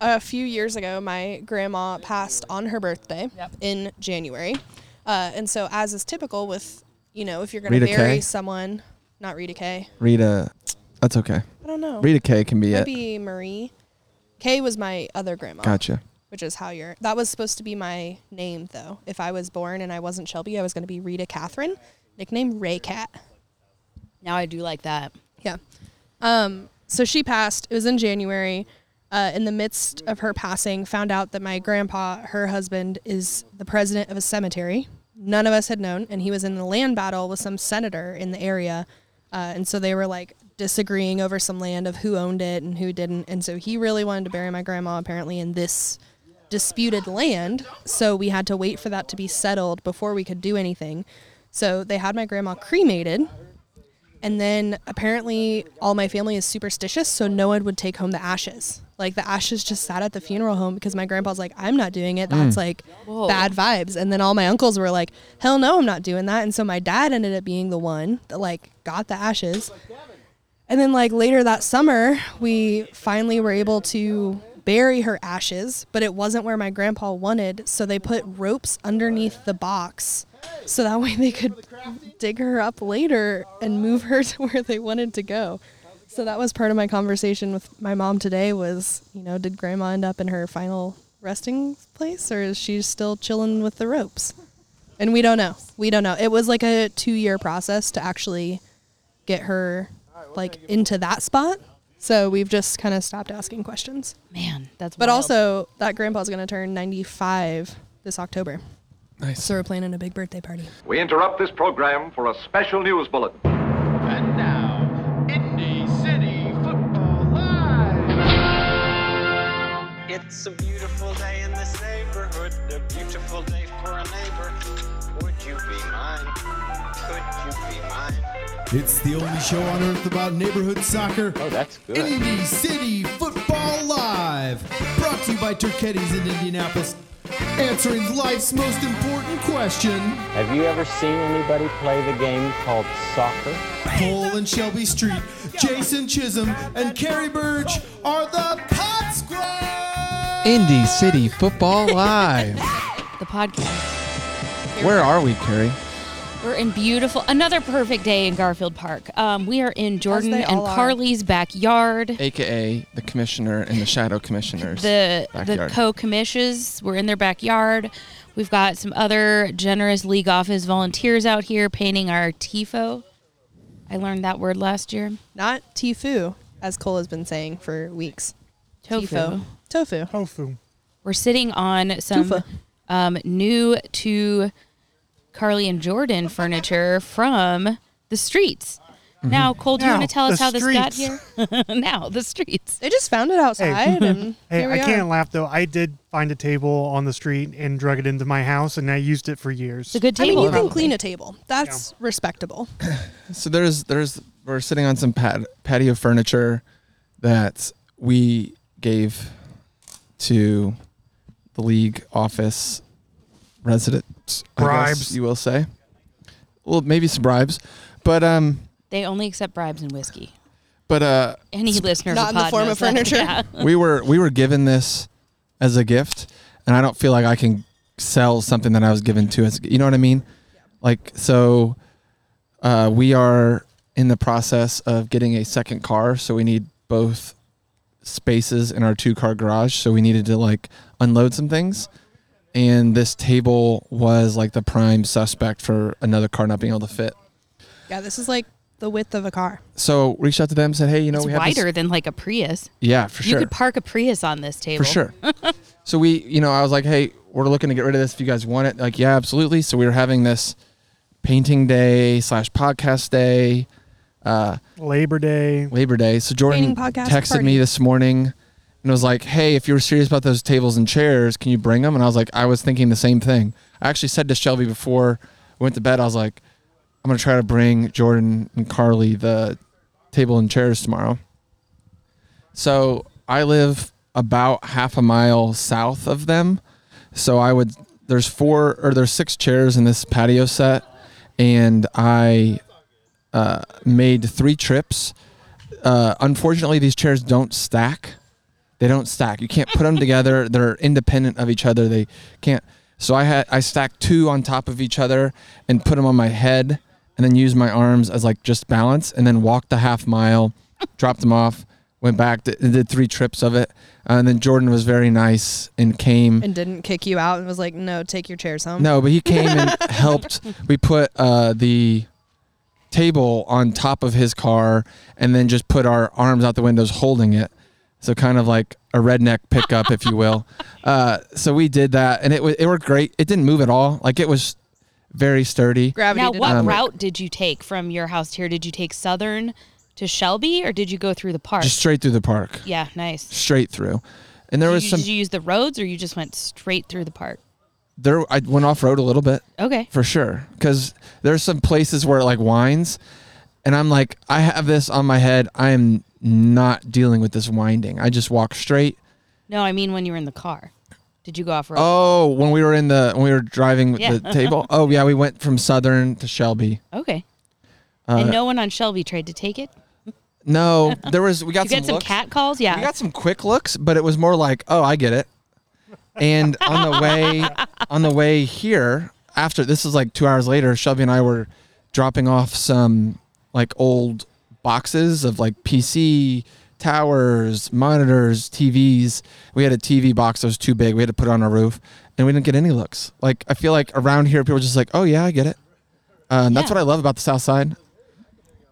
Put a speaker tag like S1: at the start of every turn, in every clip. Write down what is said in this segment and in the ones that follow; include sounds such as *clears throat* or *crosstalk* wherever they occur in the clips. S1: a few years ago, my grandma passed on her birthday
S2: Yep.
S1: in January. Uh, and so, as is typical with, you know, if you're going to
S3: Rita Kay?
S1: bury someone, not Rita Kay.
S3: Rita. That's okay.
S1: I don't know.
S3: Rita K can be it.
S1: Maybe Marie. Kay was my other grandma,
S3: Gotcha.
S1: which is how you're. That was supposed to be my name, though. If I was born and I wasn't Shelby, I was going to be Rita Catherine, nickname Ray Cat.
S2: Now I do like that.
S1: Yeah. Um, so she passed. It was in January. Uh, in the midst of her passing, found out that my grandpa, her husband, is the president of a cemetery. None of us had known, and he was in a land battle with some senator in the area, uh, and so they were like disagreeing over some land of who owned it and who didn't. And so he really wanted to bury my grandma apparently in this disputed land, so we had to wait for that to be settled before we could do anything. So they had my grandma cremated, and then apparently, all my family is superstitious, so no one would take home the ashes. Like the ashes just sat at the funeral home because my grandpa's like, I'm not doing it. That's like
S2: Whoa.
S1: bad vibes. And then all my uncles were like, Hell no, I'm not doing that. And so my dad ended up being the one that like got the ashes. And then like later that summer, we finally were able to bury her ashes, but it wasn't where my grandpa wanted, so they put ropes underneath the box so that way they could dig her up later and move her *laughs* to where they wanted to go. So that was part of my conversation with my mom today was, you know, did grandma end up in her final resting place or is she still chilling with the ropes? And we don't know. We don't know. It was like a 2-year process to actually get her like into that spot. So we've just kind of stopped asking questions.
S2: Man, that's
S1: But
S2: wild.
S1: also, that grandpa's going to turn 95 this October.
S3: Nice.
S1: So we're planning a big birthday party.
S4: We interrupt this program for a special news bulletin.
S5: And now, Indy City Football Live.
S6: It's a beautiful day in this neighborhood, a beautiful day for a neighbor. Would you be mine? Could you be mine?
S7: It's the only show on earth about neighborhood soccer. Oh, that's good. Indy City Football Live. Brought to you by Turketti's in Indianapolis. Answering life's most important question.
S8: Have you ever seen anybody play the game called soccer?
S7: Cole and Shelby Street, Jason Chisholm, and Carrie Burge are the Pot Squad.
S3: Indy City Football
S7: *laughs*
S3: Live.
S2: the podcast.
S3: Where are we, Carrie?
S2: We're in beautiful, another perfect day in Garfield Park. Um, we are in Jordan
S1: they
S2: and
S1: all are.
S2: Carly's backyard.
S3: AKA the commissioner and the shadow commissioners.
S2: The
S3: backyard.
S2: the co commissions were in their backyard. We've got some other generous league office volunteers out here painting our tifo. I learned that word last year.
S1: Not Tifu, as Cole has been saying for weeks.
S2: Tofu.
S1: Tifo. Tofu.
S2: We're sitting on some
S1: Tufa.
S2: um, new to Carly and Jordan furniture from the streets.
S3: Mm-hmm.
S2: Now, Cole, do you
S9: Now,
S2: want to tell us
S9: the
S2: how this
S9: streets.
S2: got here? *laughs* now, the streets.
S1: They just found it
S9: *laughs*
S1: outside, and
S9: Hey,
S1: here we
S9: I
S1: are.
S9: can't laugh though. I did find a table on the street and drug it into my house, and I used it for years.
S2: It's a good
S1: I
S2: table.
S1: mean, you can
S2: probably.
S1: clean a table. That's respectable.
S3: So there's there's we're sitting on some pat, patio furniture that we gave to the league office residents. I guess
S9: Bribes.
S3: you will say. Well, maybe some bribes, but um,
S2: They only accept bribes and whiskey.
S3: but uh,
S2: Any listener of
S1: Not in the
S2: pod
S1: form
S2: knows
S1: of
S2: that.
S1: furniture.
S2: *laughs* Yeah.
S3: we were we were given this as a gift, and I don't feel like I can sell something that I was given to as you know what I mean. Like so, uh, we are in the process of getting a second car, so we need both spaces in our two car garage. So we needed to like unload some things, and this table was like the prime suspect for another car not being able to fit.
S1: Yeah, this is like the width of a car.
S3: So reached out to them, and said, "Hey, you know
S2: It's
S3: we have this-
S2: wider than like a Prius.
S3: Yeah, for
S2: You
S3: sure.
S2: could park a Prius on this table.
S3: for sure. so we, you know, I was like, hey, we're looking to get rid of this. If you guys want it, like, yeah, absolutely. So we were having this painting day slash podcast day,
S9: Labor Day.
S3: Labor Day. So Jordan
S1: Painting podcast
S3: texted
S1: party.
S3: me this morning and was like, hey, if you were serious about those tables and chairs, can you bring them? And I was like, I was thinking the same thing. I actually said to Shelby before we went to bed, I was like, I'm gonna try to bring Jordan and Carly the table and chairs tomorrow. So I live about half a mile south of them. So I would there's four or there's six chairs in this patio set, and I uh, made three trips. Uh, unfortunately, these chairs don't stack, They don't stack. You can't put them together. They're independent of each other. They can't. So I had I stacked two on top of each other and put them on my head, and then used my arms as like just balance, and then walked the half mile, dropped them off, went back, did, did three trips of it, uh, and then Jordan was very nice and came.
S1: and didn't kick you out and was like, no, take your chairs home.
S3: No, but he came and *laughs* helped. We put uh, the table on top of his car and then just put our arms out the windows holding it. So kind of like a redneck pickup, if you
S2: *laughs*
S3: will. Uh, so we did that, and it wa- it worked great. It didn't move at all. Like it was very sturdy.
S1: Gravity
S2: Now,
S1: did
S2: what
S3: Um,
S1: not work.
S2: route did you take from your house to here? Did you take Southern to Shelby, or did you go through the park?
S3: Just straight through the park,
S2: yeah, nice.
S3: straight through. And there
S2: Did
S3: was
S2: you,
S3: some.
S2: did you use the roads, or you just went straight through the park?
S3: There, I went off road a little bit.
S2: Okay.
S3: for sure because there's some places where it like winds and i'm like i have this on my head i am not dealing with this winding i just walk straight
S2: No, I mean when you were in the car. Did you go off road?
S3: oh when we were in the when we were driving with
S2: Yeah.
S3: the table oh yeah we went from southern to shelby
S2: Okay.
S3: Uh,
S2: and no one on Shelby tried to take it.
S3: no there was
S2: *laughs*
S3: we got
S2: You
S3: some,
S2: got some
S3: looks.
S2: cat calls.
S3: we
S2: Yeah.
S3: got some quick looks but it was more like oh i get it and on the way
S2: *laughs*
S3: on the way here after this is like two hours later shelby and i were dropping off some like old boxes of like pc towers monitors tvs we had a tv box that was too big we had to put it on our roof and we didn't get any looks like i feel like around here people are just like oh yeah i get it uh, and that's
S2: Yeah.
S3: what i love about the south side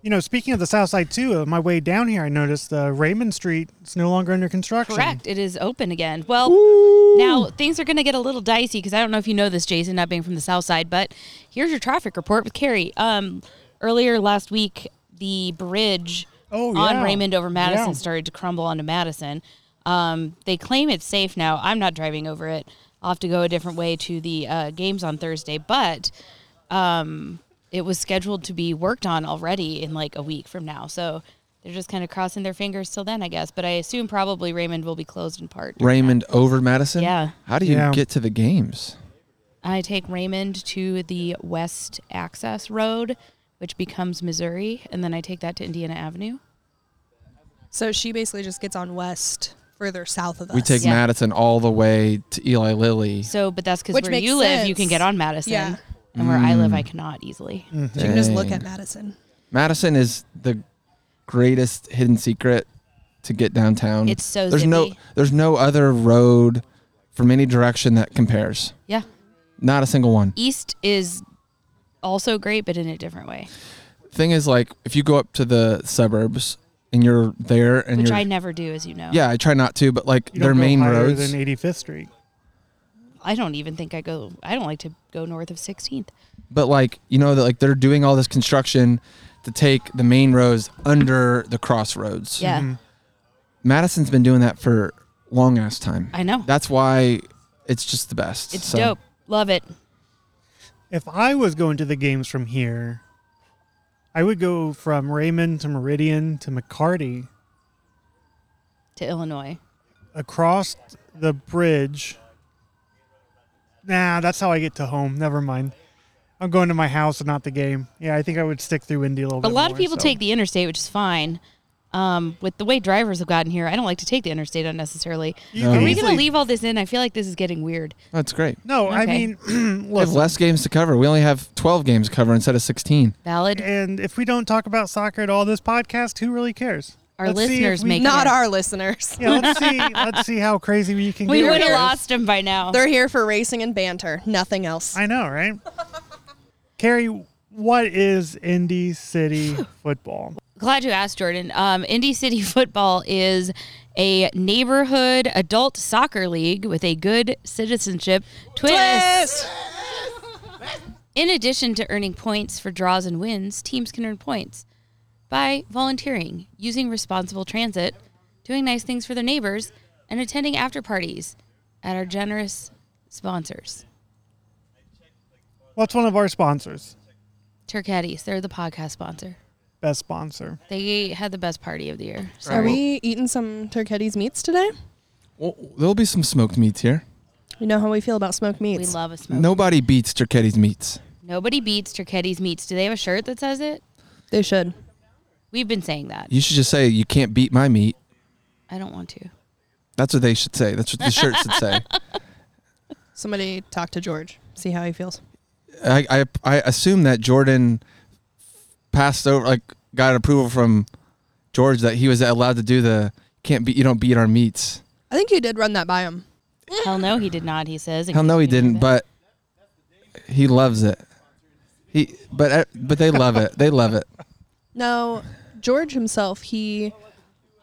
S9: You know, speaking of the South Side too, on my way down here, I noticed uh, Raymond Street is no longer under construction.
S2: Correct. It is open again. Well, now things are going to get a little dicey because I don't know if you know this, Jason, not being from the South Side, but here's your traffic report with Carrie. Um, earlier last week, the bridge
S9: Oh,
S2: on
S9: yeah.
S2: Raymond over Madison
S9: Yeah.
S2: started to crumble onto Madison. Um, they claim it's safe now. I'm not driving over it. I'll have to go a different way to the uh, games on Thursday, but um, it was scheduled to be worked on already in like a week from now. So they're just kind of crossing their fingers till then, I guess. But I assume probably Raymond will be closed in part.
S3: raymond over madison
S2: Yeah.
S3: how do you
S9: Yeah.
S3: get to the games
S2: I take Raymond to the West Access Road, which becomes Missouri, and then I take that to Indiana Avenue.
S1: So she basically just gets on west further south of us.
S3: we take
S2: Yeah.
S3: madison all the way to eli lilly
S2: So, but that's because
S1: Which
S2: where
S1: makes
S2: you live, you can
S1: sense.
S2: get on Madison,
S1: Yeah.
S2: and where I live,
S3: Mm.
S2: I cannot easily.
S3: Mm-hmm.
S1: She can just look
S3: Dang.
S1: at Madison.
S3: Madison is the greatest hidden secret to get downtown.
S2: It's so
S3: there's no
S2: zippy.
S3: there's no other road from any direction that compares.
S2: Yeah,
S3: Not a single one.
S2: East is also great, but in a different way,
S3: Thing is, like if you go up to the suburbs and you're there and
S2: which
S3: you're
S2: I never do, as you know.
S3: yeah, I try not to, but like
S9: You
S3: their
S9: don't go
S3: main
S9: higher
S3: roads.
S9: than 85th Street.
S2: I don't even think I go. I don't like to go north of 16th.
S3: but like you know that like they're doing all this construction to take the main roads under the crossroads.
S2: Yeah,
S3: Madison's been doing that for long ass time.
S2: I know.
S3: That's why it's just the best.
S2: it's
S3: So-
S2: dope. Love it.
S9: If I was going to the games from here, I would go from Raymond to Meridian to McCarty,
S2: To Illinois.
S9: across the bridge. Nah, that's how I get to home. Never mind. I'm going to my house and not the game. Yeah, I think I would stick through Indy a little
S2: A
S9: bit.
S2: lot of
S9: more,
S2: people
S9: so.
S2: take the interstate, which is fine. Um, with the way drivers have gotten here, I don't like to take the interstate unnecessarily.
S9: You
S3: No.
S9: can
S2: Are we
S9: easily-
S2: gonna leave all this in? I feel like this is getting weird.
S3: That's great.
S9: No, I
S2: Okay.
S9: mean, *clears throat*
S3: We have
S9: listen,
S3: less games to cover. We only have 12 games to cover instead of 16.
S2: Valid.
S9: and if we don't talk about soccer at all this podcast, who really cares?
S2: Our
S9: Let's see if
S2: listeners
S9: we-
S2: make-
S1: Not
S2: Yeah.
S1: our listeners. *laughs*
S9: Yeah, let's see. let's see how crazy we can
S2: We
S9: get.
S2: would
S9: with
S2: have
S9: this.
S2: lost him by now.
S1: They're here for racing and banter, nothing else.
S9: I know, right? Carrie, what is
S2: *sighs*
S9: Indy City football?
S2: Glad you asked, Jordan. Um, Indy City *laughs* Football is a neighborhood adult soccer league with a good citizenship twist. In addition to earning points for draws and wins, teams can earn points by volunteering, using responsible transit, doing nice things for their neighbors, and attending after parties at our generous sponsors.
S9: What's one of our sponsors?
S2: Turcatties, they're the podcast sponsor.
S9: Best sponsor.
S2: They had the best party of the year. So
S1: Are we eating some Turketti's meats today?
S3: Well, there'll be some smoked meats here.
S1: You know how we feel about smoked meats.
S2: we love a smoke.
S3: Nobody beats Turketti's meats.
S2: Nobody beats Turcatties Meats. Do they have a shirt that says it?
S1: they should.
S2: We've been saying that.
S3: You should just say, you can't beat my meat.
S2: I don't want to.
S3: That's what they should say. That's what the shirt
S2: *laughs*
S3: should say.
S1: Somebody talk to George, see how he feels.
S3: I, I I assume that Jordan passed over, like got approval from George that he was allowed to do the can't be you don't beat our meats.
S1: I think you did run that by him.
S2: Hell no, he did not. He says.
S3: Hell no, he didn't. But he loves it. He but uh, but they love it. They love it.
S1: No, George himself, he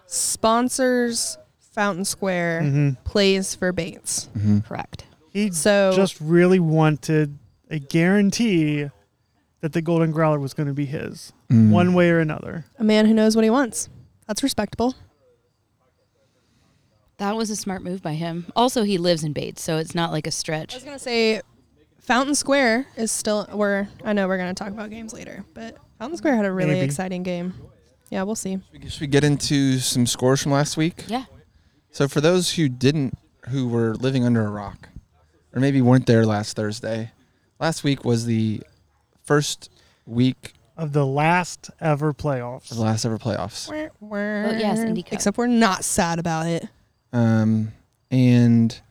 S1: sponsors Fountain Square, plays for Bates.
S2: correct.
S9: He
S1: So-
S9: just really wanted a guarantee that the Golden Growler was going to be his, one way or another.
S1: A man who knows what he wants. That's respectable.
S2: That was a smart move by him. Also, he lives in Bates, so it's not like a
S1: I
S2: stretch.
S1: was gonna say Fountain Square is still where I know we're gonna talk about games later, but Fountain Square had a really
S9: Maybe.
S1: exciting game. Yeah, we'll see.
S3: Should we get into some scores from last week?
S2: Yeah.
S3: So for those who didn't, who were living under a rock, or maybe weren't there last Thursday, last week was the first week
S9: Of the last ever playoffs.
S3: of the last ever playoffs.
S2: yes, Indy Cup.
S1: Except we're not sad about it.
S3: um, and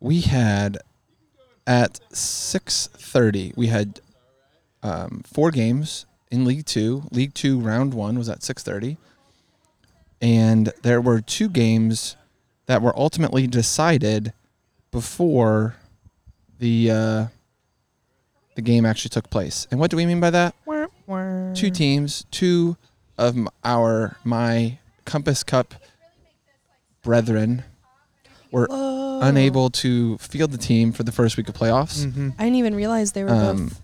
S3: we had at 6.30 we had um, four games in league two league two round one was at 6.30 and there were two games that were ultimately decided before the uh, the game actually took place and what do we mean by that two teams two of m- our my compass cup brethren were unable to field the team for the first week of playoffs.
S1: I didn't even realize they were
S3: Um,
S1: both.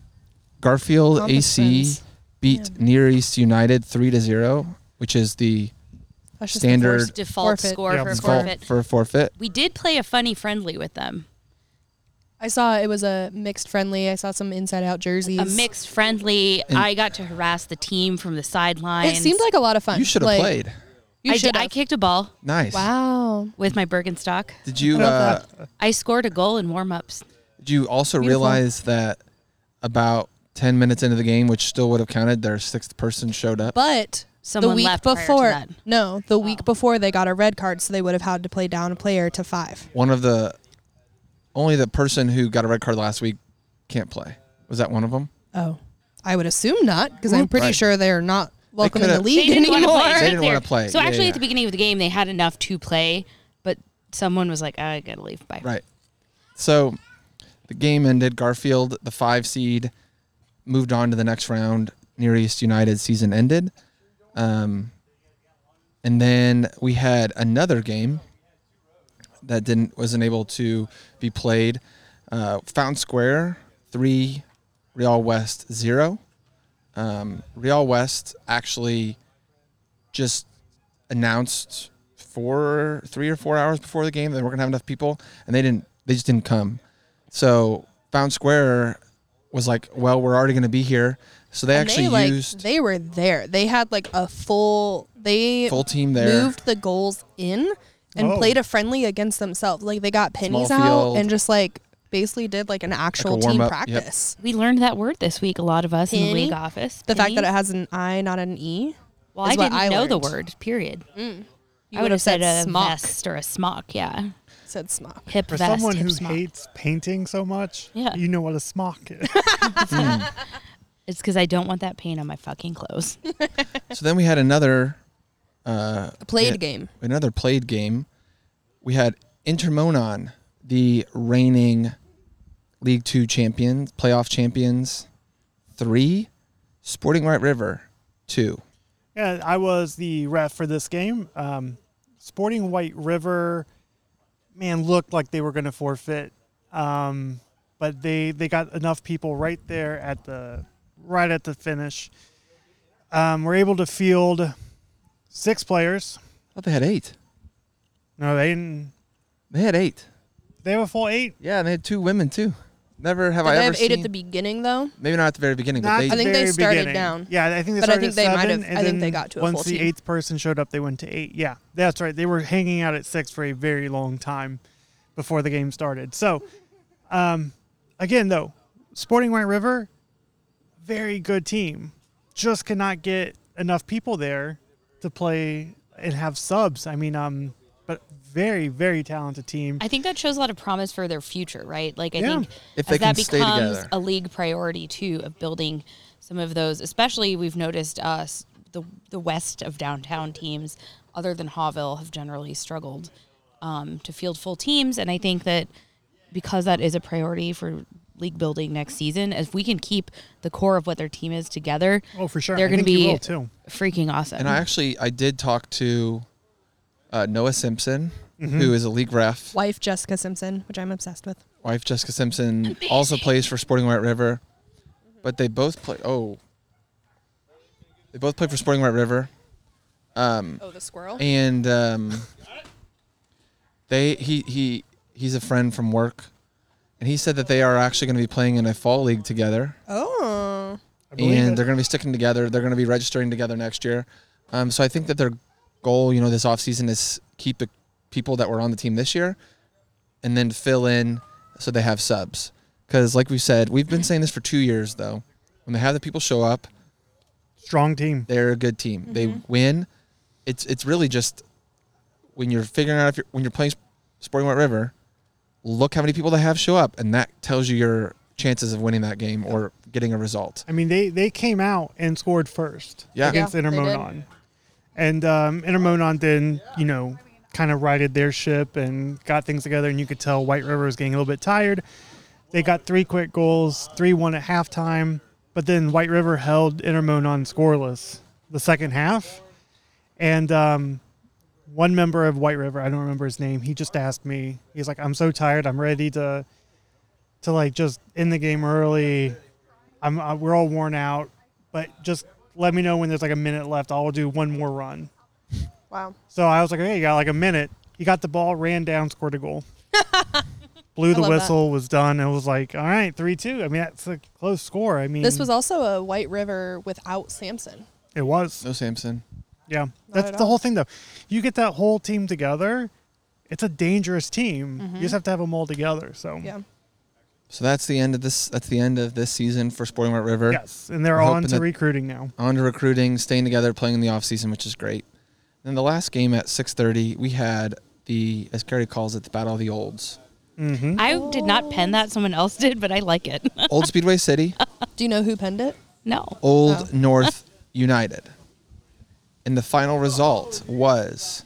S3: Garfield
S1: Compass
S3: AC
S1: friends.
S3: beat Near East United three to zero, which is the
S1: That's just the
S3: standard
S1: first
S2: Default
S1: forfeit.
S2: score
S9: Yeah,
S2: for
S9: default.
S2: forfeit.
S3: for forfeit.
S2: We did play a funny friendly with them.
S1: I saw it was a mixed friendly. I saw some inside out jerseys.
S2: A mixed friendly. I got to harass the team from the sideline.
S1: It seemed like a lot of fun.
S3: You should have
S1: Like,
S3: played.
S1: You
S2: I,
S1: should.
S2: did, I kicked a ball
S3: Nice.
S1: wow.
S2: with my Bergenstock.
S3: Did you uh,
S2: I scored a goal in warm ups.
S3: did you also realize that about ten minutes into the game, which still would have counted, their sixth person showed up?
S1: But
S2: Someone
S1: the week
S2: left prior to
S1: before,
S2: that. Oh.
S1: no, the week before they got a red card, so they would have had to play down a player to five.
S3: One of the only the person who got a red card last week can't play. Was that one of them?
S1: Oh, I would assume not, because I'm pretty
S3: Right.
S1: sure they're not welcome in the
S3: could've- They
S1: league
S2: didn't wanna
S1: anymore.
S2: play.
S3: They
S2: Right
S3: didn't wanna
S2: there.
S3: play.
S2: So
S3: Yeah,
S2: actually,
S3: yeah.
S2: at the beginning of the game, they had enough to play, but someone was like, "I gotta leave." Bye.
S3: Right. So the game ended. Garfield, the five seed, moved on to the next round. Near East United season ended. Um, and then we had another game that didn't wasn't able to be played. Uh, Fountain Square three, Real West zero. Um, Real West actually just announced four, three or four hours before the game that we're gonna have enough people, and they didn't. They just didn't come. So Fountain Square was like, "Well, we're already gonna be here," so they
S1: And
S3: actually
S1: they, like,
S3: used
S1: They were there. They had like a full. They
S3: Full team there. Oh.
S1: Moved the goals in and
S9: Whoa.
S1: played a friendly against themselves. Like they got pennies
S3: Small
S1: out
S3: field.
S1: and just like basically did like an actual team
S3: warm-up, yep.
S1: practice.
S2: We learned that word this week. A lot of us in the
S1: Penny?
S2: league office.
S1: The fact that
S2: Penny.
S1: it has an I, not an E.
S2: well,
S1: is
S2: I
S1: what
S2: didn't
S1: I
S2: know the
S1: learned.
S2: word. Period.
S1: You
S2: I would have said a
S1: smock.
S2: vest or a smock. Yeah,
S1: Said smock.
S2: hip
S9: For
S2: vest.
S9: someone
S2: hip
S9: who
S2: smock.
S9: hates painting so much,
S2: Yeah.
S9: you know what a smock is.
S2: it's because I don't want that paint on my fucking clothes.
S3: So then we had another uh,
S1: A played
S3: Yeah.
S1: game.
S3: another played game. We had Intermonon, the reigning League Two champions, playoff champions, three, Sporting Right River, two.
S9: Yeah, I was the ref for this game. Um, Sporting White River, man, looked like they were going to forfeit, um, but they they got enough people right there at the right at the finish. Um, we're able to field six players.
S3: I thought Oh, they had eight.
S9: No, they didn't.
S3: They had eight.
S9: They have a full eight.
S3: Yeah, and they had two women too. Never have
S1: Did
S3: I
S1: they
S3: ever
S1: have eight
S3: seen.
S1: at the beginning though?
S3: maybe not at the very beginning, but
S9: Not
S3: they.
S9: the
S1: I think they
S9: very
S1: started
S9: beginning.
S1: down.
S9: Yeah, I think they
S1: But I
S9: started
S1: think they
S9: at
S1: might
S9: seven,
S1: have-
S9: and
S1: I think
S9: then
S1: they got to a
S9: once
S1: full
S9: the
S1: team.
S9: eighth person showed up, they went to eight. Yeah, that's right. They were hanging out at six for a very long time before the game started. So, um, again, though, Sporting White River, very good team, just cannot get enough people there to play and have subs. I mean, um, but very, very talented team.
S2: I think that shows a lot of promise for their future, right? Like I
S9: Yeah.
S2: think
S3: If
S2: if
S3: they
S2: that
S3: can stay
S2: becomes
S3: together.
S2: a league priority too of building some of those, especially we've noticed us the the west of downtown teams other than Hawville have generally struggled um, to field full teams, and I think that because that is a priority for league building next season, if we can keep the core of what their team is together,
S9: Oh, for sure.
S2: they're
S9: I
S2: going to
S9: think you
S2: be
S9: will, too.
S2: freaking awesome.
S3: And I actually I did talk to uh, Noah Simpson,
S1: Mm-hmm.
S3: who is a league ref.
S1: Wife Jessica Simpson, which I'm obsessed with.
S3: Wife Jessica Simpson also plays for Sporting White River, but they both play. Oh, they both play for Sporting White River,
S1: Oh, the squirrel.
S3: and um, they he he he's a friend from work, and he said that they are actually going to be playing in a fall league together.
S1: Oh,
S9: believe
S3: and
S9: it.
S3: they're going to be sticking together. They're going to be registering together next year. Um, so I think that their goal, you know, this offseason is keep the people that were on the team this year and then fill in so they have subs. Because, like we said, we've been saying this for two years, though. When they have the people show up,
S9: Strong team.
S3: they're a good team. They
S9: Mm-hmm.
S3: win. It's it's really just when you're figuring out if you're when you're playing Sporting White River, look how many people they have show up, and that tells you your chances of winning that game or getting a result.
S9: I mean, they, they came out and scored first
S3: Yeah.
S9: against
S2: Yeah, they did.
S9: Intermonon. And um, Intermonon then, you know, kind of righted their ship and got things together. And you could tell White River was getting a little bit tired. They got three quick goals, 3 1 at halftime. But then White River held Intermonon scoreless the second half. And um, one member of White River, I don't remember his name, he just asked me, he's like, I'm so tired. I'm ready to. To like just end the game early, I'm uh, we're all worn out, but just let me know when there's like a minute left. I'll do one more run.
S1: wow.
S9: So I was like, hey, you got like a minute. He got the ball, ran down, scored
S1: *laughs*
S9: a goal, blew the
S1: love that.
S9: whistle, was done. It was like, all right, three two. I mean, that's a close score. I mean,
S1: This was also a White River without Samson.
S9: it was.
S3: No Samson.
S9: Yeah, that's
S1: at
S9: the
S1: all.
S9: whole thing though. You get that whole team together. It's a dangerous team. You just have to have them all together.
S3: Mm.
S9: So
S1: Mm-hmm. Yeah.
S3: So that's the end of this. That's the end of this season for Sporting White River.
S9: yes, and they're
S3: We're
S9: on
S3: hoping
S9: to
S3: that-
S9: recruiting now.
S3: On to recruiting, staying together, playing in the off season, which is great. Then the last game at 6:30, we had the, as Gary calls it, the Battle of the Olds,
S2: I did not pen that; someone else did, but I like it. *laughs*
S9: *laughs*
S3: Old Speedway City,
S1: Do you know who penned it?
S2: no.
S1: Oh.
S3: Old North United, and the final result was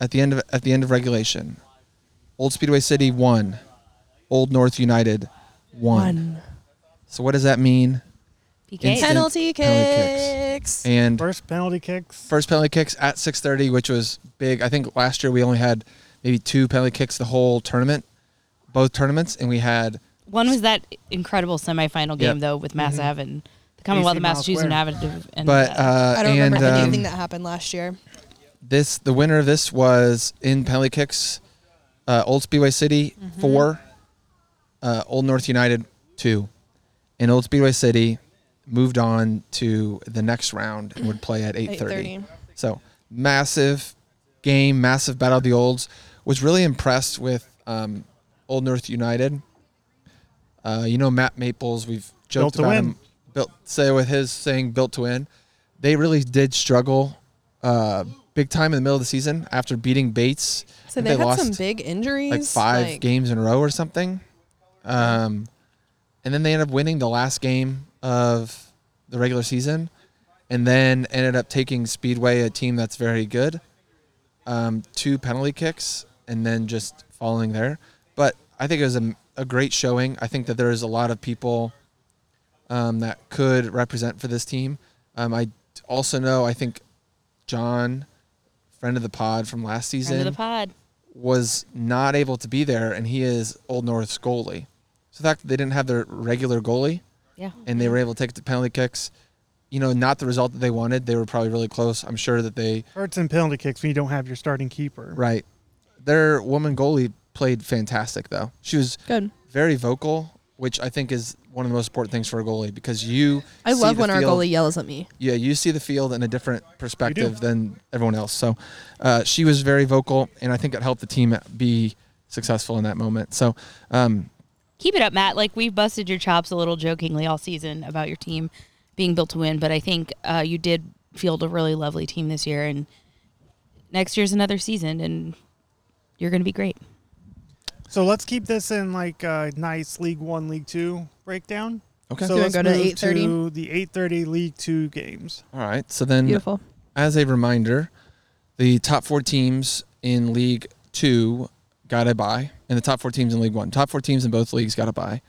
S3: at the end of at the end of regulation, Old Speedway City won, Old North United won. So what does that mean?
S2: PK.
S3: Instant-
S1: Penalty
S3: penalty
S1: kicks.
S3: And
S9: First penalty kicks.
S3: first penalty kicks at 6:30, which was big. I think last year we only had maybe two penalty kicks the whole tournament, both tournaments, and we had
S2: One was that incredible semifinal game
S3: Yep. Mm-hmm.
S2: though with Mass Ave and the Commonwealth
S9: AC
S2: of
S9: Miles
S2: Massachusetts and
S9: Square.
S2: Avid. And
S3: but uh,
S1: I don't
S3: and
S1: remember
S3: um,
S1: anything that happened last year.
S3: this the winner of this was in penalty kicks, uh, Old Speedway City four, uh, Old North United two, and Old Speedway City moved on to the next round and would play at 8:30.
S1: 8:30.
S3: So massive game, massive battle of the olds. Was really impressed with um, Old North United. Uh, you know Matt Maples. We've joked
S9: Built to
S3: about
S9: win.
S3: him. Built say with his saying "built to win." They really did struggle uh, big time in the middle of the season after beating Bates.
S1: So
S3: I think
S1: they, had
S3: lost
S1: some big injuries.
S3: like five
S1: like-
S3: games in a row or something. Um, and then they ended up winning the last game of the regular season, and then ended up taking Speedway, a team that's very good, um, two penalty kicks, and then just falling there. But I think it was a, a great showing. I think that there is a lot of people um, that could represent for this team. Um, I also know I think John, friend of the pod from last season,
S2: Friend of the pod.
S3: was not able to be there, and he is Old North's goalie. So the fact that they didn't have their regular goalie
S2: Yeah.
S3: and they were able to take it to penalty kicks, you know, not the result that they wanted. They were probably really close. I'm sure that they
S9: Hurts and penalty kicks when you don't have your starting keeper.
S3: right. Their woman goalie played fantastic though. She was
S1: Good.
S3: very vocal, which I think is one of the most important things for a goalie because you
S1: I
S3: see
S1: love
S3: the
S1: when our
S3: field- Mm.
S1: goalie yells at me.
S3: yeah, you see the field in a different perspective than everyone else. So uh, she was very vocal, and I think it helped the team be successful in that moment. So um,
S2: Keep it up, Matt. Like we've busted your chops a little jokingly all season about your team being built to win, but I think uh, you did field a really lovely team this year, and next year's another season, and you're going to be great.
S9: So let's keep this in like a nice League One, League Two breakdown.
S3: Okay.
S9: So
S1: Do we
S9: let's
S1: go to
S9: move
S1: 8:30?
S9: to the eight thirty League Two games.
S3: All right. So then,
S1: Beautiful.
S3: as a reminder, the top four teams in League Two got a bye, and the top four teams in League One, top four teams in both leagues got a bye.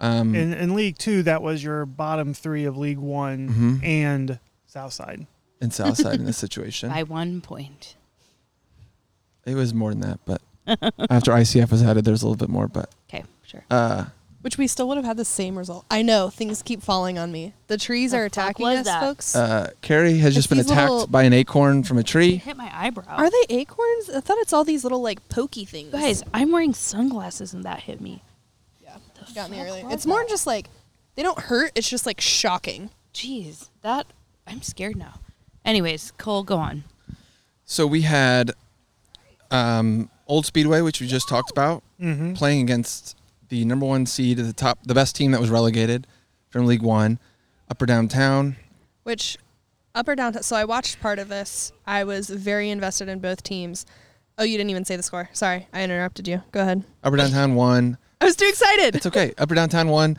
S3: Um,
S9: In, in League Two, that was your bottom three of League One
S3: Mm-hmm.
S9: and Southside.
S3: and
S1: *laughs*
S3: Southside in this situation,
S2: By one point.
S3: it was more than that,
S1: *laughs*
S3: but after ICF was added, there's a little bit more. But
S2: Okay, sure.
S3: uh,
S1: Which we still would have had the same result. I know things keep falling on me. The trees
S2: The
S1: are
S2: fuck
S1: attacking
S2: was
S1: us,
S2: that?
S1: folks.
S3: uh, Carrie has
S1: It's
S3: just been
S1: these
S3: attacked
S1: little-
S3: by an acorn from
S1: *laughs*
S3: a tree.
S2: hit my eyebrow.
S1: are they acorns? I thought it's all these little like pokey things.
S2: guys? I'm wearing sunglasses, and that hit me.
S1: got me early. It's more just like they don't hurt. It's just like shocking.
S2: Jeez, that I'm scared now. Anyways, Cole, go on.
S3: So we had um, Old Speedway, which we just talked about, playing against the number one seed, the top, the best team that was relegated from League One, Upper Downtown.
S1: Which up or down? So I watched part of this. I was very invested in both teams. Oh, you didn't even say the score. Sorry, I interrupted you. Go ahead.
S3: Upper Downtown won.
S1: I was too excited. *laughs*
S3: It's okay. Upper Downtown won,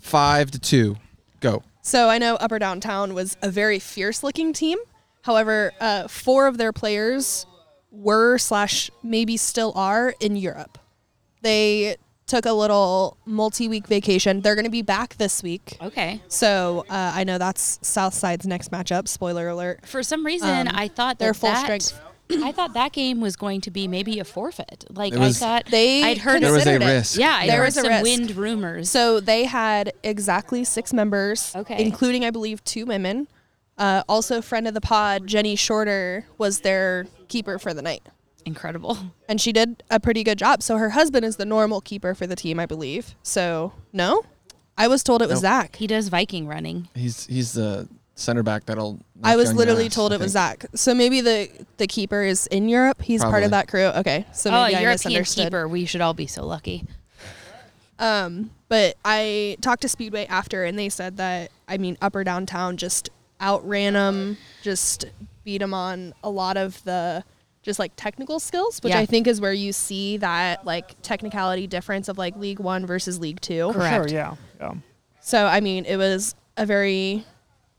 S3: five to two. Go.
S1: So I know Upper Downtown was a very fierce looking team. However, uh, four of their players were slash maybe still are in Europe. They took a little multi week vacation. They're going to be back this week.
S2: Okay.
S1: So uh, I know that's Southside's next matchup. Spoiler alert.
S2: For some reason,
S1: Um,
S2: I thought that
S1: they're full
S2: that-
S1: strength.
S2: *coughs* I thought that game was going to be maybe a forfeit. Like
S3: It was-
S2: I thought
S1: They
S2: I'd heard
S3: There was a
S1: Considered it.
S3: risk.
S2: Yeah, I
S1: There
S2: heard
S1: was a
S2: some
S1: risk.
S2: wind rumors.
S1: So they had exactly six members,
S2: Okay.
S1: including, I believe, two women. Uh, also, friend of the pod, Jenny Shorter, was their keeper for the night.
S2: incredible. *laughs*
S1: and she did a pretty good job. So her husband is the normal keeper for the team, I believe. So no, I was told it was
S3: Nope.
S1: Zach.
S2: He does Viking running.
S3: He's he's the center back that'll. knock
S1: I
S3: you
S1: was
S3: on your
S1: literally
S3: ass,
S1: told
S3: I
S1: it was
S3: think.
S1: Zach. So maybe the the keeper is in Europe. He's part
S3: Probably.
S1: of that crew. Okay, so
S2: Oh,
S1: maybe
S2: a
S1: I
S2: European
S1: misunderstood.
S2: keeper. We should all be so lucky.
S1: But I talked to Speedway after, and they said that I mean Upper Downtown just outran them, just beat them on a lot of the just like technical skills, which
S2: Yeah.
S1: I think is where you see that like technicality difference of like League One versus League Two.
S9: For
S2: Correct.
S9: Sure. Yeah. Yeah.
S1: So I mean, it was a very,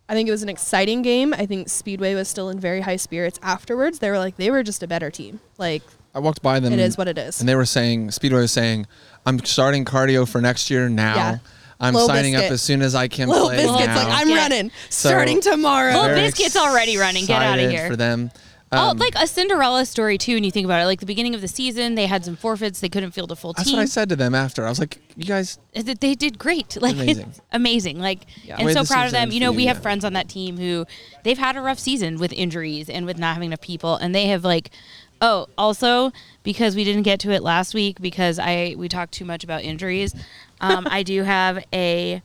S1: I think it was an exciting game. I think Speedway was still in very high spirits afterwards. They were like, they were just a better team. Like
S3: I walked by them.
S1: it
S3: and-
S1: is what it is.
S3: And they were saying Speedway was saying, "I'm starting cardio for next year now.
S1: Yeah.
S3: I'm
S1: Lil
S3: signing up
S1: Bizkit.
S3: as soon as I can
S1: Little
S3: play
S1: Biscuits
S3: now."
S1: like I'm
S2: Yeah.
S1: running
S3: So-
S1: starting tomorrow.
S2: Well,
S3: Very
S2: Biscuit's already running. Get outta
S3: excited
S2: here.
S3: for them.
S2: Oh,
S3: Um,
S2: like a Cinderella story too. When you think about it, like the beginning of the season, they had some forfeits. They couldn't field a full
S3: that's
S2: team.
S3: what I said to them after. I was like, "You guys,
S2: Uh, th- They did great. *laughs* Like
S3: Amazing.
S2: it's amazing. Like and
S3: Way
S2: so
S3: the
S2: proud of
S3: season
S2: them.
S3: ends
S2: You
S3: for
S2: know,
S3: you,
S2: we have
S3: yeah.
S2: friends on that team who they've had a rough season with injuries and with not having enough people, and they have like. Oh, also because we didn't get to it last week because I we talked too much about injuries. Um, I do have a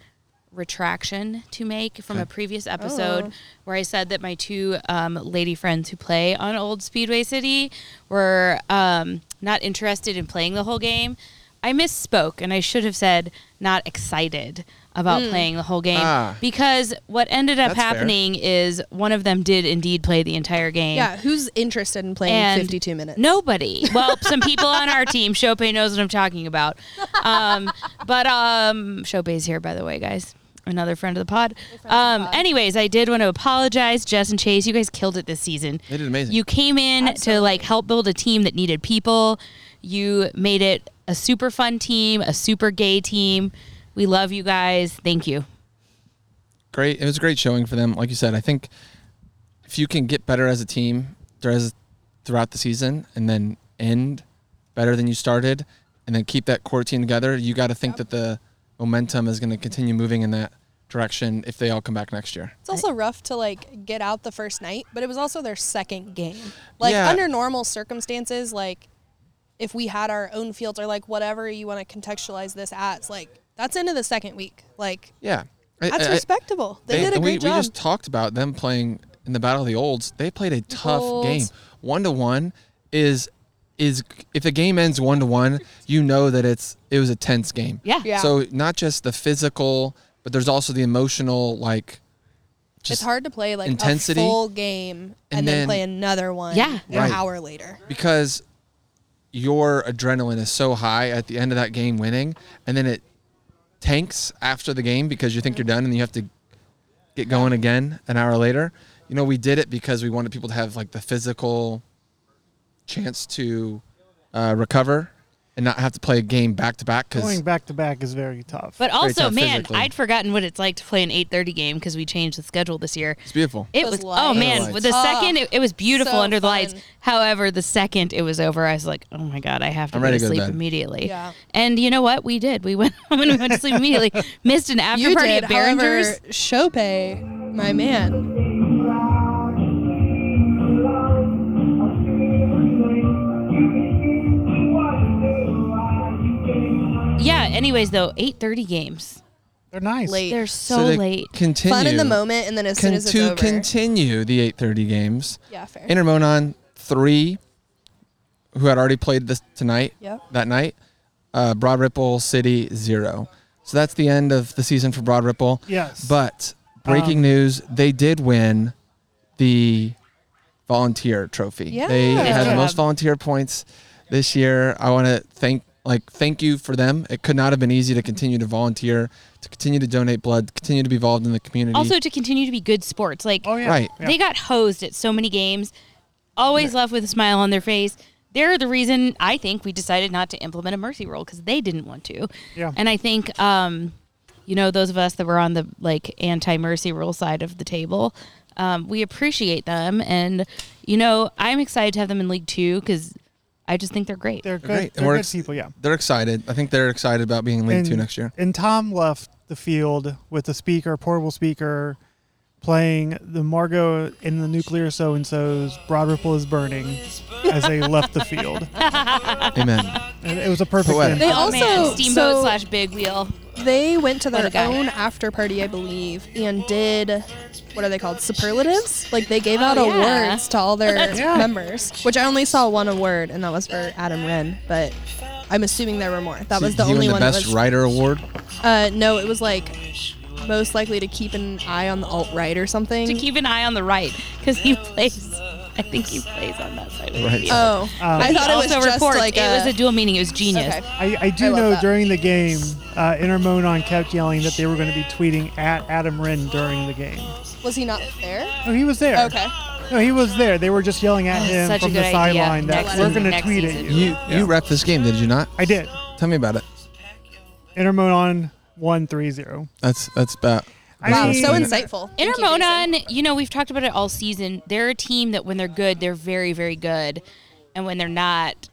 S2: retraction to make from a previous episode where I said that my two um, lady friends who play on Old Speedway City were um, not interested in playing the whole game. I misspoke and I should have said not excited about playing the whole game
S3: Ah.
S2: because what ended up
S3: That's fair.
S2: happening is one of them did indeed play the entire game.
S1: yeah, who's interested in playing
S2: And
S1: 52 minutes?
S2: Nobody. Well, some people on *laughs* our team. Chope knows what I'm talking about. Um, but um, Chope's here, by the way, guys. Another friend of the pod. Um, Anyways, I did want to apologize, Jess and Chase. You guys killed it this season.
S3: They did amazing.
S2: You came in to like help build a team that needed people. You made it a super fun team, a super gay team. We love you guys. Thank you.
S3: great. It was a great showing for them. Like you said, I think if you can get better as a team throughout throughout the season and then end better than you started and then keep that core team together, you got to think that the momentum is going to continue moving in that direction if they all come back next year.
S1: It's also rough to like get out the first night, but it was also their second game. Like
S3: Yeah.
S1: under normal circumstances, like if we had our own fields or like whatever you want to contextualize this at, it's like that's into the second week. Like
S3: Yeah. I-
S1: that's
S3: I- I-
S1: respectable. They, did a
S3: and Uh, we,
S1: great job.
S3: we just talked about them playing in the Battle of the Olds. They played a tough
S1: Olds.
S3: game. One to one is is if the game ends one to one, you know that it's it was a tense game.
S2: Yeah.
S1: Yeah.
S3: So not just the physical, but there's also the emotional like Just
S1: it's hard to play like
S3: intensity.
S1: a full game and,
S3: And
S1: then,
S3: then-
S1: play another one
S2: Yeah.
S1: an
S3: Right.
S1: hour later.
S3: because your adrenaline is so high at the end of that game winning and then it tanks after the game because you think you're done and you have to get going again an hour later you know we did it because we wanted people to have like the physical chance to uh, recover and not have to play a game back to back
S9: Going
S3: because
S9: back to back is very tough.
S2: But also,
S3: tough
S2: man,
S3: physically.
S2: I'd forgotten what it's like to play an 8:30 game because we changed the schedule this year.
S3: it's beautiful
S2: It
S1: Those
S2: was oh
S1: lights.
S2: man,
S3: Those
S2: with the
S1: lights.
S2: second it, it was beautiful
S1: so
S2: under the lights.
S1: fun.
S2: However, the second it was over, I was like, oh my god, I have to
S3: I'm
S2: go
S3: ready
S2: to
S3: to go to
S2: sleep
S3: bed.
S2: immediately.
S1: Yeah.
S2: And you know what? We did. We went *laughs* home and we went to sleep immediately. Missed an after party at Behringer's.
S1: however, Chope, my man.
S2: yeah. Anyways, though, 8:30 games.
S9: They're nice.
S1: Late.
S2: They're so,
S3: to
S2: late.
S3: continue
S1: Fun in the moment, and then as
S3: con-
S1: soon as it's
S3: to
S1: over,
S3: continue the 8:30 games.
S1: Yeah, fair.
S3: Intermonon three, who had already played this tonight.
S1: Yep.
S2: Oh,
S3: That night, uh, Broad Ripple City zero. So that's the end of the season for Broad Ripple.
S9: Yes. Um,
S3: But breaking news: they did win the volunteer trophy. They
S1: Yeah.
S3: had the
S2: Yeah.
S3: most volunteer points this year. I want to thank like thank you for them. It could not have been easy to continue to volunteer, to continue to donate blood, continue to be involved in the community.
S2: Also, to continue to be good sports. Like
S9: oh yeah.
S3: Right.
S9: Yeah.
S2: They got hosed at so many games, always left with a smile on their face. They're the reason I think we decided not to implement a mercy rule because they didn't want to.
S9: Yeah.
S2: And I think, um, you know, those of us that were on the like anti mercy rule side of the table, um, we appreciate them. And, you know, I'm excited to have them in League Two because I just think they're great.
S3: They're
S9: They're good.
S3: great. And
S9: They're
S3: we're
S9: good
S3: ex-
S9: people. Yeah.
S3: They're excited. I think they're excited about being in League
S9: and,
S3: Two next year.
S9: And Tom left the field with the speaker, portable speaker, playing the Margot and the Nuclear So and So's "Broad Ripple is Burning" as they left the field.
S3: Amen.
S9: And it was a perfect
S3: Poetic.
S1: They
S9: end.
S2: Oh,
S1: also
S2: man, Steamboat
S1: so
S2: slash Big Wheel.
S1: they went to
S2: What
S1: their
S2: a guy.
S1: own after party, I believe, and did what are they called? Superlatives? Like they gave out
S2: Oh, yeah.
S1: awards to all their
S9: Yeah.
S1: members, which I only saw one award, and that was for Adam Wren. But I'm assuming there were more. That was
S3: He-
S1: the
S3: he won
S1: only one
S3: best
S1: that was.
S3: writer award.
S1: Uh, no, it was like most likely to keep an eye on the alt right or something.
S2: To keep an eye on the right because he plays. I think he plays on that side. Of the
S3: Right.
S2: field.
S1: oh, I
S2: He
S1: thought it was
S2: also
S1: just
S2: reports.
S1: like
S2: it
S1: a,
S2: was a dual meaning. It was genius.
S1: Okay.
S9: I, I do
S1: I love
S9: know
S1: that.
S9: during the game, uh, Intermonon kept yelling that they were going to be tweeting at Adam Wren during the game.
S1: Was he not there?
S9: No, he was there.
S1: Okay.
S9: No, he was there. They were just yelling at
S2: Oh,
S9: him
S2: such a
S9: from the
S2: good idea.
S9: sideline that
S2: Next
S9: we're
S2: season,
S9: going to
S2: next
S9: tweet
S2: season.
S9: at you.
S3: You you rep this game, did you not?
S9: I did.
S3: Tell me about it.
S9: Intermonon one three zero.
S3: That's that's about.
S1: Wow,
S9: mean-
S1: so insightful. Thank you, Jason.
S2: Intermonon, you know, we've talked about it all season. They're a team that when they're good, they're very, very good. And when they're not,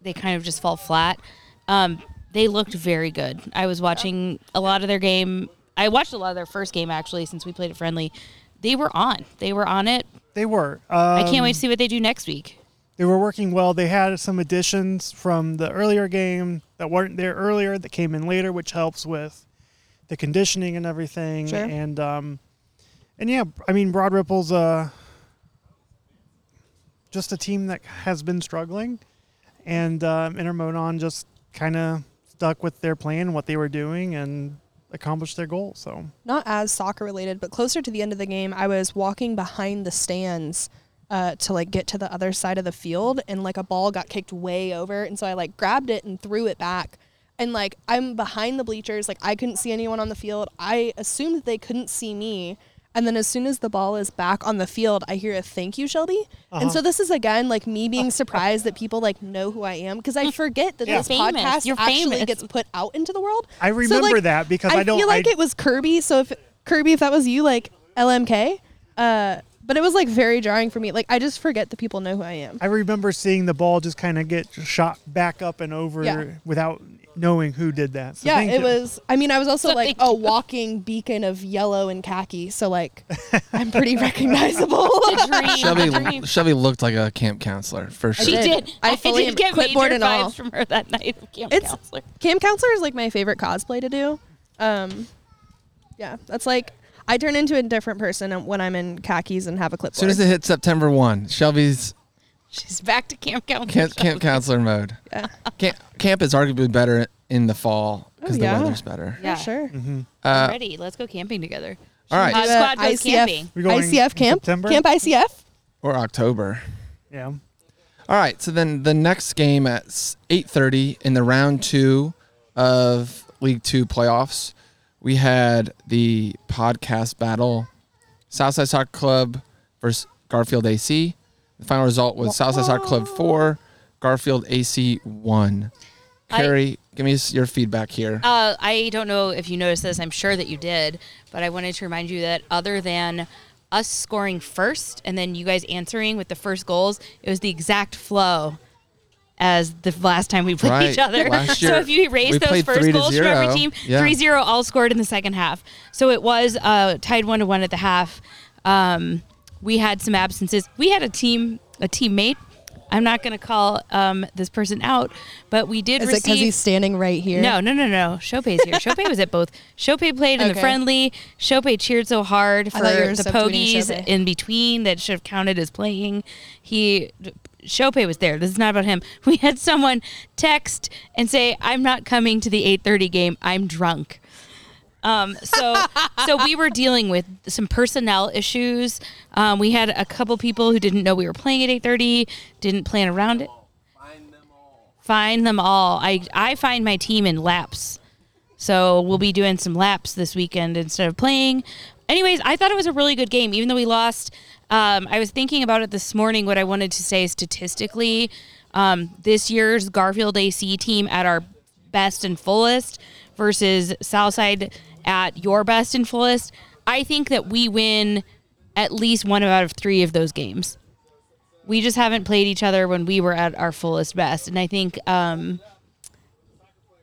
S2: they kind of just fall flat. Um, they looked very good. I was watching a lot of their game. I watched a lot of their first game, actually, since we played a friendly. They were on. They were on it.
S9: They were.
S2: I
S9: Um,
S2: can't wait to see what they do
S1: *laughs*
S2: next week.
S9: they were working well. They had some additions from the earlier game that weren't there earlier that came in later, which helps with the conditioning and everything.
S1: Sure.
S9: And um, and yeah, I mean Broad Ripple's uh, just a team that has been struggling, and um, Intermonon just kind of stuck with their plan, what they were doing, and accomplished their goal. So
S1: not as soccer related, but closer to the end of the game, I was walking behind the stands uh, to like get to the other side of the field, and like a ball got kicked way over, and so I like grabbed it and threw it back. And like I'm behind the bleachers, like I couldn't see anyone on the field. I assumed that they couldn't see me. And then as soon as the ball is back on the field, I hear a thank you, Shelby. And so this is again like me being surprised that people like know who I am because I forget that
S2: You're
S1: this
S2: famous.
S1: podcast
S2: You're
S1: actually
S2: famous.
S1: gets put out into the world.
S9: I
S1: So,
S9: remember
S1: like,
S9: that because I, don't.
S1: feel like
S9: I-
S1: it was Kirby. So if Kirby, if that was you, like LMK. Uh, but it was like very jarring for me. Like I just forget that people know who I am.
S9: I remember seeing the ball just kind of get shot back up and over
S1: Yeah.
S9: without knowing who did that. So
S1: yeah,
S9: thank
S1: it
S9: you.
S1: was. I mean, I was also
S2: So
S1: like
S2: thank
S1: a walking beacon of yellow and khaki. So
S9: *laughs*
S1: like, I'm pretty
S2: *laughs*
S1: recognizable.
S2: The dream. the
S3: *laughs* Shelby
S2: dream.
S3: Shelby looked like a camp counselor for sure.
S2: She
S1: did.
S2: did.
S1: I
S2: I,
S1: fully
S2: did get major
S1: clipboard
S2: vibes
S1: and all.
S2: from her that night. of
S1: *laughs*
S2: Camp
S1: It's-
S2: counselor.
S1: Camp counselor is like my favorite cosplay to do. Um, yeah, that's like I turn into a different person when I'm in khakis and have a clipboard.
S3: As soon as it hit September one, Shelby's
S2: She's back to camp counselor.
S3: camp
S1: *laughs*
S3: camp counselor mode.
S1: Yeah.
S3: Camp, camp is arguably better in the fall because
S1: Oh, yeah.
S3: the weather's better.
S9: Mm-hmm.
S1: yeah, sure.
S2: I'm ready. Let's go camping together.
S3: Uh, All right.
S2: Hot
S1: Do a
S2: squad goes
S1: ICF
S2: camping.
S9: We going
S1: ICF
S9: in
S1: camp.
S9: September?
S1: Camp ICF.
S3: Or October.
S9: Yeah.
S3: All right. So then the next game at s- 8:30 in the round 2 of League 2 playoffs, we had the podcast battle Southside Soccer Club versus Garfield AC. The final result was Southside Soccer Club 4, Garfield AC 1.
S2: I-
S3: Carrie, give me s- your feedback here.
S2: Uh, I don't know if you noticed this. I'm sure that you did, but I wanted to remind you that other than us scoring first and then you guys answering with the first goals, it was the exact flow as the last time we played each
S3: Right.
S2: other. *laughs*
S3: Last
S2: so
S3: year,
S2: if you
S3: we
S2: erase those
S3: played
S2: first
S3: three to
S2: goals from every
S3: zero.
S2: team,
S3: Yeah.
S2: three zero all scored in the second half. So it was uh, tied one to one at the half. Um, we had some absences. We had a team, a teammate. I'm not going to call um, this person out, but we did
S1: Is it
S2: receive.
S1: because he's standing right here?
S2: No, no, no, no. Chopei's
S1: *laughs*
S2: here. Chopei was at both. Chopei played in the
S1: Okay.
S2: friendly. Chopei cheered so hard for
S1: thought you were
S2: the
S1: subtweeting
S2: pogies
S1: Chopei.
S2: in between that should have counted as playing. He Chopei was there. This is not about him. *laughs* We had someone text and say, "I'm not coming to the 8:30 game. I'm drunk." Um, so,
S1: *laughs*
S2: so we were dealing with some personnel issues. Um, we had a couple people who didn't know we were playing at 8:30, didn't plan around it. Find them all. I I find my team in laps. So we'll be doing some laps this weekend instead of playing. Anyways, I thought it was a really good game, even though we lost. Um, I was thinking about it this morning. What I wanted to say statistically, um, this year's Garfield AC team at our best and fullest versus Southside at your best and fullest. I think that we win at least one out of three of those games. We just haven't played each other when we were at our fullest best, and I think. Um,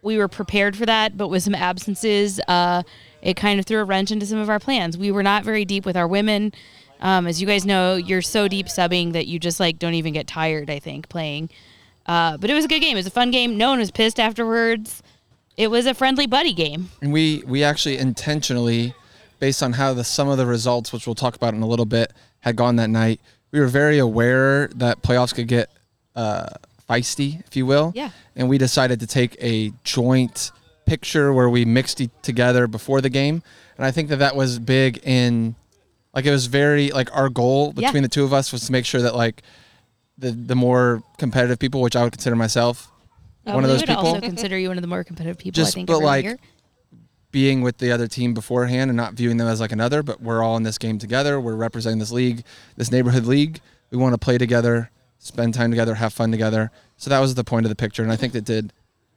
S2: we were prepared for that, but with some absences, uh, it kind of threw a wrench into some of our plans. We were not very deep with our women. Um, as you guys know, you're so deep subbing that you just like don't even get tired. I think playing, uh, but it was a good game. It was a fun game. No one was pissed afterwards. It was a friendly buddy game.
S3: And we we actually intentionally, based on how the some of the results, which we'll talk about in a little bit, had gone that night, we were very aware that playoffs could get uh, feisty, if you will.
S2: Yeah.
S3: And we decided to take a joint picture where we mixed it together before the game, and I think that that was big in, like it was very like our goal
S2: Yeah.
S3: between the two of us was to make sure that like. The, the more competitive people, which I would consider myself,
S2: Uh,
S3: One of
S2: we
S3: those
S2: would
S3: people?
S2: also consider you one of the more competitive people. I
S3: Just-
S2: think
S3: but,
S2: around
S3: like,
S2: here.
S3: being with the other team beforehand and not viewing them as like another, but we're all in this game together. We're representing this league, this neighborhood league. We want to play together, spend time together, have fun together. So that was the point of the picture, and I think that did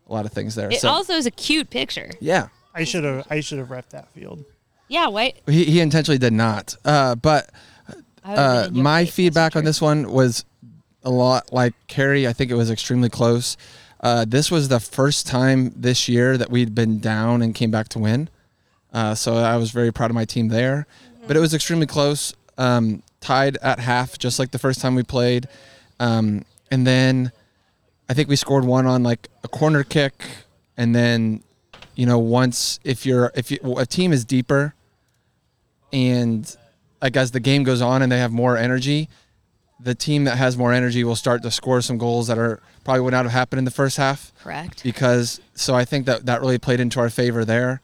S3: a lot of things there.
S2: it
S3: so
S2: also is a cute picture.
S3: yeah,
S9: I should have I should have repped that field.
S2: Yeah, why?
S3: he, he intentionally did not. Uh, but
S2: I would've
S3: uh,
S2: been in your
S3: my
S2: face, that's
S3: feedback on
S2: true.
S3: this one was a lot like Carrie. I think it was extremely close. Uh, this was the first time this year that we'd been down and came back to win. Uh, so I was very proud of my team there. But it was extremely close, um, tied at half, just like the first time we played. Um, and then I think we scored one on like a corner kick, and then you know once if you're if you, a team is deeper, and like as the game goes on and they have more energy, the team that has more energy will start to score some goals that are probably would not have happened in the first half
S2: Correct.
S3: because so I think that that really played into our favor there.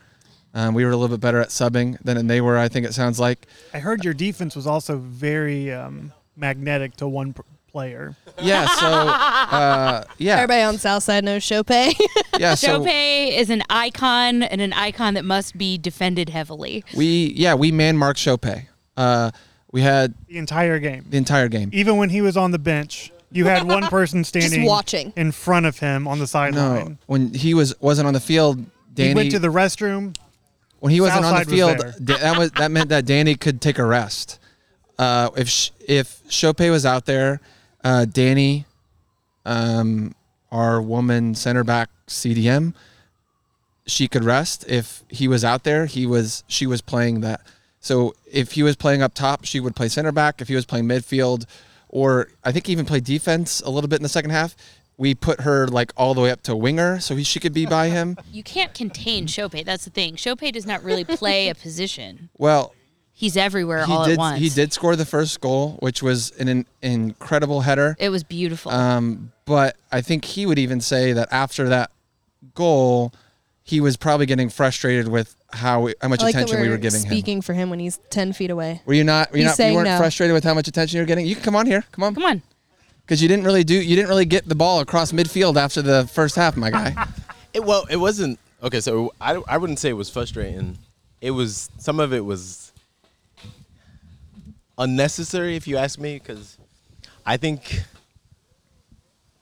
S3: Um, we were a little bit better at subbing than they were. I think it sounds like.
S9: I heard your defense was also very um, magnetic to one pr- player.
S3: Yeah. So uh, yeah.
S1: Everybody on Southside knows *laughs* Chopay.
S3: Yeah. So
S2: Chopay is an icon and an icon that must be defended heavily.
S3: we yeah we man marked Chopay. Uh, we had
S9: The entire game,
S3: the entire game.
S9: even when he was on the bench, you
S1: *laughs*
S9: had one person standing
S1: watching.
S9: in front of him on the sideline.
S3: No, when he was wasn't on the field, Danny
S9: He went to the restroom.
S3: when he wasn't on the
S9: Southside
S3: field,
S9: was
S3: Da- that was that meant that Danny could take a rest. Uh, if Sh- if Chopay was out there, uh, Danny, um, our woman center back CDM, she could rest. If he was out there, he was she was playing that. So if he was playing up top, she would play center back. If he was playing midfield, or I think even play defense a little bit in the second half, we put her like all the way up to winger, so he, she could be by him. *laughs*
S2: you can't contain Chopay. That's the thing. Chopay does not really play a position.
S3: Well,
S2: He's everywhere all
S3: did,
S2: at once.
S3: He did score the first goal, which was an, an incredible header.
S2: It was beautiful.
S3: Um, but I think he would even say that after that goal, he was probably getting frustrated with how we, how much
S1: I like
S3: attention
S1: that
S3: we
S1: we're
S3: were giving him.
S1: speaking for him when he's ten feet away.
S3: Were you not? Were you
S1: He's
S3: not? You
S1: saying
S3: weren't
S1: no.
S3: frustrated with how much attention you were getting. You can come on here. Come on.
S2: Come on.
S3: Because you didn't really do. You didn't really get the ball across midfield after the first half,
S1: *laughs*
S3: my guy.
S10: It, well, it wasn't okay. So I, I wouldn't say it was frustrating. It was some of it was unnecessary, if you ask me, because I think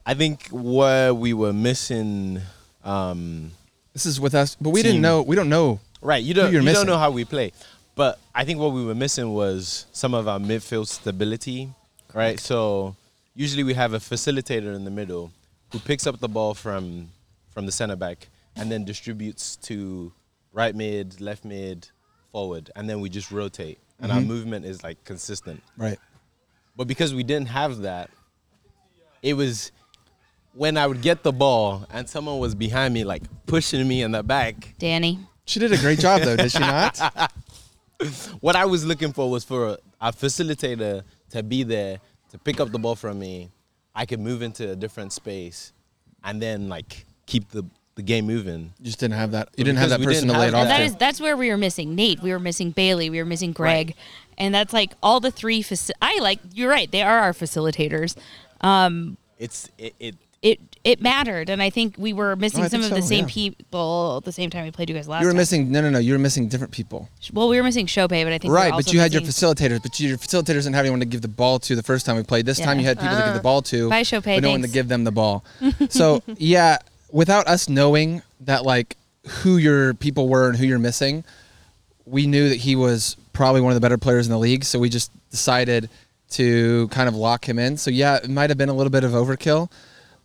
S10: I think what we were missing. Um,
S3: this is with us, but we
S10: Team.
S3: didn't know. We don't know.
S10: Right. You don't.
S3: you're
S10: You
S3: missing.
S10: don't know how we play, but I think what we were missing was some of our midfield stability. Right. So usually we have a facilitator in the middle who picks up the ball from from the center back and then distributes to right mid, left mid, forward, and then we just rotate, and
S3: Mm-hmm.
S10: our movement is like consistent.
S3: Right.
S10: But because we didn't have that, it was when I would get the ball and someone was behind me, like pushing me in the back.
S2: Danny.
S3: She did a great job though, did she
S10: *laughs*
S3: not?
S10: what I was looking for was for a, a facilitator to be there to pick up the ball from me. I could move into a different space and then like keep the, the game moving.
S3: You just didn't have that. You didn't
S10: Because
S3: have that
S10: we
S3: person
S10: didn't
S3: to lay it
S10: have
S3: off.
S2: That
S10: Yeah.
S2: is that's where we were missing Nate. We were missing Bailey. We were missing Greg, and that's like all the three. Faci- I like you're right. They are our facilitators.
S10: It's it, it
S2: It it mattered, and I think we were missing
S3: I
S2: some of
S3: think
S2: the
S3: so,
S2: same
S3: yeah.
S2: people at the same time we played you guys last.
S3: You were
S2: time.
S3: missing. No, no, no. You were missing different people.
S2: Well, we were missing Shope, but I think we were
S3: Right, but
S2: also
S3: you had your
S2: missing-
S3: facilitators, but your facilitators didn't have anyone to give the ball to the first time we played. This time
S2: Yeah. Uh,
S3: you had people to give the ball to,
S2: Bye, Chopin,
S3: but no one to
S2: thanks.
S3: give them
S2: *laughs*
S3: the ball. so yeah, without us knowing that like who your people were and who you're missing, we knew that he was probably one of the better players in the league. So we just decided to kind of lock him in. So yeah, it might have been a little bit of overkill,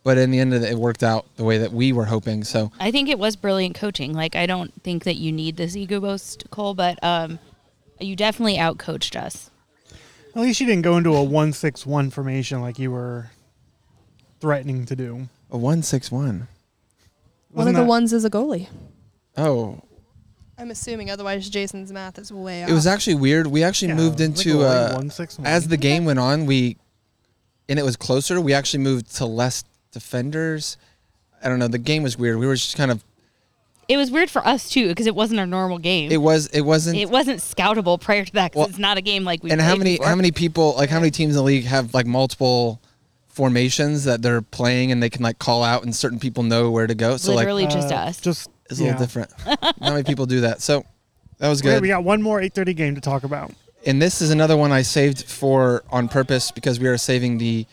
S3: but in the end of it, it worked out the way that we were hoping. So
S2: I think it was brilliant coaching. Like I don't think that you need this ego boost, Cole, but um, you definitely outcoached us.
S9: At least you didn't go into a one six one formation like you were threatening to do.
S3: a one six one.
S1: One of
S9: Wasn't
S1: the
S9: that-
S1: ones is a goalie.
S3: Oh,
S1: I'm assuming, otherwise Jason's math is way off.
S3: It was actually weird. We actually
S9: Yeah,
S3: moved
S9: it was like
S3: into
S9: a light
S3: uh,
S9: one, six, one.
S3: as the game went on. We and it was closer. We actually moved to less defenders. I don't know. The game was weird. We were just kind of.
S2: It was weird for us too because it wasn't our normal game.
S3: It was. It wasn't.
S2: It wasn't scoutable prior to that because
S3: Well,
S2: it's not a game like we.
S3: and how
S2: played
S3: many?
S2: before.
S3: How many people? Like how many teams in the league have like multiple formations that they're playing and they can like call out and certain people know where to go. So
S2: Literally
S3: like
S2: just
S9: Uh,
S2: us.
S9: Just
S3: it's a little
S9: yeah.
S3: different. Not many people do that. So that was
S9: Okay,
S3: good.
S9: we got one more eight thirty game to talk about.
S3: and this is another one I saved for on purpose because we are saving the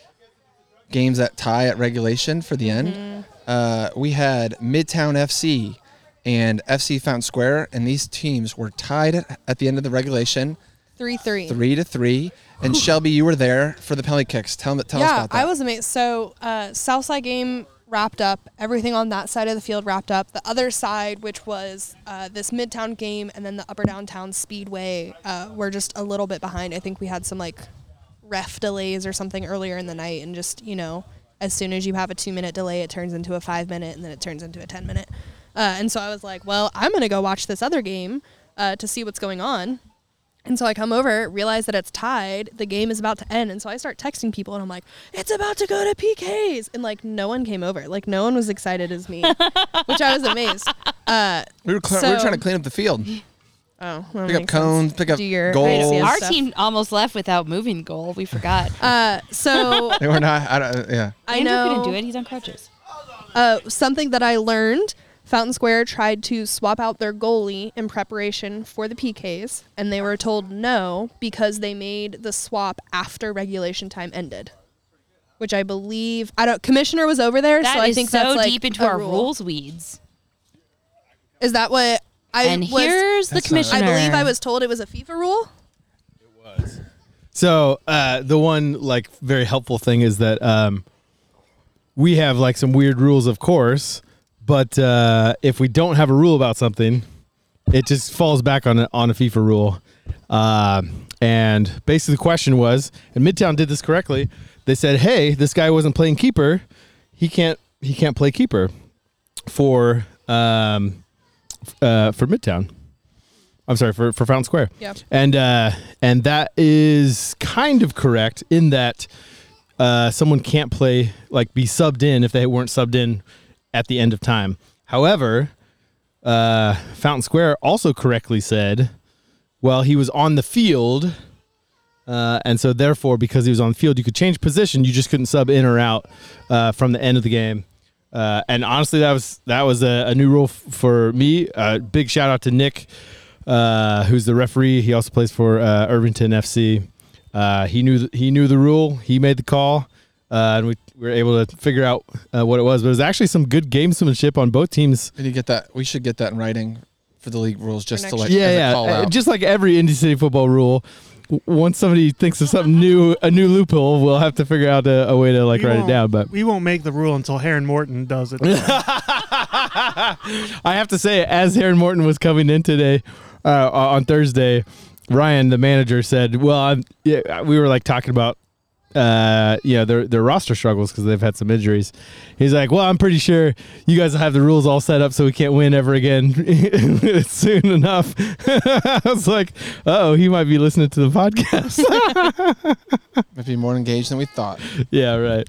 S3: games that tie at regulation for the
S1: Mm-hmm.
S3: end. Uh, we had Midtown FC and FC Fountain Square, and these teams were tied at, at the end of the regulation,
S1: three three.
S3: three to three. And Shelby, you were there for the penalty kicks. Tell tell us
S1: yeah,
S3: about that.
S1: I was amazed. So uh, Southside game wrapped up. Everything on that side of the field wrapped up. The other side, which was uh, this Midtown game, and then the Upper Downtown Speedway, uh, were just a little bit behind. I think we had some like ref delays or something earlier in the night, and just you know, as soon as you have a two minute delay, it turns into a five minute, and then it turns into a ten minute. Uh, and so I was like, well, I'm gonna go watch this other game uh, to see what's going on. And so I come over, realize that it's tied, the game is about to end. And so I start texting people and I'm like, it's about to go to PKs. And like, no one came over. Like, no one was excited as
S2: *laughs*
S1: me, which I was amazed.
S3: we were cl- we were
S1: so-
S3: trying to clean up the *laughs* field,
S1: Oh,
S3: pick up cones, pick up
S1: Do your
S3: goals.
S1: radius.
S2: Our
S1: stuff.
S2: team almost left without moving goal. We forgot.
S1: Uh,
S2: *laughs*
S1: so
S3: They were not. I don't, uh, yeah.
S1: I
S2: Andrew
S1: know
S2: couldn't do it. He's on crutches.
S1: Uh, something that I learned Fountain Square tried to swap out their goalie in preparation for the PKs, and they were told no because they made the swap after regulation time ended. Which I believe I don't. Commissioner was over there,
S2: That
S1: so I
S2: is
S1: think
S2: so
S1: that's like
S2: deep into
S1: a
S2: our
S1: rule.
S2: rules weeds.
S1: Is that what I
S2: And
S1: was?
S2: here's the
S3: That's not right.
S2: commissioner.
S1: I believe I was told it was a FIFA rule.
S6: So uh, the one like very helpful thing is that um, we have like some weird rules, of course, but uh, if we don't have a rule about something, it just falls back on a, on a FIFA rule. Um and basically, the question was, and Midtown did this correctly. They said, "Hey, this guy wasn't playing keeper. He can't he can't play keeper for
S10: uh,
S6: um, f- uh, for Midtown." I'm sorry for for Fountain Square.
S1: Yep.
S6: And uh, and that is kind of correct in that uh, someone can't play like be subbed in if they weren't subbed in at the end of time. However,
S10: uh, Fountain Square also correctly said, well, he was on the field. Uh, and so, therefore, because he was on the field, you could change position. You just couldn't sub in or out uh, from the end of the game. Uh, and honestly, that was that was a, a new rule f- for me. Uh, big shout out to Nick, uh, who's the referee. He also plays for uh, Irvington FC. Uh, he knew th- he knew the rule. He made the call, uh, and we, we were able to figure out uh, what it was. But it was actually some good gamesmanship on both teams.
S3: We need to get that. We should get that in writing for the league rules, just to like as a
S10: yeah,
S3: call
S10: yeah, Uh,
S3: out.
S10: just like every Indy City football rule. w- Once somebody thinks of something new, a new loophole, we'll have to figure out a, a way to like
S9: We
S10: write it
S9: won't-
S10: down. But
S9: we won't make the rule until Heron Morton does it.
S10: I have to say, as Heron Morton was coming in today uh, on Thursday, Ryan, the manager, said, "Well, I'm, yeah, we were like talking about, uh, you know, their their roster struggles because they've had some injuries." He's like, "Well, I'm pretty sure you guys will have the rules all set up so we can't win ever again *laughs* soon enough." *laughs* I was like, "Oh, he might be listening to the podcast." *laughs*
S3: Might be more engaged than we thought.
S10: yeah, right.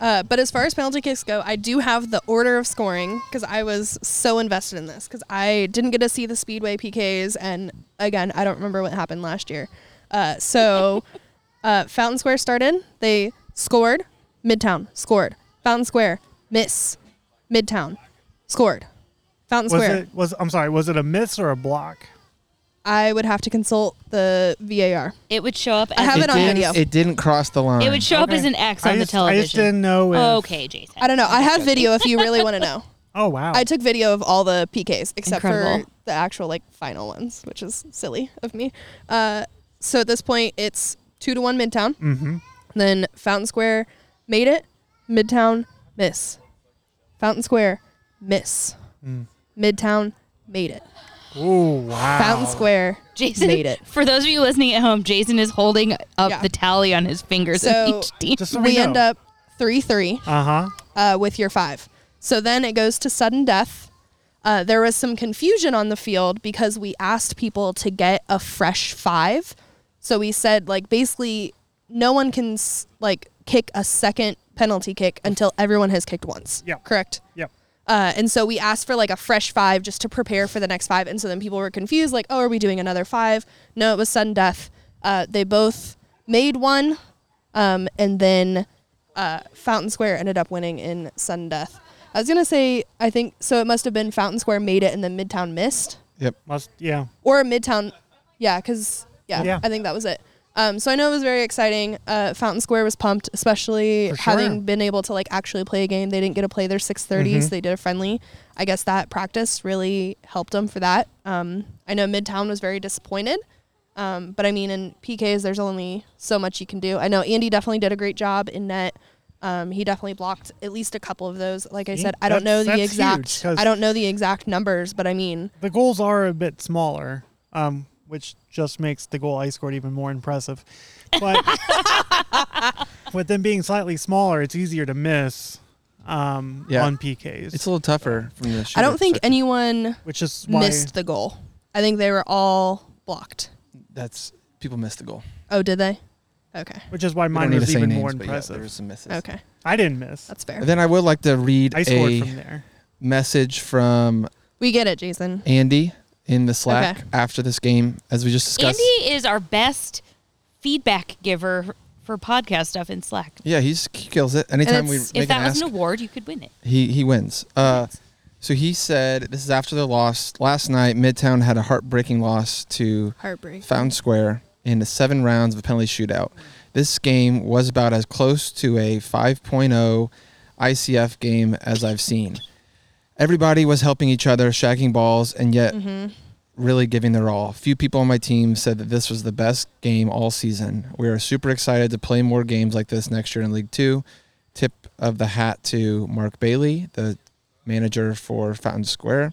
S1: Uh, but as far as penalty kicks go, I do have the order of scoring because I was so invested in this because I didn't get to see the Speedway PKs. And again, I don't remember what happened last year. Uh, so *laughs* uh, Fountain Square started. They scored. Midtown scored. Fountain Square, miss. Midtown scored. Fountain
S9: was
S1: Square.
S9: it was I'm sorry, was it a miss or a block?
S1: I would have to consult the VAR.
S2: It would show up.
S1: I have it, on
S3: didn't,
S1: video.
S3: It didn't cross the line.
S2: It would show up as an X on the television.
S1: Oh,
S2: okay, Jason.
S1: I don't know. I have video if you really want to
S9: *laughs*
S1: know.
S9: Oh wow.
S1: I took video of all the PKs except for
S2: Incredible.
S1: the actual like final ones, which is silly of me. Uh, so at this point, it's two to one Midtown.
S9: Mm-hmm.
S1: Then Fountain Square made it. Midtown miss. Fountain Square miss.
S9: Mm.
S1: Midtown made it.
S9: Ooh wow.
S1: Fountain Square
S2: Jason
S1: made it.
S2: For those of you listening at home, Jason is holding up
S1: Yeah.
S2: the tally on his fingers of
S1: So
S2: each team.
S1: we end up three three.
S9: Uh huh.
S1: uh, with your five. So then it goes to sudden death. Uh, there was some confusion on the field because we asked people to get a fresh five. So we said, like, basically, no one can s- like kick a second penalty kick until everyone has kicked once.
S9: Yeah.
S1: Correct.
S9: Yep.
S1: Uh, and so we asked for like a fresh five just to prepare for the next five. And so then people were confused, like, oh, are we doing another five? No, it was sudden death. Uh, they both made one. Um, and then uh, Fountain Square ended up winning in sudden death. I was going to say, I think, so it must have been Fountain Square made it and then Midtown missed.
S3: Yep.
S9: Must yeah.
S1: Or Midtown. Yeah, because, yeah,
S9: Yeah.
S1: I think that was it. Um, so I know it was very exciting. Uh, Fountain Square was pumped, especially
S9: For sure.
S1: having been able to like actually play a game. They didn't get to play their 630s.
S9: Mhm.
S1: They did a friendly. I guess that practice really helped them for that. Um, I know Midtown was very disappointed. Um, but I mean, in PKs, there's only so much you can do. I know Andy definitely did a great job in net. Um, he definitely blocked at least a couple of those. Like I
S9: See?
S1: said, I don't know
S9: That's-
S1: the
S9: that's
S1: exact.
S9: huge, 'cause-
S1: I don't know the exact numbers, but I mean,
S9: The goals are a bit smaller, um, which just makes the goal I scored even more impressive.
S1: *laughs*
S9: But with them being slightly smaller, it's easier to miss um,
S3: Yeah.
S9: on PKs.
S3: It's a little tougher from the.
S1: I don't
S3: shooter
S1: think
S3: perspective.
S1: anyone
S9: Which is why-
S1: missed the goal. I think they were all blocked.
S3: that's people missed the goal.
S1: Oh, did they? Okay.
S9: Which is why
S3: We don't
S9: mine
S3: need to
S9: was
S3: say
S9: even
S3: names,
S9: more
S3: but yeah,
S9: impressive.
S3: there was some misses.
S1: Okay.
S9: I didn't miss.
S1: That's fair.
S3: And then I would like to read
S9: I scored
S3: a
S9: from there.
S3: message from
S1: we get it, Jason.
S3: Andy in the Slack
S2: Okay.
S3: after this game, as we just discussed.
S2: Andy is our best feedback giver for podcast stuff in Slack.
S3: Yeah, he's, he kills it. Anytime
S2: and
S3: we
S2: it's-
S3: make
S2: if that
S3: an
S2: was
S3: ask,
S2: an award, you could win it.
S3: He he wins. Uh, so he said this is after the loss last night. Midtown had a heartbreaking loss to
S1: Heartbreaking.
S3: Fountain Square in the seven rounds of a penalty shootout. This game was about as close to a 5.0 ICF game as I've seen. Everybody was helping each other, shagging balls, and yet
S1: Mhm.
S3: really giving their all. Few people on my team said that this was the best game all season. We are super excited to play more games like this next year in League Two. Tip of the hat to Mark Bailey, the manager for Fountain Square,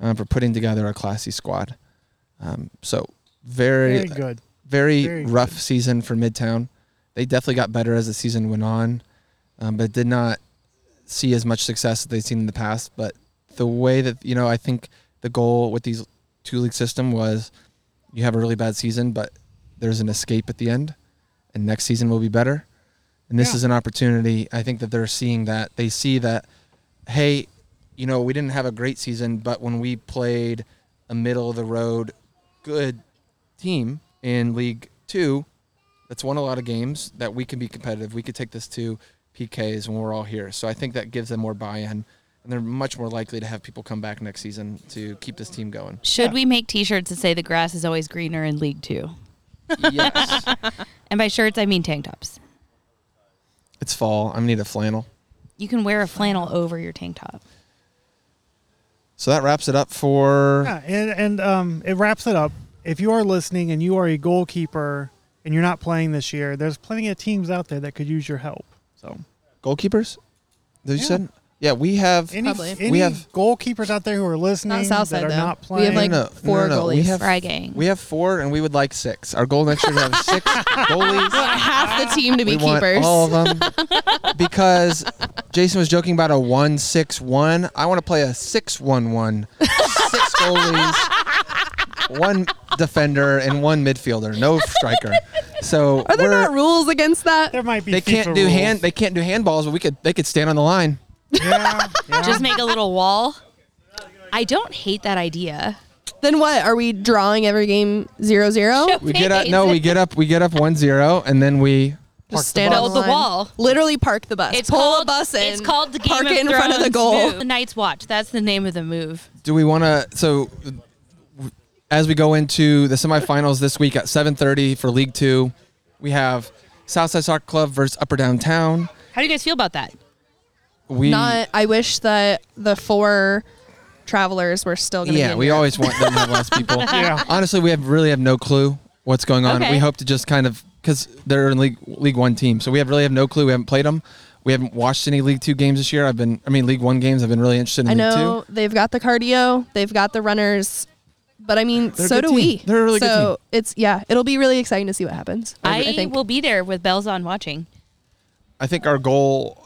S3: um, for putting together a classy squad. Um, so very,
S9: Very good.
S3: very,
S9: Very
S3: rough season for Midtown. They definitely got better as the season went on, um, but did not see as much success as they've seen in the past. But the way that you know, I think the goal with these two league system was you have a really bad season, but there's an escape at the end, and next season will be better. And this
S9: Yeah.
S3: is an opportunity. I think that they're seeing that they see that, hey, you know, we didn't have a great season, but when we played a middle of the road, good team in League Two, that's won a lot of games that we can be competitive. We could take this to PKs when we're all here. So I think that gives them more buy-in, and they're much more likely to have people come back next season to keep this team going.
S2: Should we make T-shirts that say the grass is always greener in League Two?
S3: Yes.
S2: and by shirts, I mean tank tops.
S3: *laughs* It's fall. I need a flannel.
S2: You can wear a flannel over your tank top.
S3: So that wraps it up for.
S9: Yeah, and, and um, it wraps it up. If you are listening and you are a goalkeeper and you're not playing this year, there's plenty of teams out there that could use your help. So
S3: goalkeepers. That you said? Yeah, we have.
S9: any, any
S3: we have
S9: goalkeepers out there who are listening
S1: Not Southside,
S9: that are
S1: though.
S9: not
S1: We
S9: playing.
S1: have, like, four goalies.
S3: We have,
S1: Fry gang.
S3: We have four, and we would like six. Our goal next year is to have
S9: *laughs*
S3: six goalies.
S2: half the team to be
S3: we want
S2: keepers.
S3: all of them
S1: *laughs*
S3: because Jason was joking about a one-six-one. I want to play a six-one-one. Six goalies, one defender, and one midfielder. No striker. So
S1: Are there
S3: we're-
S1: not rules against that?
S9: There might be.
S3: they can't do hand.
S9: *laughs*
S3: They can't do handballs, but we could. They could stand on the line.
S2: Just make a *laughs* little wall. I don't hate that idea.
S1: Then what? Are we drawing every game zero zero?
S3: We get up. No, we get up. We get up one zero, and then we
S1: Just stand on
S2: Build the
S1: line.
S2: wall.
S1: Literally park the bus. Pull a bus in.
S2: It's called the Game
S1: park
S2: of
S1: it in front of the
S2: Thrones
S1: goal.
S2: move. The Night's Watch. That's the name of the move.
S3: Do we want to? So, w- as we go into the semifinals this week at 7:30 for League Two, we have Southside Soccer Club versus Upper Downtown.
S2: How do you guys feel about that?
S3: We
S1: Not. I wish that the four travelers were still going to be.
S3: yeah,
S1: in
S3: we
S1: Europe.
S3: always want them to have
S1: *laughs*
S3: less people.
S1: Yeah.
S3: Honestly, we have really have no clue what's going on.
S1: Okay.
S3: We hope to just kind of because they're in League League One team, so we have really have no clue. We haven't played them. We haven't watched any League Two games this year. I've been, I mean, League One games. I've been really interested in
S1: I
S3: League
S1: know
S3: Two.
S1: they've got the cardio, they've got the runners, but I mean,
S3: They're a
S1: so
S3: good
S1: do
S3: team.
S1: we.
S3: They're a really
S1: so
S3: good
S1: it's yeah, it'll be really exciting to see what happens.
S2: I,
S1: think
S2: will be there with bells on watching.
S3: I think our goal,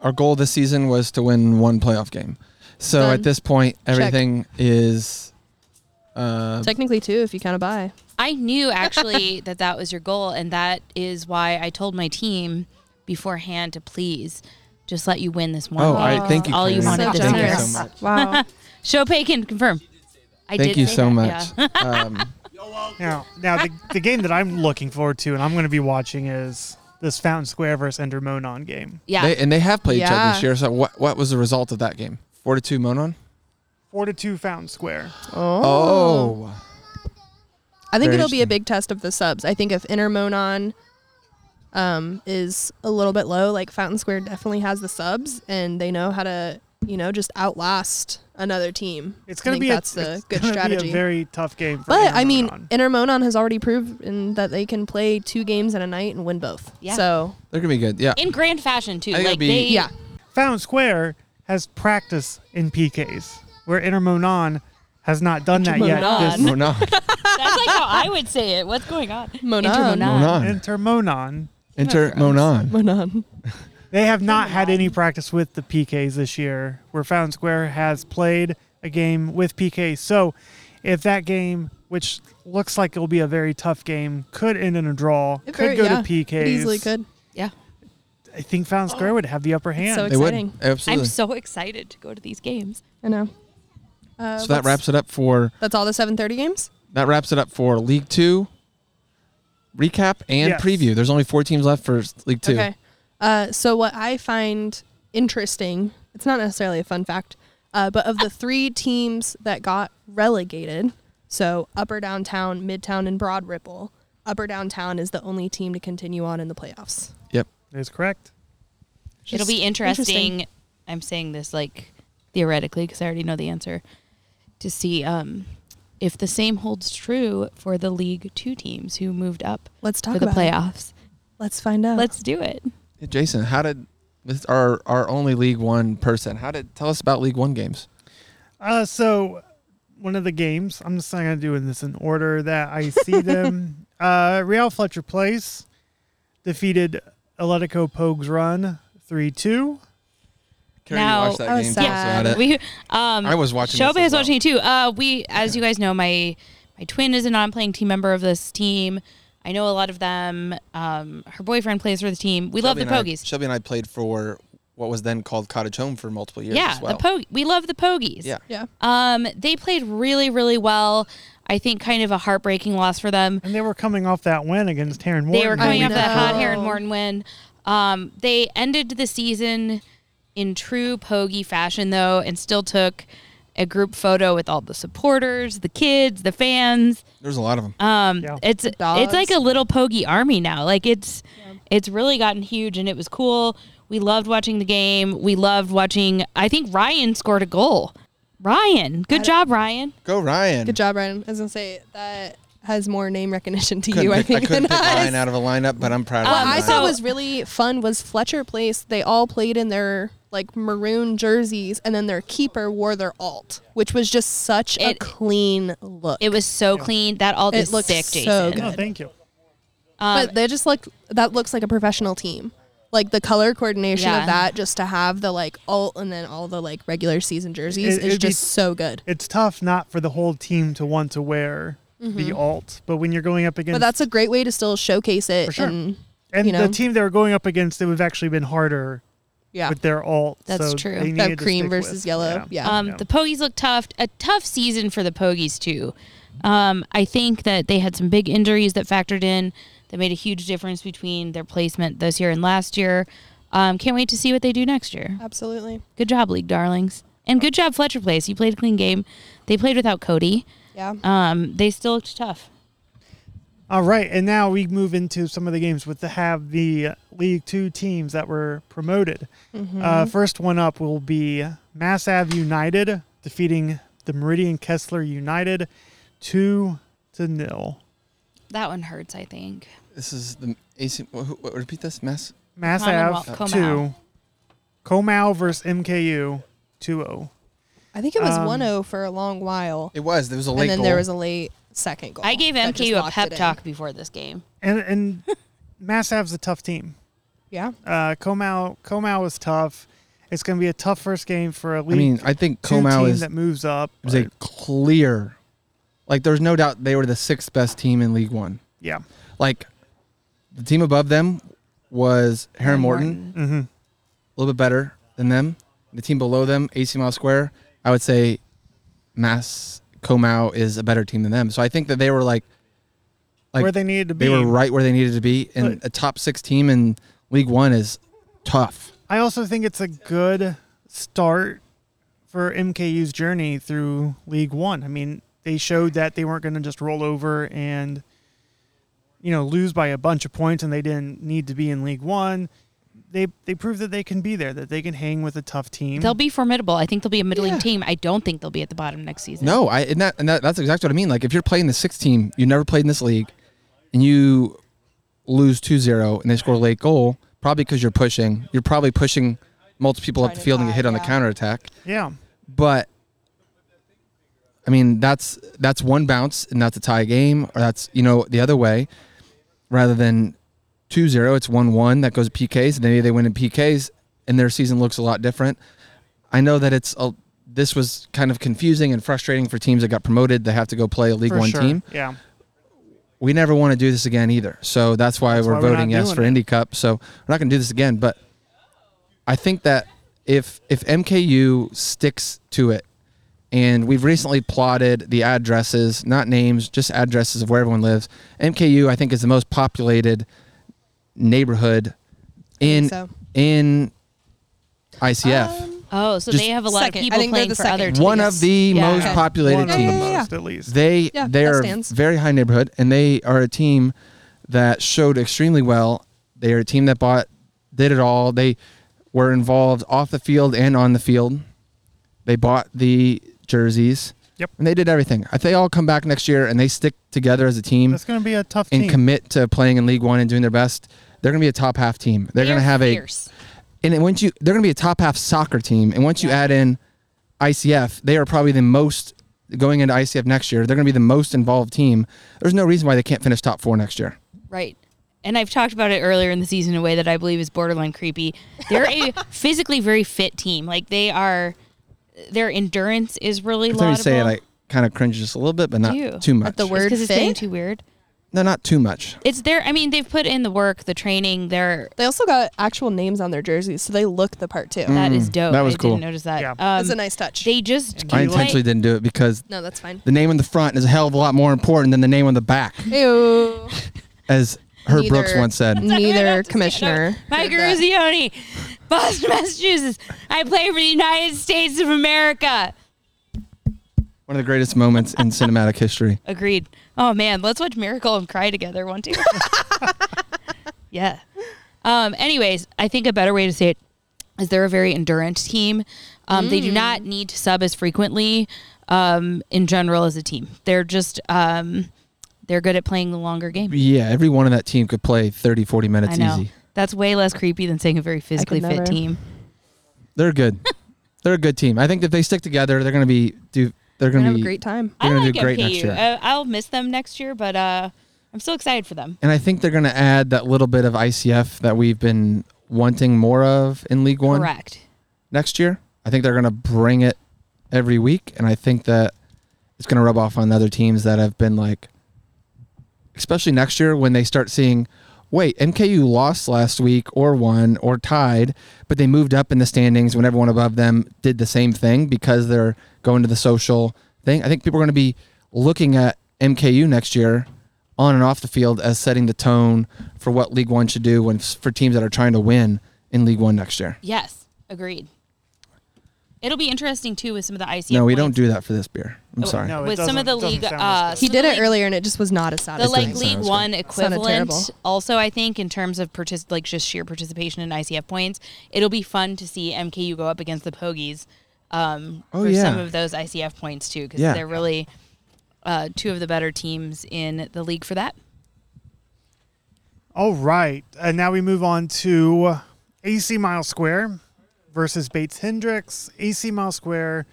S3: our goal this season was to win one playoff game. So
S1: Done.
S3: at this point,
S1: Check.
S3: everything is. Uh,
S1: technically two if you kind of buy.
S2: I knew actually *laughs* that that was your goal, and that is why I told my team beforehand to please just let you win this one.
S3: Oh,
S2: game.
S3: I- thank you,
S2: All you wanted
S3: Karina. So
S2: this year.
S3: generous. Thank you so
S1: Wow.
S2: Chopay can confirm. I
S3: thank
S2: did
S3: you
S2: say
S3: so
S2: that,
S3: much.
S2: yeah. *laughs*
S3: um,
S9: Now, now the, the game that I'm looking forward to and I'm going to be watching is this Fountain Square versus Ender Monon game.
S3: they, and they have played each other this
S9: Yeah.
S3: year. So what what was the result of that game? Four to two, Monon.
S9: Four to two Fountain Square.
S3: Oh.
S1: *laughs* I think
S3: Very
S1: it'll be a big test of the subs. I think if Inner Monon um, is a little bit low, like Fountain Square definitely has the subs, and they know how to you know just outlast another team.
S9: It's going
S1: I think
S9: to be
S1: that's
S9: a,
S1: the
S9: it's
S1: good
S9: gonna
S1: strategy.
S9: Be a very tough game. For
S1: But
S9: Inter
S1: I mean,
S9: Monon.
S1: Inter Monon has already proven that they can play two games in a night and win both.
S2: Yeah.
S1: So
S3: They're gonna be good. Yeah.
S2: In grand fashion too.
S3: I think it'll
S2: Like
S3: be-
S2: they
S1: Yeah.
S9: Fountain Square has practice in PKs, where Inter Monon has not done that yet.
S2: Monon.
S9: This-
S3: Monon.
S2: *laughs* That's like how I would say it. What's going on?
S1: Monon.
S3: Monon.
S9: Inter Monon.
S3: Enter Monon.
S1: Monon.
S9: They have not had any practice with the PKs this year, where Fountain Square has played a game with PKs. So, if that game, which looks like it'll be a very tough game, could end in a draw,
S1: It
S9: could
S1: very-
S9: go
S1: yeah,
S9: to PKs,
S1: It easily could.
S2: Yeah.
S9: I think Fountain Square would have the upper hand.
S1: so They would, exciting.
S2: I'm
S3: Absolutely.
S2: so excited to go to these games.
S1: I know. Uh,
S3: So that
S1: what's-
S3: wraps it up for
S1: That's all the 7:30 games.
S3: that wraps it up for League Two. Recap and
S1: Yes.
S3: preview. There's only four teams left for League Two.
S1: Okay. Uh, so what I find interesting, it's not necessarily a fun fact, uh, but of the three teams that got relegated, so Upper Downtown, Midtown, and Broad Ripple, Upper Downtown is the only team to continue on in the playoffs.
S3: Yep.
S9: That's correct.
S2: It'll be
S1: Just
S2: interesting.
S1: interesting.
S2: I'm saying this like theoretically because I already know the answer to see um, if the same holds true for the League Two teams who moved up
S1: Let's talk
S2: for the
S1: about it.
S2: playoffs.
S1: Let's find out.
S2: Let's do it.
S3: Hey, Jason, how did this our our only League One person? How did tell us about League One games?
S9: Uh, so one of the games, I'm just not gonna do this in order that I see them. Uh, Real Fletcher Place defeated Atletico Pogues Run three two.
S3: Carrie, you Now- watched that
S1: oh,
S3: I was game, tell us sad. about it.
S2: We, um,
S3: I was watching this
S2: Shobe was
S3: as well.
S2: watching it too. Uh, we, as you guys know, my my twin is a non-playing team member of this team. I know a lot of them. Um, her boyfriend plays for the team. We love the
S3: Shelby and I-
S2: Pogies.
S3: Shelby and I played for what was then called Cottage Home for multiple years.
S2: yeah,
S3: as well.
S2: the pogie. We love the pogies.
S3: Yeah.
S1: Yeah.
S2: Um, they played really, really well. I think kind of a heartbreaking loss for them.
S9: And they were coming off that win against Taryn Morton.
S2: They were coming
S9: I
S2: off that hot Heron
S9: know.
S2: Morton win. Um, they ended the season in true Pogie fashion, though, and still took a group photo with all the supporters, the kids, the fans.
S3: There's a lot of them.
S2: Um,
S9: Oh,
S2: it's
S1: dogs.
S2: it's like a little Pogie army now. Like it's it's really gotten huge, and it was cool. We loved watching the game. We loved watching. I think Ryan scored a goal. Ryan, good job, Ryan.
S3: Go Ryan.
S1: Good job, Ryan. I was gonna say that has more name recognition to
S3: Couldn't
S1: you, I
S3: pick, I
S1: think, *laughs*
S3: couldn't
S1: than
S3: pick
S1: us.
S3: Ryan out of a lineup, but I'm proud
S1: What
S3: of
S1: I
S3: mine.
S1: thought was really fun was Fletcher Place. They all played in their like maroon jerseys, and then their keeper wore their alt, which was just such a clean look.
S2: It was so clean. That all
S1: It
S2: is
S1: looks
S2: sick,
S1: so
S2: Jason.
S1: good. No, thank
S9: Oh, you.
S1: but they just look that looks like a professional team. Like the color coordination
S2: Yeah.
S1: of that, just to have the like alt and then all the like regular season jerseys
S9: It-
S1: is
S9: it'd be-
S1: just so good.
S9: It's tough not for the whole team to want to wear the
S1: Mhm.
S9: alt, but when you're going up against
S1: But that's a great way to still showcase it.
S9: For sure.
S1: And,
S9: and
S1: you know,
S9: the team they were going up against, it would have actually been harder.
S1: Yeah.
S9: with their alt.
S2: That's
S9: so
S2: true.
S9: they
S2: That
S9: needed to
S1: cream
S9: stick
S1: versus
S9: with-
S1: yellow. Yeah.
S2: Um, The Pogies look tough. A tough season for the Pogies too. Um, I think that they had some big injuries that factored in that made a huge difference between their placement this year and last year. Um, can't wait to see what they do next year.
S1: Absolutely.
S2: Good job, League Darlings, and good job, Fletcher Place. You played a clean game. They played without Cody.
S1: Yeah.
S2: Um, they still looked tough.
S9: All right, and now we move into some of the games with the have the League Two teams that were promoted.
S11: Mhm.
S9: Uh, first one up will be Mass Ave United defeating the Meridian Kessler United two to nil.
S2: That one hurts. I think.
S3: This is the AC. What, who- what, repeat this. Mass.
S9: Mass
S2: Commonwealth-
S9: Ave
S2: Comau.
S9: two, Comau versus MKU two oh. zero.
S1: I think it was
S9: Um,
S1: 1-0 for a long while.
S3: It was. There was a
S1: and
S3: late
S1: then there
S3: goal.
S1: was a late second goal.
S2: I gave
S1: that just
S2: MKU a
S1: locked
S2: pep
S1: it in.
S2: talk before this game.
S9: And and Mass Ave's a tough team.
S1: Yeah.
S9: Uh, Comau Comau is tough. It's going to be a tough first game for a league.
S3: I mean, I think
S9: Two
S3: Comau
S9: team
S3: is
S9: that moves up.
S3: Is a clear, like there's no doubt they were the sixth best team in League One.
S9: Yeah.
S3: Like the team above them was Heron Morton,
S9: Mhm.
S3: a little bit better than them. The team below them, AC Mile Square, I would say Mass Comau is a better team than them. So I think that they were like, like
S9: Where they needed to
S3: They
S9: be.
S3: were right where they needed to be, and a top six team in League One is tough.
S9: I also think it's a good start for MKU's journey through League One. I mean, they showed that they weren't going to just roll over and, you know, lose by a bunch of points, and they didn't need to be in League One. They they proved that they can be there, that they can hang with a tough team.
S2: They'll be formidable. I think they'll be a middling team. I don't think they'll be at the bottom next season.
S3: No, I and that and that, that's exactly what I mean. Like if you're playing the sixth team, you never played in this league, and you lose 2-0 and they score a late goal, probably because you're pushing. You're probably pushing multiple people up the field and get hit on the counter attack.
S9: Yeah.
S3: But I mean, that's that's one bounce and that's a tie game, or that's you know the other way, rather than 2-0, it's one one that goes to PKs, and maybe they win in PKs, and their season looks a lot different. I know that it's a, this was kind of confusing and frustrating for teams that got promoted. They have to go play a League
S9: For
S3: One
S9: sure.
S3: team.
S9: Yeah.
S3: We never want to do this again either. So that's why
S9: That's
S3: we're
S9: why we're not
S3: voting yes
S9: doing
S3: for
S9: it.
S3: Indy Cup. So we're not going to do this again. But I think that if if MKU sticks to it, and we've recently plotted the addresses, not names, just addresses of where everyone lives. MKU, I think, is the most populated neighborhood in
S1: so.
S3: in ICF.
S9: Um,
S2: Oh, so
S3: Just-
S2: they have a lot of
S1: Second. I
S2: people
S1: think they're
S2: playing
S1: the
S2: for
S1: second.
S2: other teams.
S3: one of the
S2: Yeah.
S3: most populated
S9: One of the
S3: teams.
S9: most, at least.
S3: They
S1: Yeah,
S3: they
S1: that
S3: are
S1: stands.
S3: very high neighborhood, and they are a team that showed extremely well. They are a team that bought, did it all. They were involved off the field and on the field. They bought the jerseys.
S9: Yep.
S3: And they did everything. If they all come back next year and they stick together as a team,
S9: That's going to be a tough
S3: and
S9: team.
S3: commit to playing in League One and doing their best, they're going to be a top half team. They're going to have a, and then once you, they're going to be a top half soccer team. And once you add in ICF, they are probably the most going into ICF next year. They're going to be the most involved team. There's no reason why they can't finish top four next year.
S2: Right. And I've talked about it earlier in the season in a way that I believe is borderline creepy. They're
S1: *laughs*
S2: a physically very fit team. Like they are, their endurance is really
S3: Every time you
S2: laudable.
S3: say it, I kind of cringe just a little bit, but not too much.
S2: Because it's getting too weird.
S3: No, not too much.
S2: It's their. I mean, they've put in the work, the training. They're
S1: They also got actual names on their jerseys, so they look the part too.
S2: That is Mm, dope.
S3: that was
S2: I
S3: cool.
S2: didn't notice that.
S1: Yeah.
S2: Um,
S1: That's a nice touch.
S2: They just
S3: I intentionally didn't do it because
S1: No, that's fine.
S3: the name on the front is a hell of a lot more important than the name on the back,
S2: *laughs*
S1: Ew.
S3: as Herb Brooks once said.
S1: Neither commissioner.
S2: Mike Ruzioni, Boston, Massachusetts. I play for the United States of America.
S3: One of the greatest moments in cinematic
S2: *laughs*
S3: history.
S2: Agreed. Oh man, let's watch Miracle and cry together one two. *laughs* yeah. Um. Anyways, I think a better way to say it is they're a very endurance team. Um. They do
S1: Mm.
S2: not need to sub as frequently. Um. In general, as a team, they're just um. They're good at playing the longer game.
S3: Yeah, every one of that team could play 30, 40 minutes
S2: I know.
S3: easy.
S2: That's way less creepy than saying a very physically fit
S1: never.
S2: team.
S3: They're good. they're a good team. I think if they stick together, they're gonna be do. They're gonna,
S1: have a
S3: be
S1: great time.
S3: They're
S2: I
S3: gonna
S2: like
S3: do great
S2: MKU.
S3: next year.
S2: Uh, I'll miss them next year, but uh, I'm still excited for them.
S3: And I think they're going to add that little bit of ICF that we've been wanting more of in League One.
S2: Correct.
S3: Next year, I think they're going to bring it every week, and I think that it's going to rub off on the other teams that have been like, especially next year when they start seeing, wait, MKU lost last week or won or tied, but they moved up in the standings when everyone above them did the same thing because they're going to the social thing. I think people are going to be looking at MKU next year on and off the field as setting the tone for what League One should do when for teams that are trying to win in League One next year.
S2: Yes, agreed. It'll be interesting too with some of the ICF.
S3: No, we
S2: points.
S3: don't do that for this beer. I'm
S2: Oh,
S3: sorry.
S2: no, it With some of the doesn't- league, doesn't sound as uh, good.
S1: he
S2: so
S1: did
S2: the
S1: it
S2: league-
S1: earlier, and it just was not as
S2: the
S1: satisfying.
S2: like League One
S1: Sounded terrible.
S2: equivalent. Also, I think in terms of partic- like just sheer participation in ICF points, it'll be fun to see MKU go up against the Pogies um,
S3: Oh,
S2: for
S3: yeah.
S2: some of those ICF points too, because
S3: Yeah.
S2: they're really uh, two of the better teams in the league for that.
S9: All right. And now we move on to AC Mile Square versus Bates Hendricks. AC Mile Square.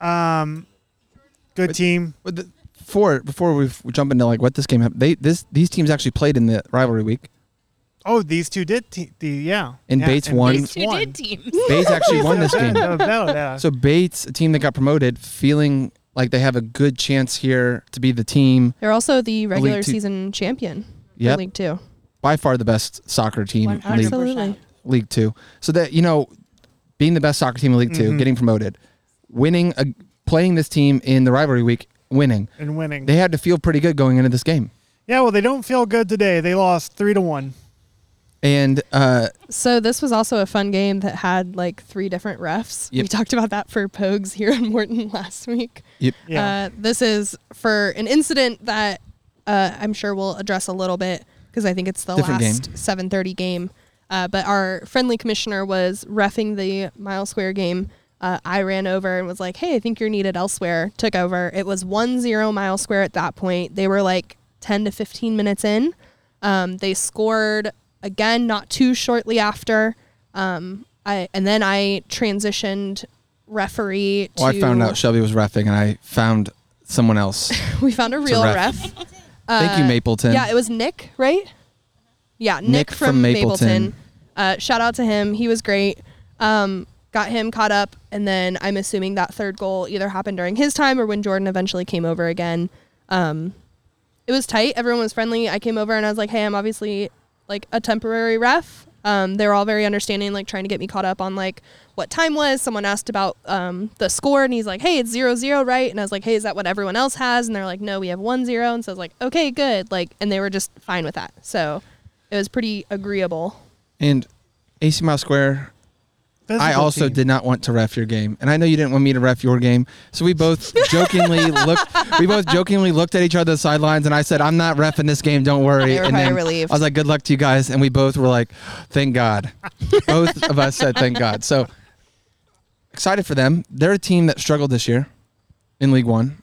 S9: Um, good team.
S3: Before before we f- jump into like what this game happened, they this these teams actually played in the rivalry week.
S9: Oh, these two did. Te- the, yeah.
S3: And
S9: yeah,
S3: Bates won.
S9: Bates
S3: These two
S9: won.
S2: teams.
S3: Bates actually won this
S9: Yeah, *laughs*
S3: game.
S9: no doubt, yeah.
S3: So Bates, a team that got promoted, feeling like they have a good chance here to be the team
S1: They're also the
S3: League
S1: regular
S3: Two.
S1: season champion. for
S3: Yep.
S1: League Two.
S3: by far the best soccer team in League,
S1: Absolutely.
S3: League Two. So that you know, being the best soccer team in League Two,
S9: Mhm.
S3: getting promoted, winning, a, playing this team in the rivalry week, winning,
S9: And winning.
S3: They had to feel pretty good going into this game,
S9: Yeah, well, they don't feel good today. They lost three to one.
S3: and uh,
S1: So this was also a fun game that had like three different refs.
S3: Yep.
S1: We talked about that for Pogues here in Morton *laughs* last week.
S3: Yep.
S1: Uh,
S3: Yeah.
S1: this is for an incident that uh, I'm sure we'll address a little bit because I think it's the
S3: Different
S1: last 7:30 game. Uh, but our friendly commissioner was refing the Mile Square game. Uh, I ran over and was like, "Hey, I think you're needed elsewhere." Took over. It was 1-0 Mile Square at that point. They were like 10 to 15 minutes in. Um, they scored again not too shortly after. Um, I and then I transitioned referee.
S3: well,
S1: to,
S3: Oh, I found out Shelby was refing, and I found
S1: *laughs*
S3: someone else.
S1: we found a
S3: to
S1: real ref.
S3: Thank you, Mapleton.
S1: Uh, Yeah, it was Nick, right? Yeah, Nick,
S3: Nick
S1: from,
S3: from
S1: Mapleton.
S3: Mapleton.
S1: Uh, shout out to him. He was great. Um, got him caught up, and then I'm assuming that third goal either happened during his time or when Jordan eventually came over again. Um, it was tight. Everyone was friendly. I came over and I was like, "Hey, I'm obviously like a temporary ref." Um, they were all very understanding, like trying to get me caught up on like what time was. Someone asked about um, the score, and he's like, "Hey, it's zero zero, right?" And I was like, "Hey, is that what everyone else has?" And they're like, "No, we have one zero. And so I was like, "Okay, good." Like, and they were just fine with that. So it was pretty agreeable.
S3: And AC Mile Square, I
S1: Physical
S3: also
S1: team.
S3: did not want to ref your game, and I know you didn't want me to ref your game. So we both jokingly
S1: *laughs*
S3: looked, we both jokingly looked at each other at the sidelines, and I said, "I'm not refing this game. Don't worry."
S1: They were
S3: and
S1: probably
S3: then
S1: relieved.
S3: I was like, "Good luck to you guys," and we both were like, "Thank God." both of us said, "Thank God." So excited for them. They're a team that struggled this year in League One.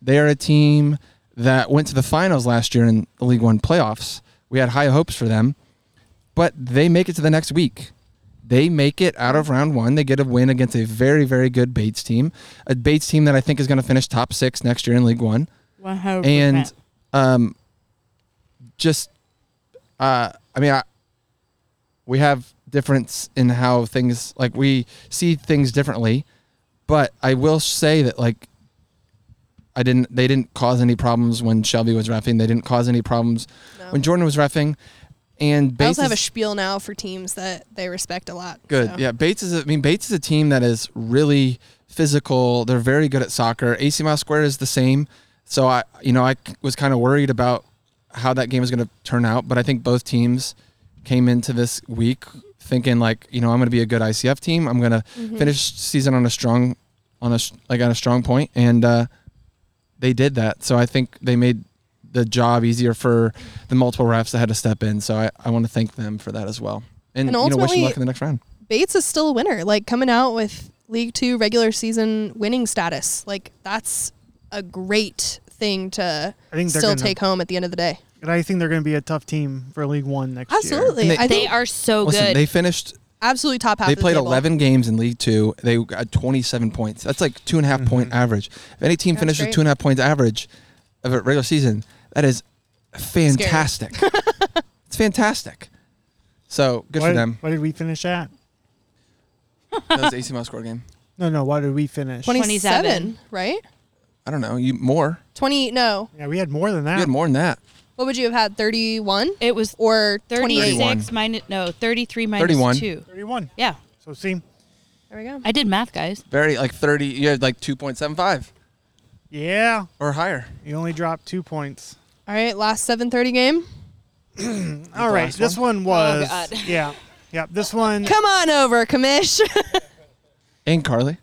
S3: They are a team that went to the finals last year in the League One playoffs. We had high hopes for them, but they make it to the next week. They make it out of round one. They get a win against a very, very good Bates team, a Bates team that I think is going to finish top six next year in League One.
S2: 100%.
S3: And um, just, uh, I mean, I, we have difference in how things like we see things differently, but I will say that like I didn't. They didn't cause any problems when Shelby was refing. They didn't cause any problems when Jordan was refing. And
S1: I
S3: Bates
S1: also have
S3: is-
S1: a spiel now for teams that they respect a lot.
S3: Good.
S1: so.
S3: Yeah. Bates is. A, I mean, Bates is a team that is really physical. They're very good at soccer. AC Mile Square is the same. So I, you know, I c- was kind of worried about how that game was going to turn out, but I think both teams came into this week thinking like, you know, I'm going to be a good ICF team. I'm going to
S1: Mm-hmm.
S11: Mhm.
S3: finish season on a strong, on a s- like on a strong point, and uh, they did that. So I think they made the job easier for the multiple refs that had to step in. So I, I want to thank them for that as well.
S1: And
S3: And, you know, wish them
S1: ultimately-
S3: luck in the next round.
S1: Bates is still a winner. Like coming out with League Two regular season winning status, like that's a great thing to
S9: I think they're
S1: still
S9: gonna-
S1: take home at the end of the day.
S9: And I think they're going to be a tough team for League One next
S1: Absolutely.
S9: year.
S1: And they- I think- They
S2: are so
S3: Listen, they finished.
S1: Absolutely top half.
S3: they
S1: of the
S3: played
S1: table.
S3: 11 games in League Two. They got 27 points. That's like two and a half point average. If any team
S1: That's
S3: finishes
S1: great.
S3: two and a half points average of a regular season, that is
S1: *laughs*
S3: fantastic. it's fantastic. So good
S9: why,
S3: for
S9: *laughs*
S3: them.
S9: Why did we finish at?
S3: That was the AC Milan score game.
S9: No, no. Why did we finish?
S1: 27, right?
S3: I don't know. You more?
S1: 20, no.
S9: Yeah, we had more than that.
S3: You had more than that.
S1: What would you have had? 31?
S2: It was
S1: or 28.
S2: 36 minus no 33 minus
S3: 31.
S2: 2
S9: 31
S2: yeah
S9: so see
S1: There we go.
S2: i did math guys
S3: Very like 30. You had like 2.75
S9: Yeah.
S3: or higher.
S9: You only dropped two points.
S1: All right, last 7:30 game.
S9: All right.
S1: last
S9: This
S1: one?
S9: one was.
S1: Oh, God.
S9: *laughs* Yeah. Yeah. This one.
S1: Come on over, Kamish. *laughs*
S3: And Carly.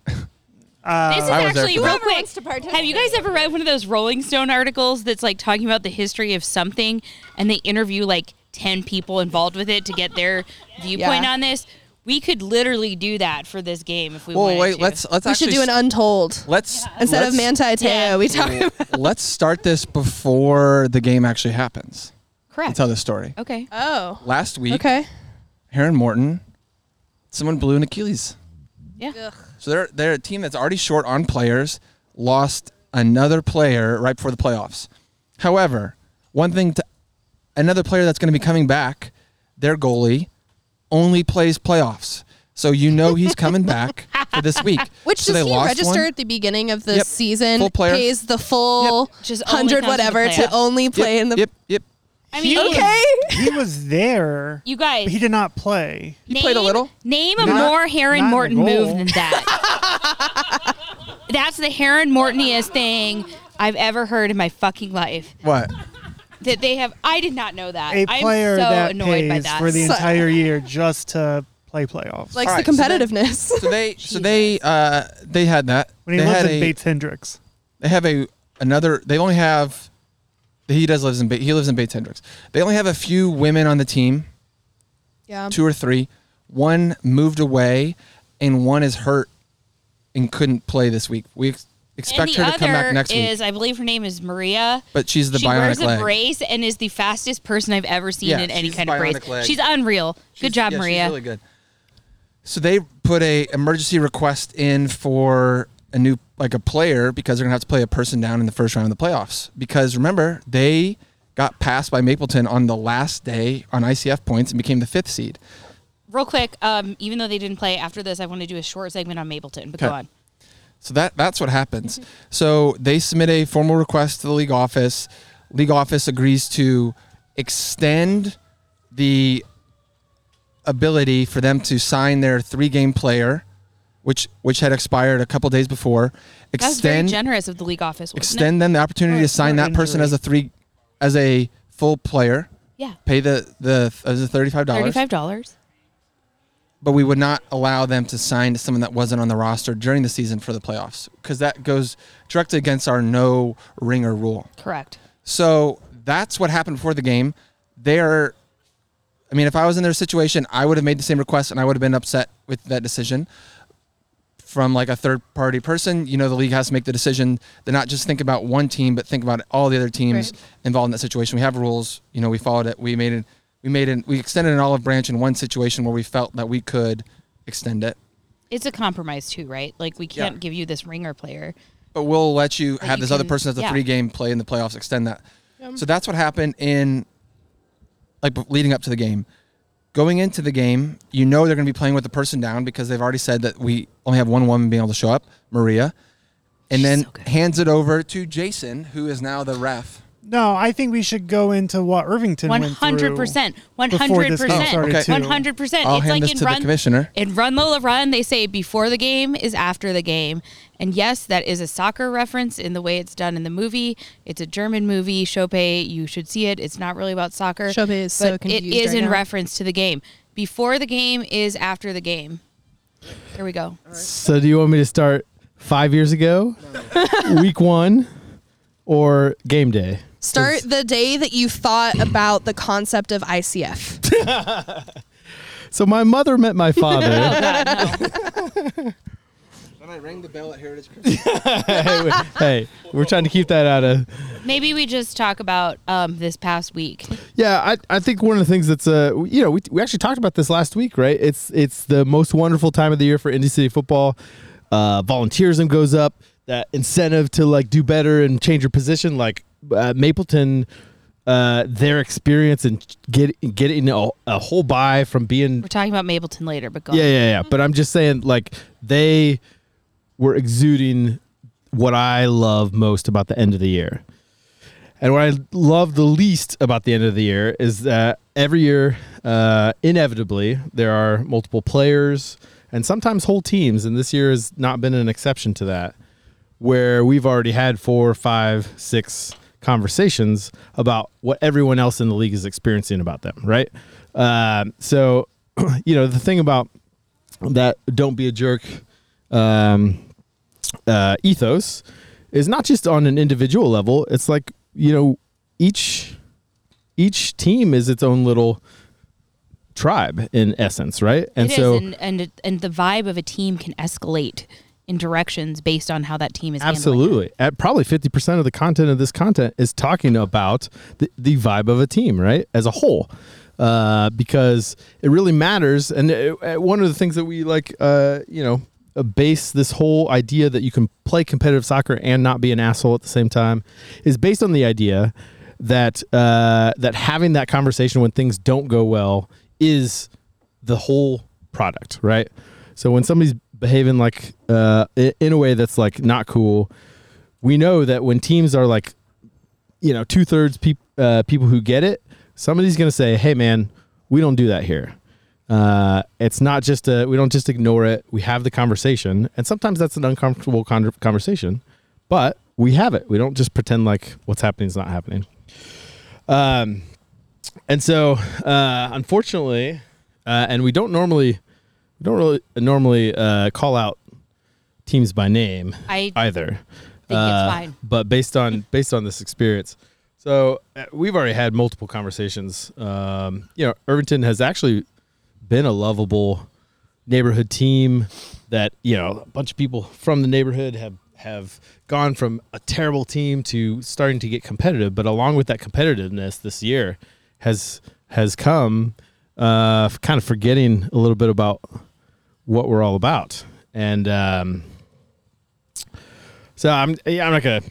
S9: Uh,
S2: this is
S3: I was there
S2: actually
S3: for that.
S2: real quick. Have you guys ever read one of those Rolling Stone articles that's like talking about the history of something and they interview like 10 people involved with it to get their viewpoint
S1: Yeah.
S2: on this? We could literally do that for this game if we
S3: *laughs* Well,
S2: wanted
S3: wait,
S2: to.
S3: let's- let's
S1: we should do an untold.
S3: Let's
S1: Instead of
S3: let's-
S1: Manti Te'o, we talk about
S3: *laughs* Let's start this before the game actually happens.
S2: Correct.
S3: To tell the story.
S2: Okay.
S1: Oh.
S3: Last week,
S1: Okay.
S3: Heron Morton, someone blew an Achilles.
S2: Yeah.
S3: So they're they're a team that's already short on players, lost another player right before the playoffs. However, one thing to another player that's going to be coming back, their goalie, only plays playoffs. So you know he's coming back for this week.
S1: *laughs* Which
S3: so
S1: does
S3: they
S1: he
S3: lost
S1: register
S3: one.
S1: at the beginning of the
S3: Yep.
S1: season?
S3: Full player.
S1: Pays the full
S2: Just only
S1: hundred
S2: comes in the
S1: whatever to
S2: playoffs.
S1: only
S2: Yep,
S1: play in the.
S3: Yep. Yep.
S2: I
S9: he
S2: mean,
S9: was- he was there.
S2: *laughs* You guys.
S9: But he did not play.
S2: name, Name a
S9: Not-
S2: more Heron
S9: not
S2: Morton
S9: in the
S2: move
S9: goal.
S2: than that.
S9: *laughs*
S2: That's the Heron Mortoniest thing I've ever heard in my fucking life.
S3: What?
S2: That they have. I did not know that.
S9: A player
S2: I'm so
S9: that
S2: annoyed
S9: pays
S2: by that.
S9: for the
S2: So- *laughs*
S9: entire year just to play playoffs.
S1: Likes
S3: All
S1: the
S3: right, so they-
S1: competitiveness.
S3: *laughs* So they so they uh they had that.
S9: When he
S3: they
S9: lives
S3: had
S9: in
S3: a-
S9: Bates Hendricks.
S3: They have a another. They only have. He does lives in Ba- he lives in Bates Hendricks. They only have a few women on the team,
S1: Yeah.
S3: two or three. One moved away, and one is hurt and couldn't play this week. We ex- expect
S2: and the
S3: her to come back
S2: other
S3: next
S2: is,
S3: week,
S2: I believe her name is Maria.
S3: but she's the
S2: she
S3: bionic
S2: wears a
S3: leg.
S2: brace and is the fastest person I've ever seen
S3: Yeah,
S2: in any
S3: she's
S2: kind of brace.
S3: bionic leg.
S2: She's unreal. good job,
S3: yeah, she's
S2: Maria.
S3: really good. So they put a emergency request in for a new like a player because they're gonna have to play a person down in the first round of the playoffs. Because remember, they got passed by Mapleton on the last day on ICF points and became the fifth seed.
S2: Real quick, um, even though they didn't play after this, I want to do a short segment on Mapleton. But go
S3: Okay.
S2: on.
S3: So that that's what happens.
S2: Mm-hmm.
S3: So they submit a formal request to the league office. League office agrees to extend the ability for them to sign their three-game player, which which had expired a couple days before.
S2: that was very
S3: Extend
S2: generous of the league office. Wasn't
S3: extend
S2: it?
S3: them the opportunity to sign that person as a three, as a full player.
S2: Yeah.
S3: Pay the the as a thirty-five dollars
S2: Thirty-five dollars.
S3: but we would not allow them to sign to someone that wasn't on the roster during the season for the playoffs because that goes directly against our no ringer rule.
S2: Correct.
S3: So that's what happened before the game. They're, I mean, if I was in their situation, I would have made the same request and I would have been upset with that decision from like a third party person. You know, the league has to make the decision to not just think about one team, but think about all the other teams
S11: Right.
S3: involved in that situation. We have rules. You know, we followed it. We made it. We made it. We extended an olive branch in one situation where we felt that we could extend it,
S2: It's a compromise too, right? Like we
S3: Yeah.
S2: can't give you this ringer player.
S3: but we'll let you
S2: But
S3: have
S2: you
S3: this other
S2: can-
S3: person that's a
S2: yeah. Um,
S3: three game play in the playoffs extend that.
S2: Yum.
S3: So that's what happened in like b- leading up to the game. Going into the game, you know they're going to be playing with the person down because they've already said that we only have one woman being able to show up, Maria. and then hands it over to Jason, who is now the ref.
S9: No, I think we should go into what Irvington
S2: One
S9: went through
S2: hundred percent. One
S9: before
S2: hundred
S9: this game started,
S2: percent.
S9: too.
S2: One hundred percent.
S3: I'll
S2: It's
S3: hand
S2: like
S3: this
S2: in
S3: to the
S2: run,
S3: commissioner.
S2: In Run Lola Run, they say before the game is after the game. And yes, that is a soccer reference in the way it's done in the movie. It's a German movie, Chopé. You should see it. It's not really about soccer.
S1: Chopé is so
S2: but It
S1: confused
S2: is
S1: right
S2: in
S1: now.
S2: reference to the game. Before the game is after the game. Here we go.
S10: So do you want me to start five
S3: *laughs*
S10: years ago, week one, or game day?
S1: Start the day that you thought about the concept of
S3: *laughs*
S1: ICF.
S10: So my mother met
S3: *laughs*
S10: my
S1: Oh,
S10: father.
S1: God.
S3: Then I rang the bell at Heritage
S10: *laughs* hey, we- hey, we're trying to keep that out of.
S2: Maybe we just talk about um, this past week.
S10: Yeah, I, I think one of the things that's uh you know we, we actually talked about this last week, right? It's it's the most wonderful time of the year for Indy City football. Uh, volunteerism goes up. That incentive to like do better and change your position, like uh, Mapleton, uh, their experience and get getting a, a whole buy from being
S2: We're talking about Mapleton later, but go
S10: yeah,
S2: on.
S10: yeah, yeah. But I'm just saying, like they were exuding what I love most about the end of the year, and what I love the least about the end of the year is that every year, uh, inevitably, there are multiple players and sometimes whole teams, and this year has not been an exception to that, where we've already had four, five, six conversations about what everyone else in the league is experiencing about them, right? Um, so, *clears throat* you know, the thing about that don't be a jerk um, uh, ethos is not just on an individual level. It's like you know each each team is its own little tribe in essence, right?
S2: It is, and, and it- and the vibe of a team can escalate in directions based on how that team is handling it.
S10: Absolutely. At probably 50% of the content of this content is talking about the, the vibe of a team, right? As a whole. Uh, because it really matters. And it- it- one of the things that we like, uh, you know, uh, base this whole idea that you can play competitive soccer and not be an asshole at the same time is based on the idea that uh, that having that conversation when things don't go well is the whole product, right? So when somebody's behaving like uh, i- in a way that's like not cool, we know that when teams are like, you know, two thirds peop uh, people who get it, somebody's gonna say, "Hey, man, we don't do that here." Uh, it's not just a we don't just ignore it. We have the conversation, and sometimes that's an uncomfortable con- conversation, but we have it. We don't just pretend like what's happening is not happening. Um, and so, uh, unfortunately, uh, and we don't normally, we don't really normally uh, call out teams by name
S2: I
S10: either. Uh,
S2: it's fine.
S10: But based on based on this experience, so uh, we've already had multiple conversations. Um, you know, Irvington has actually been a lovable neighborhood team that you know a bunch of people from the neighborhood have have gone from a terrible team to starting to get competitive but along with that competitiveness this year has has come uh f- kind of forgetting a little bit about what we're all about and um so I'm yeah, I'm not gonna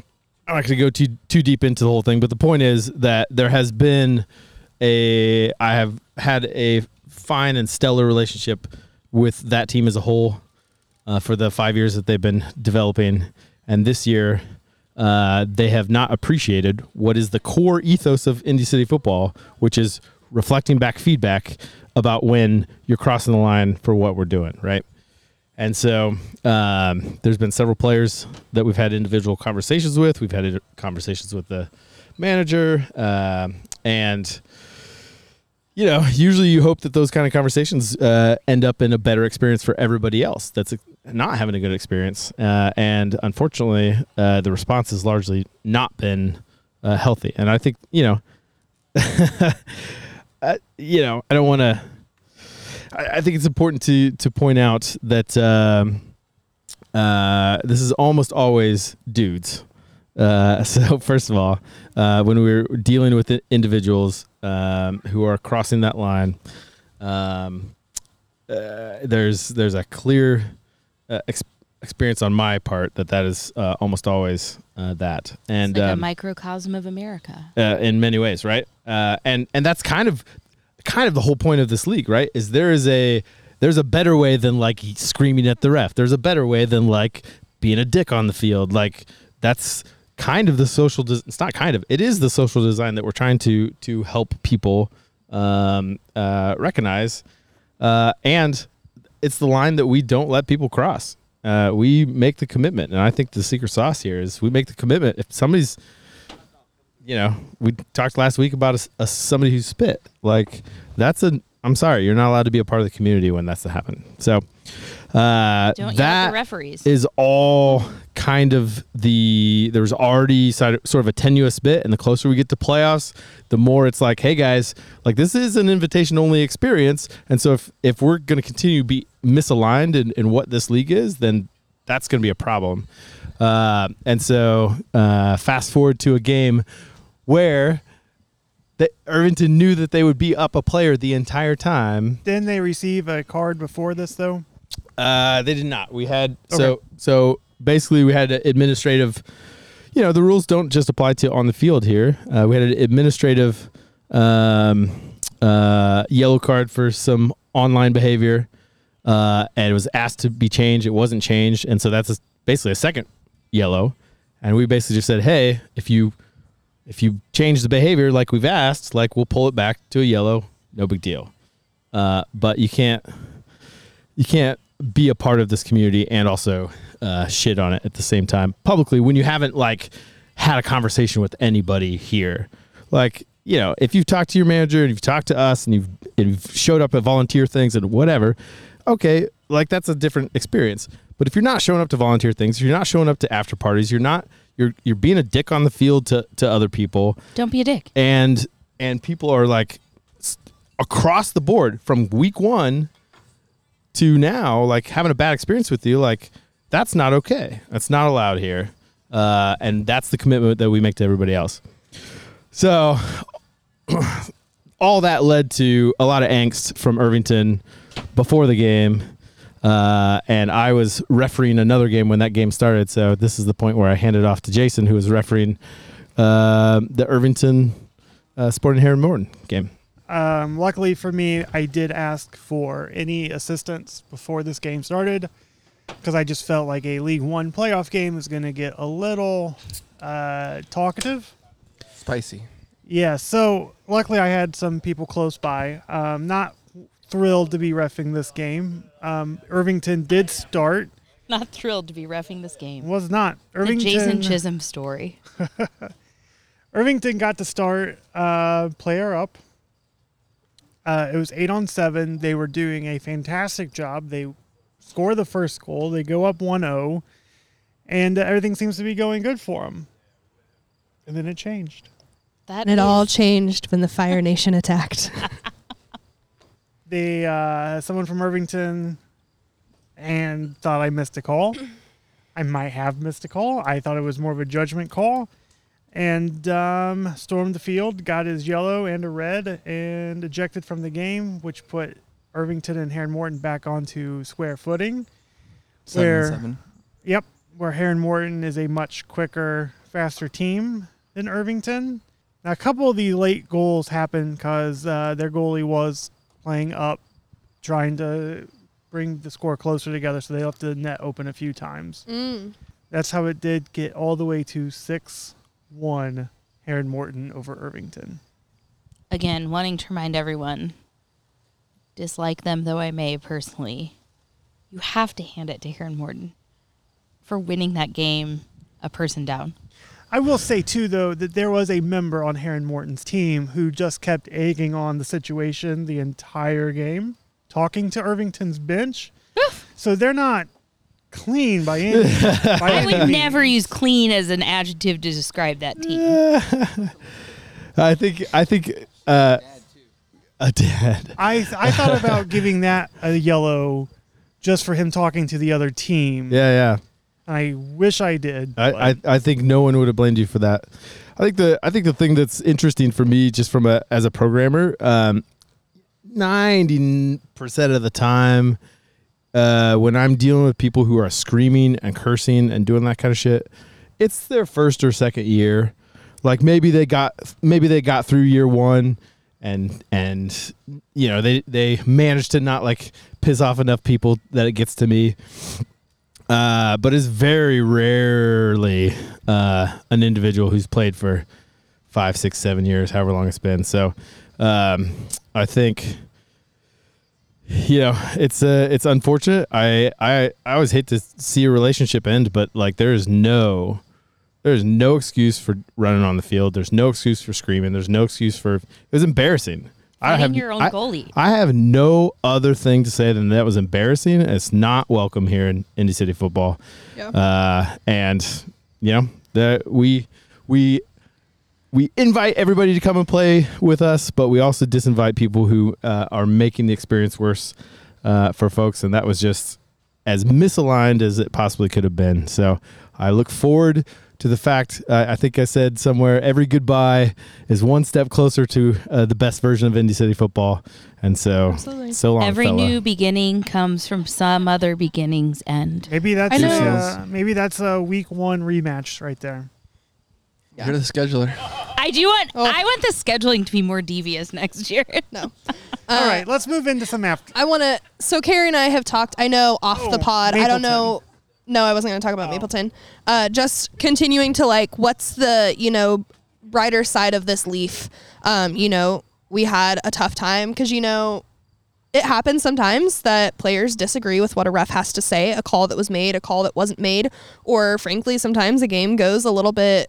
S10: I'm not gonna go too too deep into the whole thing, but the point is that there has been a I have had a fine and stellar relationship with that team as a whole uh, for the five years that they've been developing, and this year uh, they have not appreciated what is the core ethos of Indy City football, which is reflecting back feedback about when you're crossing the line for what we're doing, right? And so um, there's been several players that we've had individual conversations with. We've had it- conversations with the manager. Um and, you know, usually you hope that those kind of conversations uh, end up in a better experience for everybody else that's not having a good experience. Uh, and unfortunately, uh, the response has largely not been uh, healthy. And I think, you know, I, you know, I don't want to. I, I think it's important to to point out that um, uh, this is almost always dudes. Uh, *laughs* so first of all, uh, when we're dealing with i- individuals um, who are crossing that line, um, uh, there's there's a clear uh, ex- experience on my part that that is uh, almost always uh, that. And
S2: Like a
S10: um,
S2: microcosm of America.
S10: uh, in many ways, right? Uh, and and that's kind of kind of the whole point of this league, right? Is there is a there's a better way than like screaming at the ref. There's a better way than like being a dick on the field. Like that's kind of the social. Des- it's not kind of. It is the social design that we're trying to to help people um, uh, recognize, uh, and it's the line that we don't let people cross. Uh, we make the commitment, and I think the secret sauce here is we make the commitment. If somebody's you know, we talked last week about a s- a, somebody who spit. Like that's a. I'm sorry, you're not allowed to be a part of the community when that's to happen. So uh,
S2: Don't yell at the
S10: that
S2: referees.
S10: is all kind of the there was already side- sort of a tenuous bit, and the closer we get to playoffs, the more it's like, hey guys, like this is an invitation only experience, and so if if we're going to continue to be misaligned in, in what this league is, then that's going to be a problem. Uh, and so, uh, fast forward to a game where the Irvington knew that they would be up a player the entire time.
S9: Didn't they receive a card before this though?
S10: Uh, they did not. We had so so basically we had an administrative. You know the rules don't just apply to on the field here. Uh, we had an administrative um, uh, yellow card for some online behavior, uh, and it was asked to be changed. It wasn't changed, and so that's a, basically a second yellow. And we basically just said, hey, if you if you change the behavior like we've asked, like we'll pull it back to a yellow, no big deal. Uh, but you can't you can't be a part of this community and also uh, shit on it at the same time publicly when you haven't like had a conversation with anybody here. Like you know, if you've talked to your manager and you've talked to us and you've and you've showed up at volunteer things and whatever, okay, like that's a different experience. But if you're not showing up to volunteer things, if you're not showing up to after parties, you're not you're you're being a dick on the field to to other people
S2: Don't be a dick.
S10: and and people are like s- across the board from week one to now like having a bad experience with you like that's not okay that's not allowed here uh, and that's the commitment that we make to everybody else so *clears throat* all that led to a lot of angst from irvington before the game uh, and i was refereeing another game when that game started so this is the point where i handed off to jason who was refereeing uh, the irvington uh, sporting heron morton game
S9: Um, luckily for me, I did ask for any assistance before this game started because I just felt like a League One playoff game was going to get a little uh, talkative.
S3: Spicy.
S9: Yeah, so luckily I had some people close by. Um, not thrilled to be refing this game. Um, Irvington did start.
S2: *laughs* Not thrilled to be refing this game.
S9: Was not.
S2: The Jason
S9: Irvington-
S2: Chisholm story.
S9: Irvington got to start uh, player up. Uh, it was eight on seven. They were doing a fantastic job. They score the first goal. They go up 1 0, and uh, everything seems to be going good for them. And then it changed.
S2: That
S1: And it all changed when the Fire Nation attacked.
S9: they uh, someone from Irvington and thought I missed a call. I might have missed a call. I thought it was more of a judgment call, and um, stormed the field, got his yellow and a red, and ejected from the game, which put Irvington and Heron Morton back onto square footing.
S3: Seven and
S9: where,
S3: seven.
S9: yep, where Heron Morton is a much quicker, faster team than Irvington. Now, a couple of the late goals happened because uh, their goalie was playing up, trying to bring the score closer together, so they left the net open a few times.
S1: Mm.
S9: That's how it did get all the way to 6 1 Heron Morton over Irvington.
S2: Again, wanting to remind everyone, dislike them though I may personally, you have to hand it to Heron Morton for winning that game a person down.
S9: I will say, too, though, that there was a member on Heron Morton's team who just kept egging on the situation the entire game, talking to Irvington's bench. so they're not clean
S10: *laughs*
S9: by any, by
S2: I
S9: any
S2: would
S9: means.
S2: never use clean as an adjective to describe that
S10: team. i think i think uh, a dad *laughs*
S9: I I thought about giving that a yellow, just for him talking to the other team.
S10: yeah yeah
S9: I wish I did.
S10: I, I, I think no one would have blamed you for that. I think the I think the thing that's interesting for me, just from a as a programmer, um, ninety percent of the time, uh, when I'm dealing with people who are screaming and cursing and doing that kind of shit, it's their first or second year. Like maybe they got maybe they got through year one, and and you know they they managed to not like piss off enough people that it gets to me Uh, but it's very rarely uh, an individual who's played for five, six, seven years, however long it's been. So um, I think you know it's uh, it's unfortunate. I, I I always hate to see a relationship end, but like there is no there is no excuse for running on the field. There's no excuse for screaming. There's no excuse for it was embarrassing. I
S2: Fighting
S10: have
S2: your own
S10: I-
S2: goalie.
S10: I have no other thing to say than that was embarrassing. It's not welcome here in Indy City football.
S2: Yeah.
S10: Uh, and you know that we we we invite everybody to come and play with us, but we also disinvite people who uh, are making the experience worse uh, for folks. And that was just as misaligned as it possibly could have been. So I look forward to the fact. Uh, I think I said somewhere every goodbye is one step closer to uh, the best version of Indy City football. And so, so long,
S2: Every
S10: fella.
S2: new beginning comes from some other beginning's end.
S9: Maybe that's
S2: I know.
S9: uh, maybe that's a week one rematch right there.
S3: You're the scheduler.
S2: I do want. I want the scheduling to be more devious next year. *laughs* No. Uh,
S9: All right, let's move into some after.
S1: I want to. So Carrie and I have talked. I know off the pod. I
S9: Mapleton.
S1: don't know. No, I wasn't going to talk about Mapleton. Uh, just continuing to like, what's the you know brighter side of this leaf? Um, you know, we had a tough time because you know it happens sometimes that players disagree with what a ref has to say, a call that was made, a call that wasn't made, or frankly, sometimes a game goes a little bit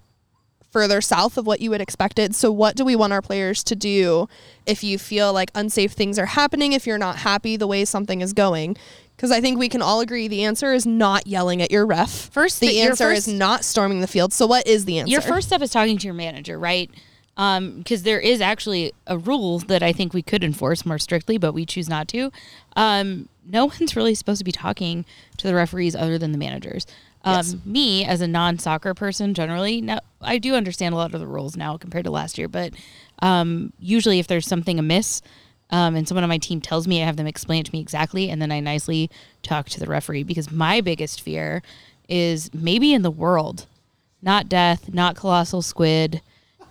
S1: further south of what you would expected. So what do we want our players to do if you feel like unsafe things are happening, if you're not happy the way something is going? Because I think we can all agree the answer is not yelling at your ref. First, the,
S2: th- your
S1: answer
S2: first-
S1: is not storming the field. So what is the answer?
S2: Your first step is talking to your manager, right? Because there is actually a rule that I think we could enforce more strictly, but we choose not to. Um, no *laughs* one's really supposed to be talking to the referees other than the managers. Um,
S11: Yes.
S2: Me, as a non soccer person, generally, now I do understand a lot of the rules now compared to last year, but um, usually if there's something amiss, um, and someone on my team tells me, I have them explain it to me exactly, and then I nicely talk to the referee because my biggest fear is maybe in the world, not death, not colossal squid.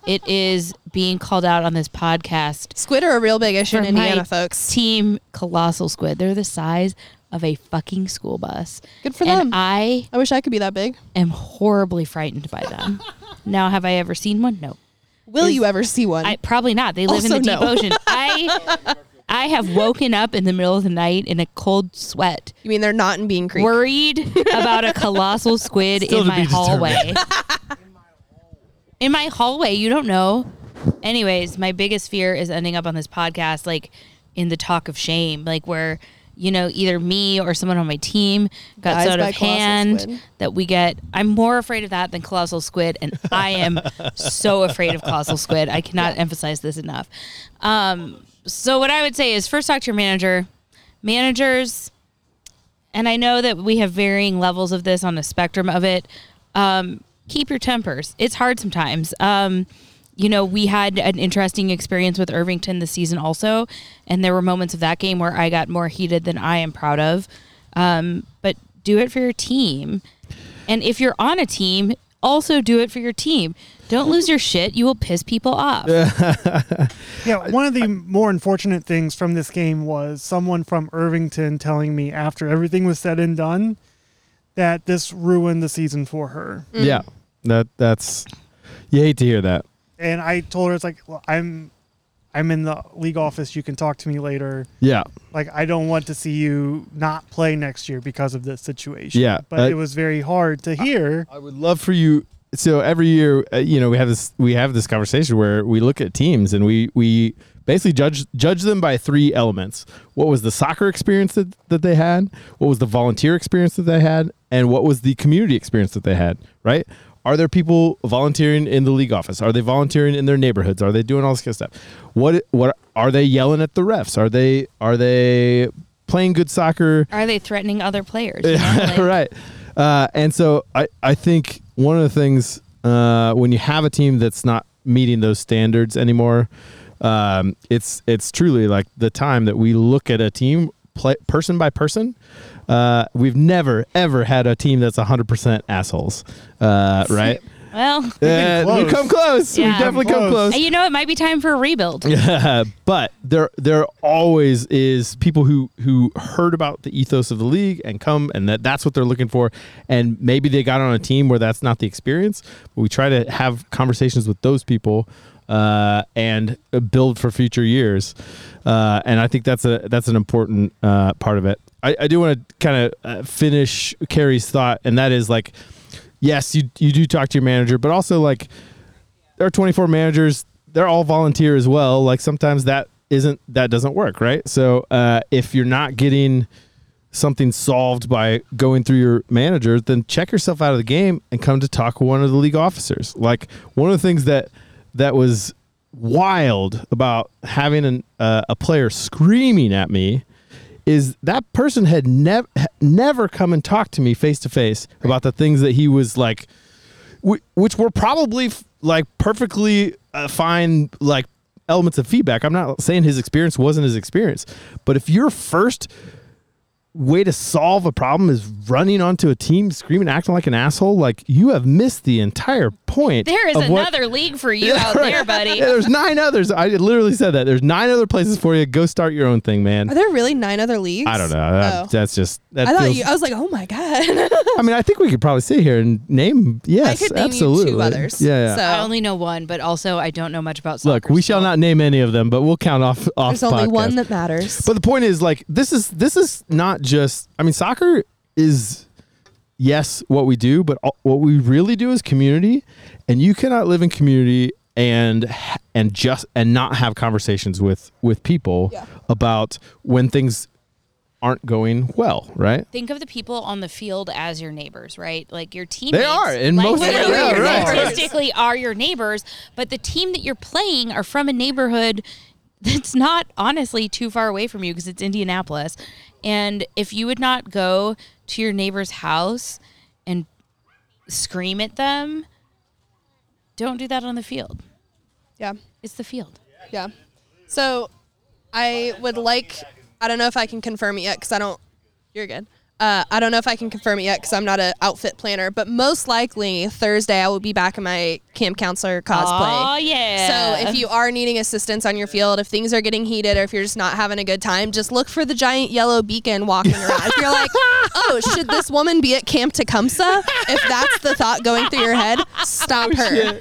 S2: It is being called out on this podcast.
S1: Squid are a real big issue in Indiana,
S2: folks. Team colossal squid. They're the size of a fucking school bus.
S1: Good for
S2: and
S1: them.
S2: I
S1: I wish I could be that big.
S2: am horribly frightened by them. now, have I ever seen one? No.
S1: Will you ever see one?
S2: I, probably not. They live in the
S1: Also,
S2: deep
S1: no. *laughs*
S2: ocean. I I have woken up in the middle of the night in a cold sweat.
S1: You mean they're not in Bean Creek?
S2: Worried about a colossal squid
S1: Still
S2: in
S1: to
S2: my
S1: be determined.
S2: hallway. in my hallway, you don't know. Anyways, my biggest fear is ending up on this podcast like in the talk of shame, like where you know either me or someone on my team got
S11: Dies
S2: so out
S11: by
S2: of
S11: colossal
S2: hand
S11: squid.
S2: that we get. I'm more afraid of that than colossal squid, and
S11: *laughs*
S2: I am so afraid of colossal squid. I cannot emphasize this enough. Um, so what I would say is first talk to your manager. Managers, and I know that we have varying levels of this on a spectrum of it. Um, keep your tempers. It's hard sometimes. Um, you know, we had an interesting experience with Irvington this season also, and there were moments of that game where I got more heated than I am proud of. Um, but do it for your team. And if you're on a team, also do it for your team. Don't lose your shit. You will piss people off.
S9: Yeah, one of the more unfortunate things from this game was someone from Irvington telling me after everything was said and done that this ruined the season for her.
S10: Yeah, that that's you hate to hear that.
S9: And I told her it's like, well, I'm I'm in the league office, you can talk to me later.
S10: Yeah.
S9: Like I don't want to see you not play next year because of this situation.
S10: Yeah,
S9: But
S10: I-
S9: it was very hard to hear.
S10: I would love for you. So every year, uh, you know, we have this we have this conversation where we look at teams and we we basically judge judge them by three elements. What was the soccer experience that, that they had? What was the volunteer experience that they had? And what was the community experience that they had? Right? Are there people volunteering in the league office? Are they volunteering in their neighborhoods? Are they doing all this kind of stuff? What what are they yelling at the refs? Are they are they playing good soccer?
S2: Are they threatening other players? you know? Like,
S10: *laughs* right. Uh, and so I, I think one of the things uh, when you have a team that's not meeting those standards anymore, um, it's it's truly like the time that we look at a team play, person by person. Uh, we've never ever had a team that's 100% assholes, uh, right?
S2: Well,
S10: Yeah, you come close. You definitely come close.
S2: And you know, it might be time for a rebuild.
S10: Yeah, *laughs* but there there always is people who who heard about the ethos of the league and come and that that's what they're looking for, and maybe they got on a team where that's not the experience. But we try to have conversations with those people uh, and build for future years, uh, and I think that's a that's an important uh, part of it. I, I do want to kind of uh, finish Carrie's thought, and that is like, yes, you you do talk to your manager, but also like there are 24 managers they're all volunteer as well like sometimes that isn't that doesn't work right so uh, if you're not getting something solved by going through your manager then check yourself out of the game and come to talk with one of the league officers like one of the things that that was wild about having an, uh, a player screaming at me is that person had never never come and talked to me face to face about the things that he was like whi- which were probably f- like perfectly uh, fine like elements of feedback i'm not saying his experience wasn't his experience but if your first way to solve a problem is running onto a team screaming acting like an asshole like you have missed the entire point
S2: There is
S10: of what-
S2: another league for you
S10: Yeah,
S2: out
S10: right.
S2: there, buddy.
S10: Yeah, there's nine others i literally said that there's nine other places for you go start your own thing man
S1: Are there really nine other leagues?
S10: I don't know. That-
S1: Oh.
S10: That's just. That
S1: I thought
S10: feels-
S1: you, I was like, oh my god. *laughs*
S10: I mean, I think we could probably sit here and name. Yes,
S2: could name you two
S10: absolutely. Yeah. yeah.
S2: I only know one, but also I don't know much about soccer.
S10: Look, we shall not name any of them, but we'll count off off.
S2: There's only one
S10: podcast.
S1: that matters.
S10: But the point is, like, this is this is not just. I mean, soccer is yes what we do, but all, what we really do is community, and you cannot live in community and and just and not have conversations with with people about when things aren't going well, right?
S2: Think of the people on the field as your neighbors, right? Like your teammates.
S10: They are in
S2: like,
S10: most-
S2: literally,
S10: yeah,
S2: your
S10: right.
S2: statistically are your neighbors, but the team that you're playing are from a neighborhood that's not honestly too far away from you because it's Indianapolis. And if you would not go to your neighbor's house and scream at them, don't do that on the field.
S1: Yeah.
S2: It's the field.
S1: Yeah. So I would like, I don't know if I can confirm it yet because I don't, you're good. Uh, I don't know if I can confirm it yet because I'm not an outfit planner, but most likely Thursday I will be back in my camp counselor cosplay.
S2: Aw, yeah.
S1: So if you are needing assistance on your field, if things are getting heated, or if you're just not having a good time, just look for the giant yellow beacon walking around. if you're
S2: *laughs*
S1: like, oh, should this woman be at Camp Tecumseh? If that's the thought going through your head, stop her.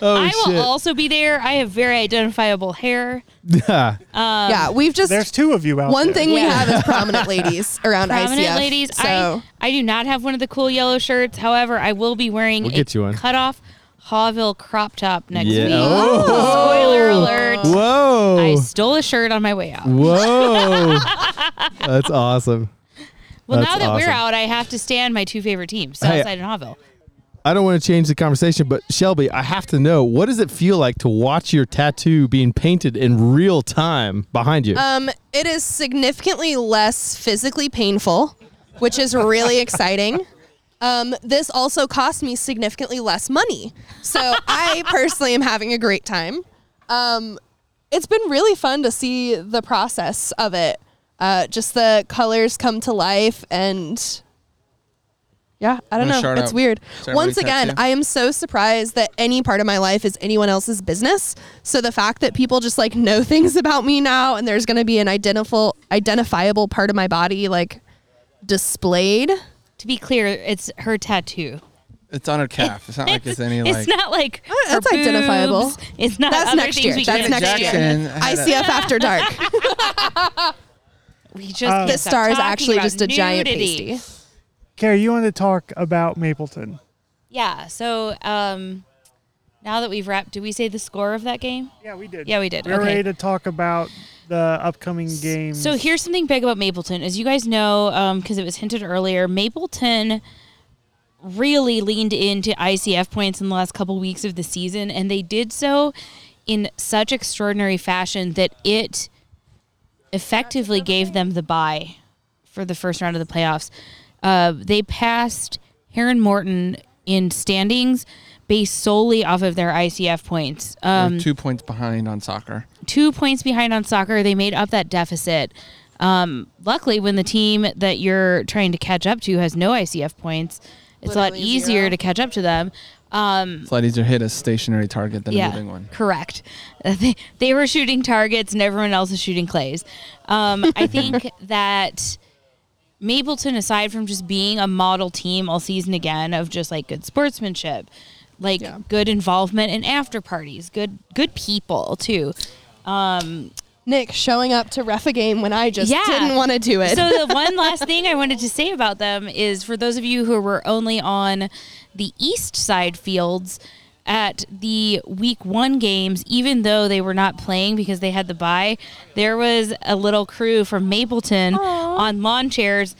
S10: Oh
S2: I will also be there. I have very identifiable hair.
S10: *laughs* Yeah.
S2: Um,
S1: yeah, we've just
S9: there's two of you out
S1: One
S9: there.
S1: thing we have is prominent ladies around
S2: *laughs* prominent
S1: ICF.
S2: ladies.
S1: so
S2: I I do not have one of the cool yellow shirts. However, I will be wearing
S10: We'll
S2: a
S10: get you one.
S2: cutoff Hawville crop top next
S10: Yeah.
S2: week.
S10: Oh.
S2: Spoiler alert!
S10: Whoa.
S2: I stole a shirt on my way out.
S10: Whoa.
S1: *laughs*
S10: That's awesome.
S2: Well,
S10: That's
S2: now that we're
S10: awesome.
S2: out, I have to stand my two favorite teams,
S10: Hey.
S2: Southside and Hawville.
S10: I don't want to change the conversation, but Shelby, I have to know what does it feel like to watch your tattoo being painted in real time behind you?
S1: um, it is significantly less physically painful, which is really exciting. Um, this also cost me significantly less money. So I personally am having a great time. Um, it's been really fun to see the process of it. Uh, just the colors come to life and yeah, I don't
S11: Wanna
S1: know.
S11: shout
S1: It's
S11: out
S1: weird.
S11: Saturday
S1: Once again,
S11: Tattoo?
S1: I am so surprised that any part of my life is anyone else's business. So the fact that people just like know *laughs* things about me now and there's going to be an identifiable identifiable part of my body like displayed.
S2: To be clear, it's her tattoo.
S3: It's on her calf. It's not
S2: *laughs*
S3: like it's any like.
S2: It's not like her
S1: Oh, that's identifiable.
S2: boobs. It's not
S1: That's
S2: other
S1: next
S2: things
S1: year.
S2: we
S1: That's
S2: can't
S1: next
S2: see.
S1: year. ICF after dark.
S2: *laughs* We just
S10: Oh.
S9: Um,
S2: can't
S1: This
S2: stop
S1: star is
S2: talking
S1: actually
S2: about
S1: just a giant
S2: nudity.
S1: pasty.
S9: Carrie, you want to talk about Mapleton?
S2: Yeah. So um, now that we've wrapped, did we say the score of that game?
S9: Yeah, we did.
S2: Yeah, we did.
S9: We're ready
S2: okay.
S9: to talk about the upcoming game.
S2: So here's something big about Mapleton. As you guys know, because it was hinted earlier, Mapleton really leaned into ICF points in the last couple weeks of the season, and they did so in such extraordinary fashion that it effectively gave them the bye for the first round of the playoffs. Uh, they passed Heron Morton in standings based solely off of their ICF points.
S3: They're
S2: Um,
S3: two points behind on soccer.
S2: two points behind on soccer. They made up that deficit. Um, luckily, when the team that you're trying to catch up to has no ICF points, it's a lot easier to catch up to them. Um,
S3: It's a lot easier to hit a stationary target than a moving one.
S2: Correct. *laughs* They, they were shooting targets and everyone else is shooting clays. Um,
S3: *laughs*
S2: I think that Mapleton, aside from just being a model team all season again of just like good sportsmanship, like good involvement in after parties, good good people too. Um,
S1: Nick showing up to ref a game when I just didn't want to do it. *laughs*
S2: so the one last thing I wanted to say about them is for those of you who were only on the east side fields at the week one games, even though they were not playing because they had the bye, there was a little crew from Mapleton on lawn chairs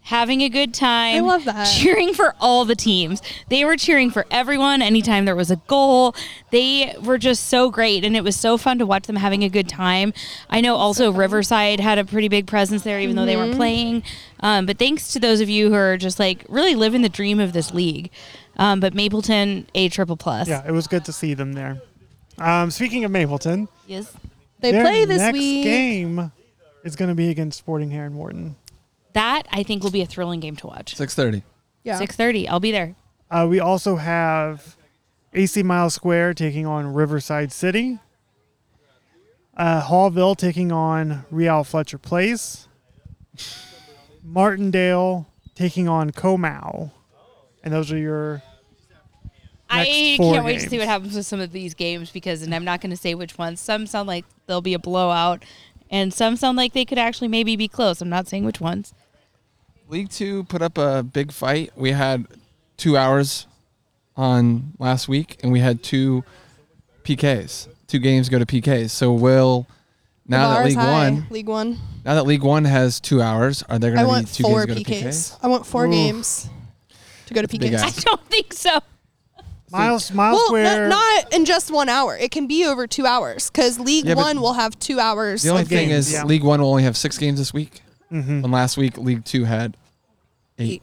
S2: having a good time. I love that. Cheering for all the teams. They were cheering for everyone anytime there was a goal. They were just so great and it was so fun to watch them having a good time. I know also Riverside had a pretty big presence there even though they weren't
S1: Mhm.
S2: playing. Um, but thanks to those of you who are just like really living the dream of this league. Um, but Mapleton A triple plus.
S9: Yeah, it was good to see them there. Um, speaking of Mapleton,
S2: Yes.
S1: They
S9: their
S1: play this
S9: next
S1: week.
S9: game is going to be against Sporting Heron Wharton.
S2: That I think will be a thrilling game to watch.
S3: Six thirty.
S1: Yeah.
S2: Six thirty. I'll be there.
S9: Uh, we also have AC Mile Square taking on Riverside City, uh, Hallville taking on Real Fletcher Place, Martindale taking on Comau, and those are your. next
S2: I
S9: four
S2: can't wait to see
S9: games.
S2: what happens with some of these games because, and I'm not going to say which ones. Some sound like they'll be a blowout, and some sound like they could actually maybe be close. I'm not saying which ones. *laughs*
S3: League Two put up a big fight. We had two hours on last week, and we had two PKs. Two games go to PKs. So will now
S1: The bar
S3: that
S1: is
S3: League
S1: high.
S3: One,
S1: League One.
S3: now that League One has two hours, are there
S1: I
S3: going to be
S1: want
S3: two
S1: four
S3: games go to
S1: PKs.
S3: PKs?
S1: I want four
S3: Oof.
S1: games to go to
S3: a big
S1: PKs.
S3: ask. I
S2: don't think so.
S9: Miles-
S1: well,
S9: Miles
S1: no-
S9: Square-
S1: not in just one hour. It can be over two hours because League
S3: Yeah, but
S1: One will have two hours.
S3: The only
S1: of
S3: thing
S1: games.
S3: is, League One will only have six games this week,
S9: Mm-hmm.
S3: and last week League Two had eight.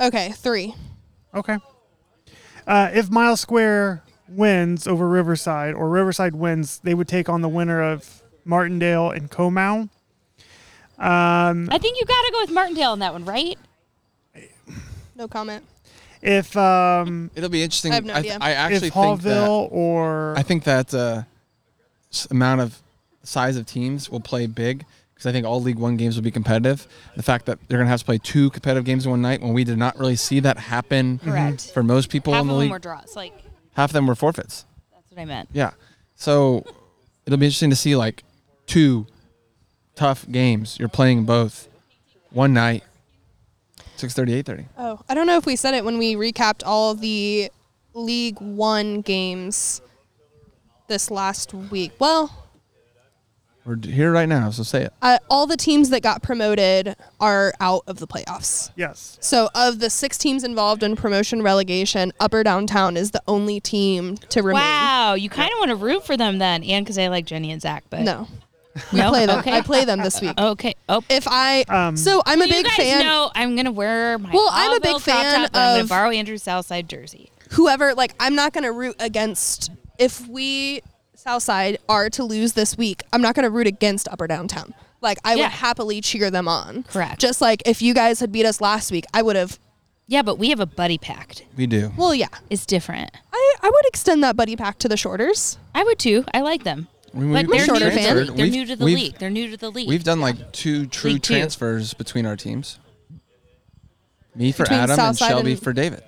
S1: okay, three.
S9: Okay. Uh, if Miles Square wins over Riverside, or Riverside wins, they would take on the winner of Martindale and Comau. Um,
S2: I think you got to go with Martindale on that one, right?
S1: No comment.
S9: if um,
S3: it'll be interesting.
S1: I have no
S3: th-
S1: idea.
S3: I actually
S9: if
S3: think
S9: Hallville
S3: that,
S9: or
S3: I think that uh, s- amount of size of teams will play big because I think all League One games will be competitive. The fact that they're going to have to play two competitive games in one night when we did not really see that happen
S2: Correct.
S3: for most people
S2: Half
S3: in
S2: of
S3: the
S2: them
S3: league.
S2: were draws. Like that's
S3: Half of them were forfeits.
S2: what I meant.
S3: Yeah. So it'll be interesting to see like two tough games. You're playing both one night, 6:30, 8:30.
S1: Oh, I don't know if we said it when we recapped all the League One games this last week. Well,
S3: We're d- here right now, so say it.
S1: uh, all the teams that got promoted are out of the playoffs.
S9: Yes.
S1: So, of the six teams involved in promotion relegation, Upper Downtown is the only team to remain.
S2: Wow, you kind of want to root for them then, and because I like Jenny and Zach, but
S1: No. We
S2: no,
S1: play them.
S2: Okay.
S1: I play them this week.
S2: Okay. Oh.
S1: If I so I'm a
S2: Do
S1: big
S2: you guys
S1: fan.
S2: Know I'm gonna wear my
S1: Well, I'm a big
S2: Hallville crop
S1: fan
S2: top, and I'm gonna
S1: of-
S2: borrow Andrew's Southside jersey.
S1: whoever like i'm not going to root against if we southside are to lose this week i'm not going to root against upper downtown like i
S2: Yeah.
S1: would happily cheer them on
S2: Correct.
S1: just like if you guys had beat us last week i would have
S2: yeah but we have a buddy pact
S3: We do.
S1: well yeah
S2: it's different
S1: i, I would extend that buddy pack to the shorters
S2: I would too. I like them.
S3: When
S2: But
S3: we
S2: they're new to the
S3: transferred,
S2: league. They're
S3: we've-
S2: new to the
S3: we've-
S2: league. They're new to the league.
S3: We've done like two true
S2: League two.
S3: transfers between our teams. Me for
S2: Between
S3: Adam
S2: Southside
S3: and Shelby
S2: and-
S3: for David.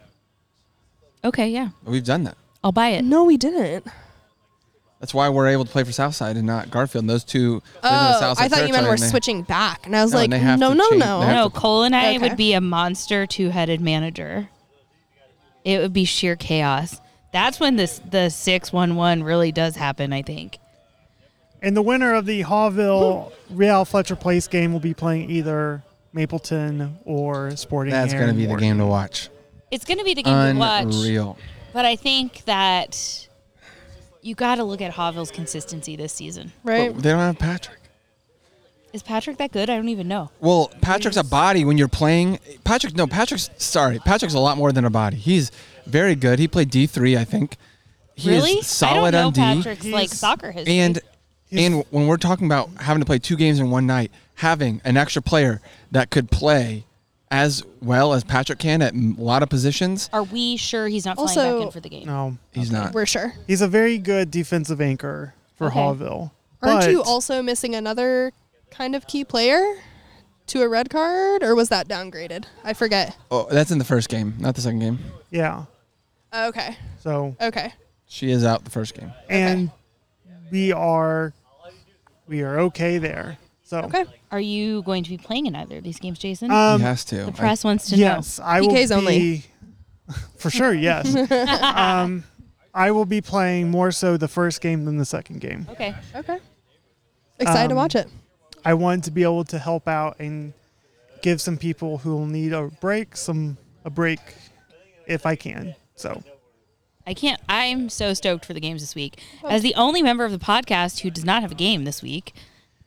S2: Okay, yeah.
S3: We've done that.
S2: I'll buy it.
S1: No, we didn't.
S3: That's why we're able to play for Southside and not Garfield. And those two live in the
S1: oh
S3: Southside
S1: i thought you meant
S3: territory,
S1: we're
S3: and they-
S1: switching back and i was
S3: No,
S1: like
S3: and they have
S1: no
S3: to
S1: no
S3: change-
S1: no
S3: they have
S2: No,
S3: to-
S2: Cole and I
S1: Okay.
S2: would be a monster two-headed manager. It would be sheer chaos. That's when this the six one one really does happen. I think.
S9: And the winner of the Hallville Real Fletcher Place game will be playing either Mapleton or Sporting.
S3: That's going to
S9: Heron
S3: be the
S9: Wharton.
S3: game to watch.
S2: It's going to be the game to
S3: Unreal.
S2: watch. But I think that you got to look at Hawville's consistency this season.
S3: But they don't have Patrick.
S2: Is Patrick that good? I don't even know.
S3: Well, Patrick's a body when you're playing. Patrick, no, Patrick's sorry. Patrick's a lot more than a body. He's very good. He played D three, I think. He
S2: really?
S3: is solid
S2: I don't know
S3: on D.
S2: Patrick's like soccer history.
S3: and and when we're talking about having to play two games in one night, having an extra player that could play as well as Patrick can at a lot of positions.
S2: Are we sure he's not flying back in for the game?
S9: No,
S3: He's not.
S1: We're sure.
S9: He's a very good defensive anchor for
S1: Okay.
S9: Hallville.
S1: Aren't
S9: but
S1: you also missing another kind of key player to a red card, or was that downgraded? I forget.
S3: Oh, that's in the first game, not the second game.
S9: Yeah.
S1: Okay.
S9: So
S1: Okay.
S3: She is out the first game.
S9: and we are we are okay there. So
S2: Okay. Are you going to be playing in either of these games, Jason?
S3: Uh,
S9: Um, He has to.
S2: The press wants to
S9: yes,
S2: know.
S9: I will be, *laughs* for sure.
S2: *laughs*
S9: Yes, um, I will be playing more so the first game than the second game.
S2: Okay.
S1: Okay. Excited to
S9: Um,
S1: watch it.
S9: I want to be able to help out and give some people who will need a break some a break if I can. So
S2: I can't. I'm so stoked for the games this week. As the only member of the podcast who does not have a game this week,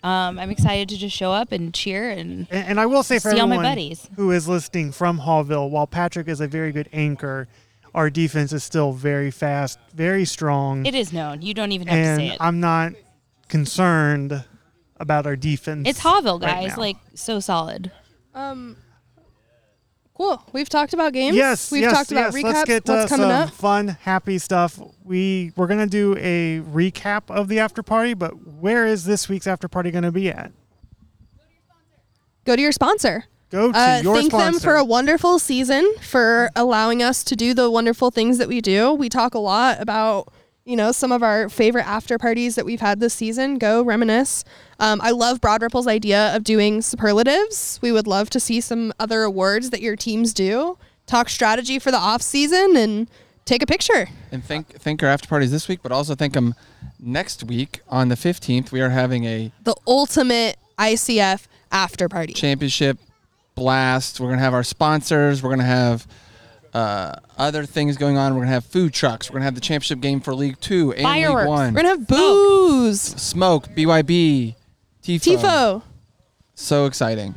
S2: um, I'm excited to just show up and cheer and.
S9: And, and I will say for
S2: see all my
S9: everyone
S2: buddies.
S9: who is listening from Hallville, while Patrick is a very good anchor, our defense is still very fast, very strong.
S2: It is known. You don't even have
S9: and
S2: to say it.
S9: I'm not concerned about our defense.
S2: it's Hawville,
S9: right
S2: guys.
S9: now.
S2: like so solid.
S1: Um. Cool. We've talked about games.
S9: Yes,
S1: We've
S9: yes,
S1: talked about
S9: yes.
S1: recaps.
S9: Let's get
S1: What's
S9: uh,
S1: coming
S9: some
S1: up?
S9: fun, happy stuff. We we're gonna do a recap of the after party, but where is this week's after party gonna be at?
S1: Go to your sponsor. Uh,
S9: Go to your
S1: thank them
S9: sponsor.
S1: for a wonderful season for allowing us to do the wonderful things that we do. We talk a lot about you know some of our favorite after parties that we've had this season. Go reminisce. Um, I love Broad Ripple's idea of doing superlatives. We would love to see some other awards that your teams do. Talk strategy for the off season and take a picture.
S3: And thank thank our after parties this week, but also thank them next week on the 15th. We are having a
S1: The ultimate ICF after party.
S3: championship blast. We're gonna have our sponsors. We're gonna have uh, other things going on. We're gonna have food trucks. We're gonna have the championship game for League Two and League
S1: Fireworks.
S3: One.
S1: We're gonna have booze.
S3: Smoke, BYB, Tifo.
S1: Tifo.
S3: So exciting.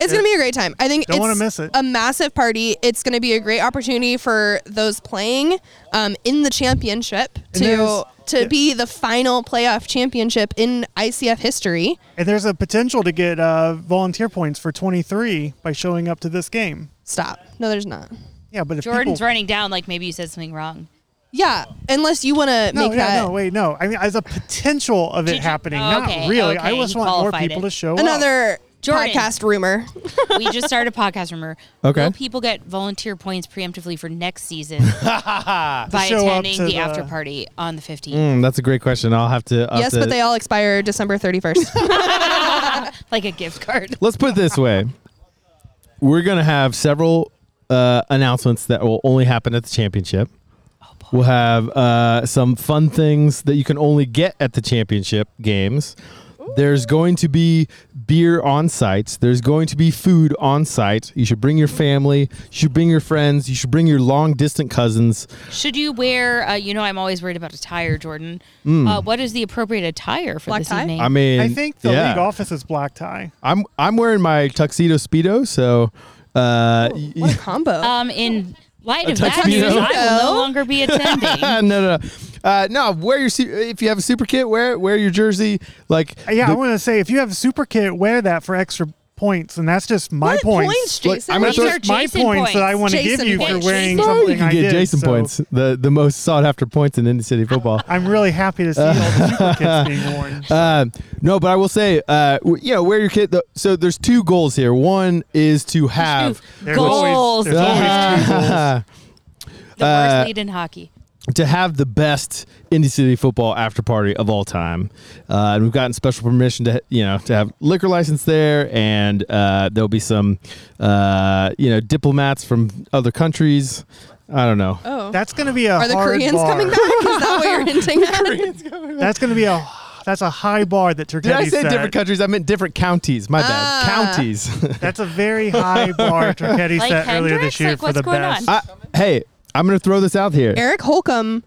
S1: It's going to be a great time. I think
S3: Don't
S1: it's
S3: wanna miss it.
S1: a massive party. It's going to be a great opportunity for those playing um, in the championship
S9: there's-
S1: to to
S9: yeah.
S1: be the final playoff championship in ICF history.
S9: And there's a potential to get uh, volunteer points for 23 by showing up to this game.
S1: Stop. No, there's not.
S9: Yeah, but if
S2: Jordan's
S9: people,
S2: running down like maybe you said something wrong.
S1: Yeah, unless you want to
S9: no,
S1: make
S9: yeah,
S1: that
S9: no, wait, no. I mean, as a potential of it happening,
S2: oh,
S9: not
S2: okay,
S9: really. I
S2: okay,
S9: just
S2: you
S9: want more
S2: qualified
S9: people
S2: it.
S9: to show up.
S1: another
S2: Jordan.
S1: podcast rumor.
S2: we just started a podcast rumor.
S10: Okay.
S2: Will people get volunteer points preemptively for next season by
S10: show up
S2: attending
S10: to
S2: the,
S10: the-
S2: after party on the 15th?
S10: Mm, that's a great question. I'll have to. I'll
S1: yes,
S10: have
S1: but
S10: to-
S1: they all expire December
S9: *laughs*
S1: 31st.
S2: like a gift card.
S10: Let's put it this way: we're gonna have several uh, announcements that will only happen at the championship. We'll have uh, some fun things that you can only get at the championship games. There's going to be beer on site. There's going to be food on site. You should bring your family. You should bring your friends. You should bring your long distant cousins.
S2: Should you wear? Uh, you know, I'm always worried about attire, Jordan.
S10: Mm.
S2: Uh, what is the appropriate attire for this evening?
S10: I mean,
S9: I think the
S10: yeah.
S9: league office is black tie.
S10: I'm I'm wearing my tuxedo speedo, so uh,
S1: what a combo.
S2: Um, in light
S10: A
S2: of that
S10: tuxedo?
S2: news, I will no longer be
S10: *laughs*
S2: attending.
S10: no, no, no. Uh, no, wear your su- if you have a super kit, wear it, wear your jersey. Like,
S9: Uh, Yeah, I
S10: the-
S9: want to say if you have a super kit, wear that for extra points, and that's just my points.
S1: points, Look, Jason?
S9: I'm gonna
S1: These
S9: throw
S1: are
S9: my
S1: Jason
S9: points that I
S1: points.
S9: want to give
S1: Jason
S9: you for
S1: points.
S9: wearing
S1: Jason.
S10: *laughs*
S9: something
S10: you can
S9: I
S10: get
S9: did.
S10: Jason
S9: so
S10: points, the the most sought after points in Indy City
S9: *laughs*
S10: football.
S9: I'm really happy to see all
S10: *laughs*
S9: the super kits being worn.
S10: Uh, no, but I will say, uh, w- yeah, wear your kit. Though. So there's two goals here. One is to have
S9: There's always- Goals, there's always
S10: *laughs*
S9: two goals.
S10: Ah.
S2: the
S10: Uh,
S2: worst lead in hockey.
S10: to have the best Indy City football after party of all time. Uh, and we've gotten special permission to you know to have liquor license there, and uh, there'll be some uh, you know diplomats from other countries. I don't know.
S1: oh.
S9: That's gonna be a
S1: Are the
S9: hard
S1: Koreans
S9: bar.
S1: coming back? Is that what
S9: *laughs*
S1: you're hinting at?
S9: That's gonna be a that's a high bar that Turgetti
S10: Did I say
S9: set.
S10: different countries? I meant different counties. My
S1: Ah.
S10: bad. Counties. *laughs*
S9: That's a very high bar Turgetti
S1: Like
S9: set earlier
S1: Hendrix?
S9: this year
S1: Like,
S9: for
S1: what's
S9: the
S1: going
S9: best.
S1: on?
S10: I, hey, I'm gonna throw this out here.
S1: Eric Holcomb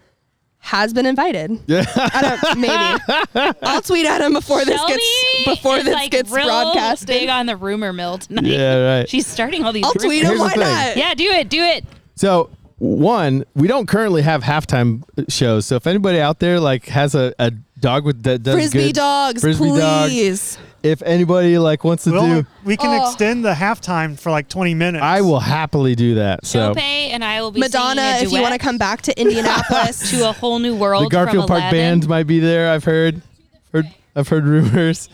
S1: has been invited.
S10: Yeah.
S1: I don't, maybe. I'll tweet at him before
S2: Shelby
S1: this gets before
S2: is,
S1: this
S2: like
S1: gets
S2: real
S1: broadcasted.
S2: Big on the rumor mill tonight.
S10: Yeah,
S2: *laughs*
S10: right.
S2: She's starting all these.
S1: I'll tweet him,
S10: Here's the
S1: why
S10: thing.
S1: not?
S2: Yeah, do it, do it.
S10: So one, we don't currently have halftime shows. So if anybody out there like has a, a dog with that does
S1: Frisbee
S10: good-
S1: dogs,
S10: Frisbee dogs,
S1: please.
S10: if anybody like wants to
S9: We'll-
S10: do,
S9: we can
S2: Oh.
S9: extend the halftime for like 20 minutes.
S10: I will happily do that. So
S2: Tope and I will be
S1: Madonna, if you want to come back to
S10: *laughs*
S1: Indianapolis
S2: to a whole new world,
S10: the Garfield
S2: from
S10: Park
S2: 11.
S10: Band might be there. I've heard, heard I've heard rumors.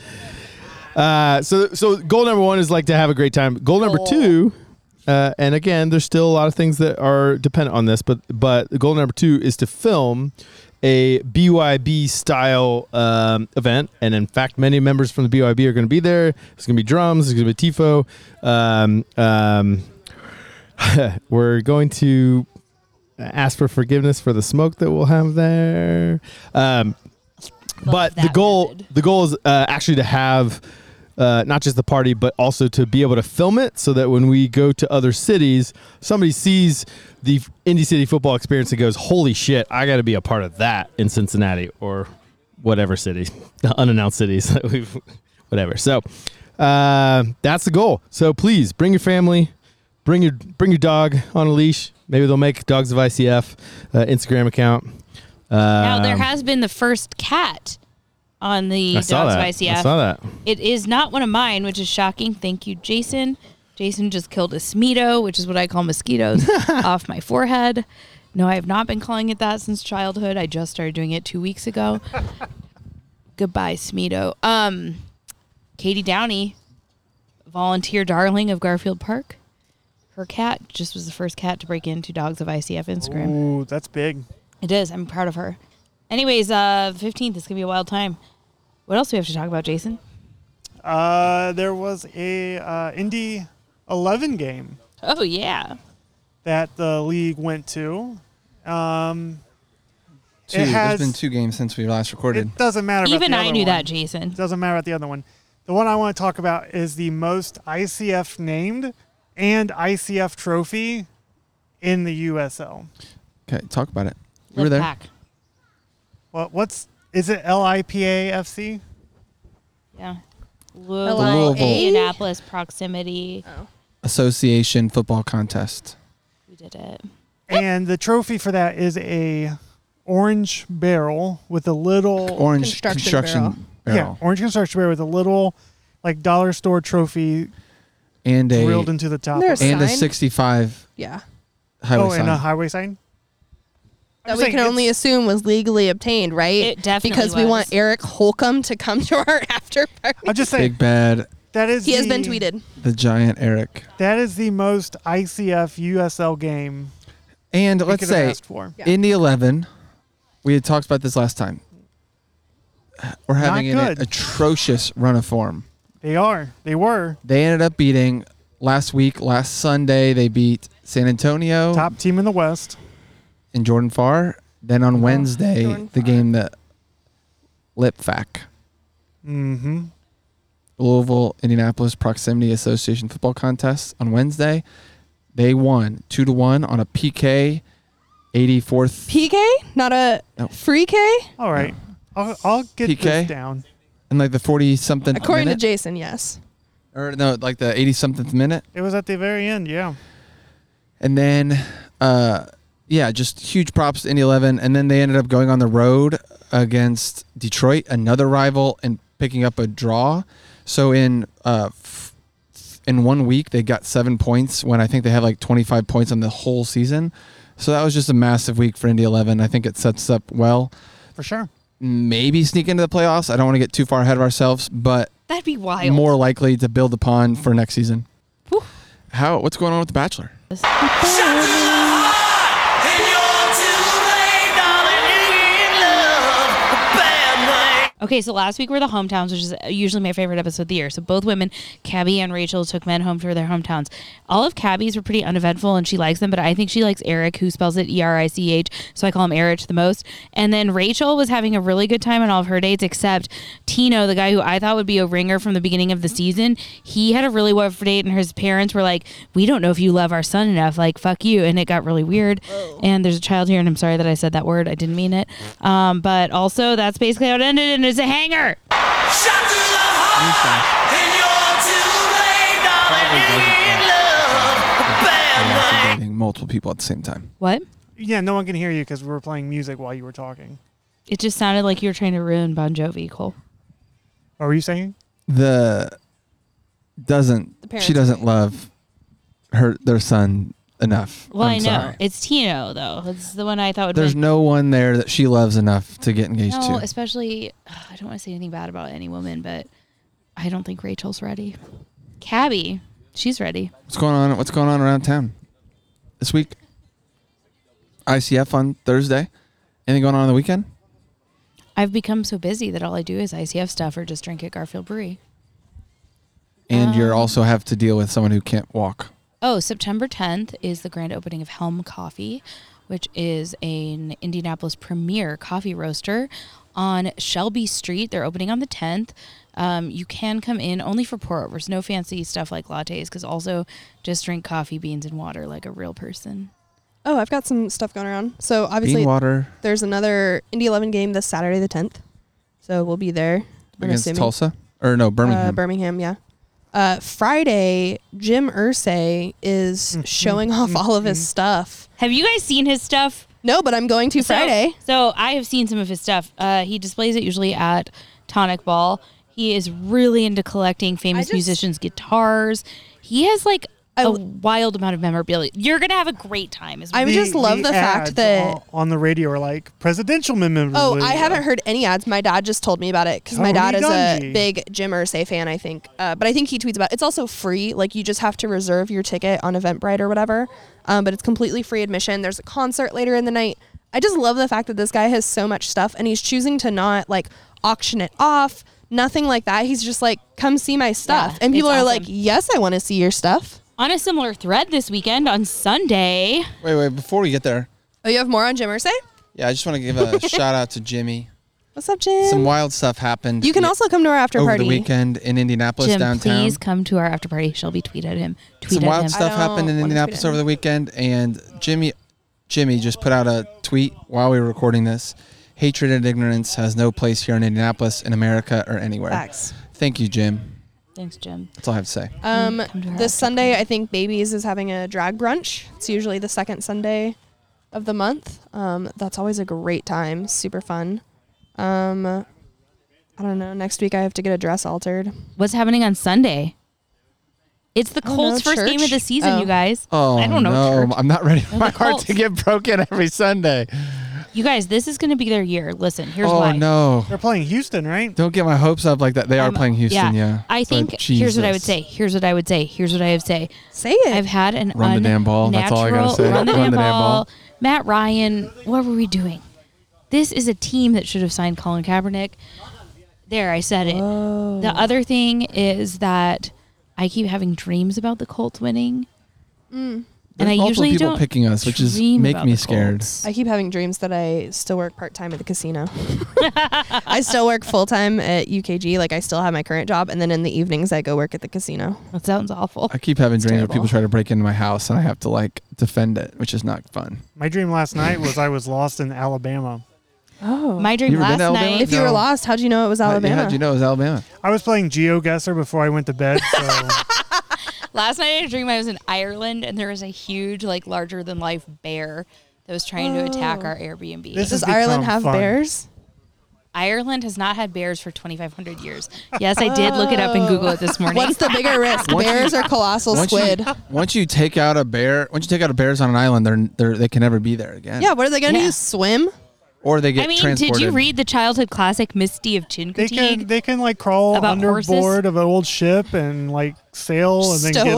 S10: Uh, so so goal number one is like to have a great time. Goal number two, uh, and again, there's still a lot of things that are dependent on this, but but goal number two is to film a BYB style um, event, and in fact, many members from the BYB are going to be there. There's going to be drums. There's going to be tifo. Um, um, *laughs* we're going to ask for forgiveness for the smoke that we'll have there. Um, but the goal, the goal is uh, actually to have uh, not just the party, but also to be able to film it, so that when we go to other cities, somebody sees the Indy City football experience and goes, "Holy shit, I got to be a part of that in Cincinnati or whatever city, *laughs* the unannounced cities that we've, *laughs* whatever." So uh, that's the goal. So please bring your family bring your bring your dog on a leash. Maybe they'll make dogs of ICF uh, Instagram account. Um,
S2: Now there has been the first cat on the
S10: I
S2: Dogs
S10: saw
S2: of
S10: that.
S2: ICF.
S10: I saw that.
S2: It is not one of mine, which is shocking. Thank you, Jason. Jason just killed a smeeto, which is what I call mosquitoes, off my forehead. No, I have not been calling it that since childhood. I just started doing it two weeks ago. Goodbye, smeeto. Um, Katie Downey, volunteer darling of Garfield Park. Her cat just was the first cat to break into Dogs of ICF Instagram.
S9: Ooh, that's big.
S2: It is. I'm proud of her. Anyways, uh, fifteenth is gonna be a wild time. What else do we have to talk about, Jason?
S9: Uh, there was a uh, Indy 11 game
S2: Oh yeah,
S9: that the league went to. Um,
S3: Two.
S9: It has,
S3: There's been two games since we last recorded.
S9: It doesn't matter. About
S2: Even
S9: the
S2: I
S9: other
S2: knew
S9: one.
S2: that, Jason.
S9: Doesn't matter about the other one. The one I want to talk about is the most ICF named and ICF trophy in the USL.
S3: Okay, talk about it. You were there.
S9: What? What's is it? LIPAFC.
S2: Yeah.
S3: The Louisville.
S2: Indianapolis proximity. Oh,
S3: Association football contest.
S2: we did it.
S9: and the trophy for that is a orange barrel with a little
S3: Orange Construction construction barrel. barrel.
S9: Yeah, orange construction barrel with a little like dollar store trophy
S3: And a
S9: drilled into the top. of it.
S3: and a 65
S1: Yeah.
S3: highway
S9: oh,
S3: sign.
S9: and a highway sign.
S1: that we can only assume was legally obtained, right? It
S2: definitely
S1: because we
S2: was.
S1: want Eric Holcomb to come to our *laughs* after party.
S9: I'm just
S3: Big bad.
S9: That is
S1: he has been
S9: the-
S1: tweeted.
S3: The giant Eric.
S9: That is the most ICF USL game.
S3: And
S9: we
S3: let's
S9: could have
S3: say
S9: asked for.
S3: in the 11, we had talked about this last time. We're having
S9: Not
S3: an
S9: good.
S3: atrocious run of form.
S9: they are they were
S3: They ended up beating last week, last Sunday, they beat San Antonio.
S9: Top team in the West.
S3: And Jordan Farr. Then on Wednesday,
S9: Jordan
S3: the game that Lipfac,
S9: Mm-hmm.
S3: Louisville Indianapolis Proximity Association football contest on Wednesday. They won two to one on a PK, eighty fourth
S1: PK, not a
S10: Oh.
S3: No.
S1: free K.
S9: All right, I'll, I'll get
S3: PK
S9: this down.
S3: in like the forty something.
S1: According
S3: minute,
S1: to Jason, yes.
S3: or no, like the eighty something minute.
S9: It was at the very end. Yeah.
S3: And then, uh, yeah, just huge props to Indy 11. And then they ended up going on the road against Detroit, another rival, and picking up a draw. So in uh, f- in one week, they got seven points when I think they have like 25 points on the whole season. So that was just a massive week for Indy 11. I think it sets up well.
S9: For sure.
S3: Maybe sneak into the playoffs. I don't want to get too far ahead of ourselves, but
S2: That'd be wild.
S3: more likely to build upon for next season. How? What's going on with The Bachelor?
S2: Okay, so last week were the hometowns, which is usually my favorite episode of the year. So both women, Cabby and Rachel, took men home to their hometowns. All of Cabby's were pretty uneventful, and she likes them, but I think she likes Eric, who spells it E R I C H, so I call him Erich the most. And then Rachel was having a really good time on all of her dates, except Tino, the guy who I thought would be a ringer from the beginning of the season, he had a really rough date, and his parents were like, "We don't know if you love our son enough. Like, fuck you." And it got really weird. And there's a child here, and I'm sorry that I said that word. I didn't mean it. Um, but also, that's basically how it ended, and it's a hanger.
S3: dating multiple people at the same time.
S2: What?
S9: Yeah, no one can hear you because we were playing music while you were talking.
S2: It just sounded like you were trying to ruin Bon Jovi, Cole.
S9: What were you saying?
S3: the doesn't
S2: The
S3: she doesn't love her their son enough.
S2: Well, i
S3: I'm
S2: know
S3: sorry.
S2: it's Tino though. It's the one I thought would.
S3: There's
S2: make-
S3: no one there that she loves enough to get engaged
S2: no,
S3: to.
S2: especially I don't want to say anything bad about any woman, but I don't think Rachel's ready. Cabby, she's ready.
S3: What's going on? What's going on around town this week? ICF on Thursday. Anything going on on the weekend?
S2: I've become so busy that all I do is ICF stuff or just drink at Garfield Brewery.
S3: And
S1: Um,
S3: you also have to deal with someone who can't walk.
S2: Oh, September 10th is the grand opening of Helm Coffee, which is an Indianapolis premier coffee roaster on Shelby Street. They're opening on the 10th. Um, you can come in only for pour overs, no fancy stuff like lattes, because also just drink coffee, beans, and water like a real person.
S1: Oh, I've got some stuff going around. So obviously,
S3: Bean water.
S1: there's another Indy 11 game this Saturday, the 10th. So we'll be there. I'm
S3: Against
S1: assuming.
S3: Tulsa? Or no, Birmingham.
S1: Uh, Birmingham, yeah. Uh, Friday, Jim Ursay is showing off all of his stuff.
S2: Have you guys seen his stuff?
S1: No, but I'm going to
S2: So-
S1: Friday.
S2: So I have seen some of his stuff. Uh, he displays it usually at Tonic Ball. He is really into collecting famous musicians' guitars. He has like a wild amount of memorabilia. You're gonna have a great time. Is what
S1: I
S2: I'm
S1: just
S2: saying.
S1: love the fact
S9: ads
S1: that.
S9: on- on the radio are like presidential memorabilia.
S1: Oh, I haven't heard any ads. My dad just told me about it because my
S9: Oh,
S1: dad is a
S9: redungy.
S1: big Jim Irsay fan, I think. Uh, but I think he tweets about It's also free. Like, you just have to reserve your ticket on Eventbrite or whatever. Um, but it's completely free admission. There's a concert later in the night. I just love the fact that this guy has so much stuff and he's choosing to not, like, auction it off, nothing like that. He's just like, come see my stuff. and people are
S2: it's
S1: like,
S2: awesome.
S1: yes, I want to see your stuff.
S2: On a similar thread this weekend on Sunday.
S3: Wait, wait, before we get there,
S1: Oh, you have more on Jim Irsay?
S3: yeah, I just want to
S1: *laughs*
S3: give a shout out to Jimmy.
S1: What's up, Jim?
S3: Some wild stuff happened.
S1: you can
S3: ye-
S1: also come to our after
S3: over
S1: party.
S3: the weekend in Indianapolis
S2: Jim,
S3: downtown.
S2: please come to our after party. Shelby tweet at him. Tweet
S3: Some
S2: at
S3: wild
S2: him.
S3: stuff happened in Indianapolis over the weekend, and Jimmy, Jimmy just put out a tweet while we were recording this. Hatred and ignorance has no place here in Indianapolis, in America, or anywhere.
S1: Facts.
S3: Thank you, Jim.
S2: Thanks, Jim.
S3: That's all I have to say.
S1: Um,
S2: Come to our
S1: this Sunday, I think Babies is having a drag brunch. It's usually the second Sunday of the month. Um, that's always a great time, super fun. Um, I don't know. Next week, I have to get a dress altered.
S2: What's happening on Sunday? It's the
S1: Oh, no,
S2: Colts' first game of
S1: church?
S2: the season,
S1: Oh.
S2: you guys.
S3: Oh
S2: I don't know.
S3: no,
S2: church.
S3: I'm not ready for
S2: Oh,
S3: my
S2: the
S3: heart to
S2: Colts.
S3: get broken every Sunday.
S2: You guys, this is going to be their year. Listen, here's
S3: oh
S2: why.
S3: no,
S9: They're playing Houston, right?
S3: don't get my hopes up like that. They are playing Houston. Yeah,
S2: Um, I
S3: But
S2: think here's what I would
S3: Jesus.
S2: say. Here's what I would say. Here's what I would say.
S1: Say it.
S2: I've had an
S3: Run the damn ball. That's all I gotta
S2: unnatural-
S3: say.
S2: Run the damn ball. Matt Ryan. What were we doing? This is a team that should have signed Colin Kaepernick. There, I said it. The other thing is that I keep having dreams about the Colts winning,
S3: There's
S2: and I
S3: multiple
S2: usually
S3: people
S2: don't
S3: picking us, which is
S2: dream
S3: make
S2: about
S3: me
S2: the
S3: scared.
S2: Colts.
S1: I keep having dreams that I still work part time at the
S2: *laughs*
S1: casino. I still work full time at UKG. Like, I still have my current job. And then in the evenings, I go work at the casino.
S2: That sounds awful.
S3: I keep having
S1: It's
S3: dreams where
S1: terrible.
S3: people try to break into my house and I have to like defend it, which is not fun.
S9: My dream last night was I was lost in Alabama.
S1: Oh.
S2: My
S3: dream You ever been to last Alabama? night-
S1: If you were
S9: No.
S1: lost, how'd you know it was Alabama?
S3: How'd you know it was Alabama?
S9: I was playing GeoGuessr before I went to bed.
S2: *laughs*
S9: So
S2: Last night I had a dream I was in Ireland and there was a huge, like, larger than life bear that was trying to attack our Airbnb.
S1: Oh. This Does has Ireland become have fun. bears?
S2: Ireland has not had bears for 2,500 years. Yes, I did look it up and Google
S1: *laughs*
S2: it this morning.
S1: What's the bigger risk,
S3: Once you-
S1: bears or colossal
S3: once you-
S1: squid?
S3: *laughs* Once you take out a bear, once you take out a bears on an island, they're, they're they can never be there again.
S1: yeah, what are they going to do? Swim?
S3: Or they get
S2: I mean,
S3: transported.
S2: did you read the childhood classic Misty of Chin
S9: they can they can like crawl
S2: About
S9: underboard
S2: horses?
S9: of an old ship and like sail and then get Yeah,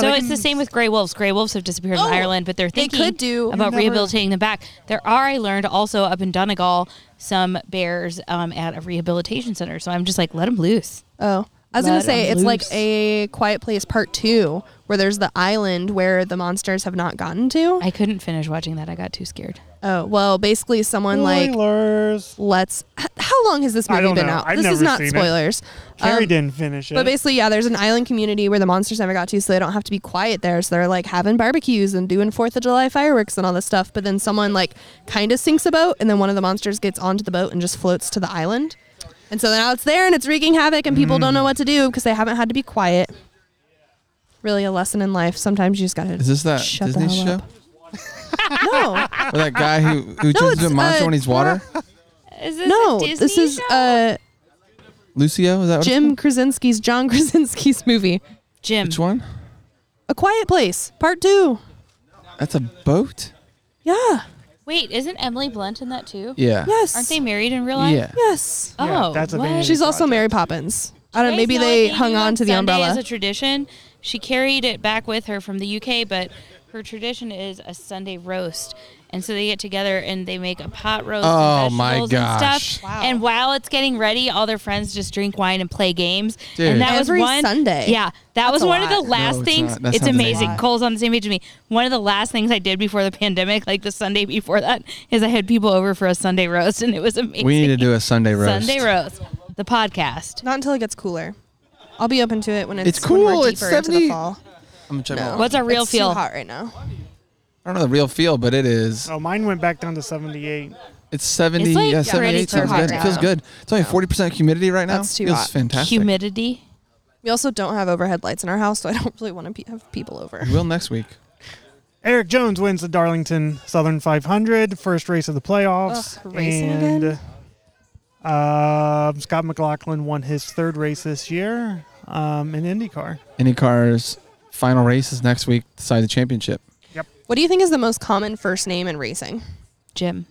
S2: so
S9: they
S2: it's
S9: can-
S2: the same with gray wolves. Gray wolves have disappeared in Ireland, but they're thinking
S1: Oh, could do-
S2: about
S1: Never-
S2: rehabilitating them back. There are, I learned, also up in Donegal, some bears um, at a rehabilitation center. So I'm just like, let them loose.
S1: Oh, I was gonna
S2: Let
S1: say
S2: 'em
S1: it's like
S2: loose.
S1: a Quiet Place Part Two, where there's the island where the monsters have not gotten to.
S2: I couldn't finish watching that. I got too scared.
S1: Oh well, basically someone
S2: um,
S9: like
S1: let's. h- How long has this
S9: I
S1: movie
S9: don't
S1: been
S9: know.
S1: out?
S9: I've
S1: this is
S9: never
S1: not
S9: seen it.
S1: spoilers.
S9: Carrie
S1: Um,
S9: didn't finish it.
S1: But basically, yeah, there's an island community where the monsters never got to, so they don't have to be quiet there. So they're like having barbecues and doing Fourth of July fireworks and all this stuff. But then someone like kind of sinks a boat, and then one of the monsters gets onto the boat and just floats to the island. And so now it's there and it's wreaking havoc, and people
S3: Mm.
S1: don't know what to do because they haven't had to be quiet. Really, a lesson in life. Sometimes you just gotta.
S3: Is this that
S1: shut
S3: Disney
S1: the hell
S3: show?
S1: Up.
S2: *laughs*
S1: no,
S3: Or that guy who who
S1: No,
S3: turns
S1: it's,
S3: into a monster
S1: uh,
S3: when he's water?
S2: Is
S1: no, this is uh,
S3: Lucio, is that what
S1: Jim Krasinski's John *laughs* Krasinski's movie.
S2: Jim.
S3: Which one?
S1: A Quiet Place, Part Two.
S3: That's a boat?
S1: Yeah.
S2: Wait, isn't Emily Blunt in that too?
S3: Yeah.
S1: Yes.
S2: Aren't they married in real life?
S3: Yeah.
S1: Yes.
S2: Oh, what?
S1: She's also Mary Poppins. I don't. know,
S2: Guys,
S1: Maybe
S2: now
S1: they
S2: think
S1: hung
S2: you
S1: on to the
S2: Sunday
S1: umbrella.
S2: Is a tradition. She carried it back with her from the UK, but her tradition is a Sunday roast, and so they get together and they make a pot roast.
S3: Oh,
S2: and
S3: my
S2: vegetables And,
S3: gosh.
S2: stuff. and while it's getting ready, all their friends just drink wine and play games.
S3: Dude.
S2: And that
S1: Every
S2: was one
S1: Sunday.
S2: Yeah, that
S1: That's
S2: was
S1: a
S2: one of
S1: lot.
S2: the
S1: No,
S2: last
S3: it's
S2: things.
S3: not. That
S2: it's
S3: sounds
S2: amazing.
S3: amazing.
S2: Cole's on the same page as me. One of the last things I did before the pandemic, like the Sunday before that, is I had people over for a Sunday roast, and it was amazing.
S3: We need to do a Sunday roast.
S2: Sunday roast, the podcast.
S1: Not until it gets cooler. I'll be open to it when it's,
S3: It's
S1: when we're
S3: cool. It's
S1: deeper into the
S3: 70
S1: fall.
S3: I'm gonna check my-
S2: What's our real
S1: it's
S2: feel?
S1: Too hot right now.
S3: I don't know the real feel, but it is.
S9: Oh, mine went back down to 78.
S3: It's 70.
S9: It's like
S3: yeah,
S9: pretty
S3: 78 sounds
S9: too hot
S3: good. It feels
S9: now.
S3: good. It's only 40% humidity right now.
S1: That's too
S3: feels
S1: hot.
S3: fantastic.
S2: Humidity.
S1: We also don't have overhead lights in our house, so I *laughs* don't really want to pe- have people over.
S3: We will next week.
S9: Eric Jones wins the Darlington Southern 500, first race of the playoffs.
S1: Ugh, racing
S9: and um, Scott McLaughlin won his third race this year um, in IndyCar.
S3: IndyCar's final race is next week to decide the championship.
S1: What do you think is the most common first name in racing?
S2: Jim.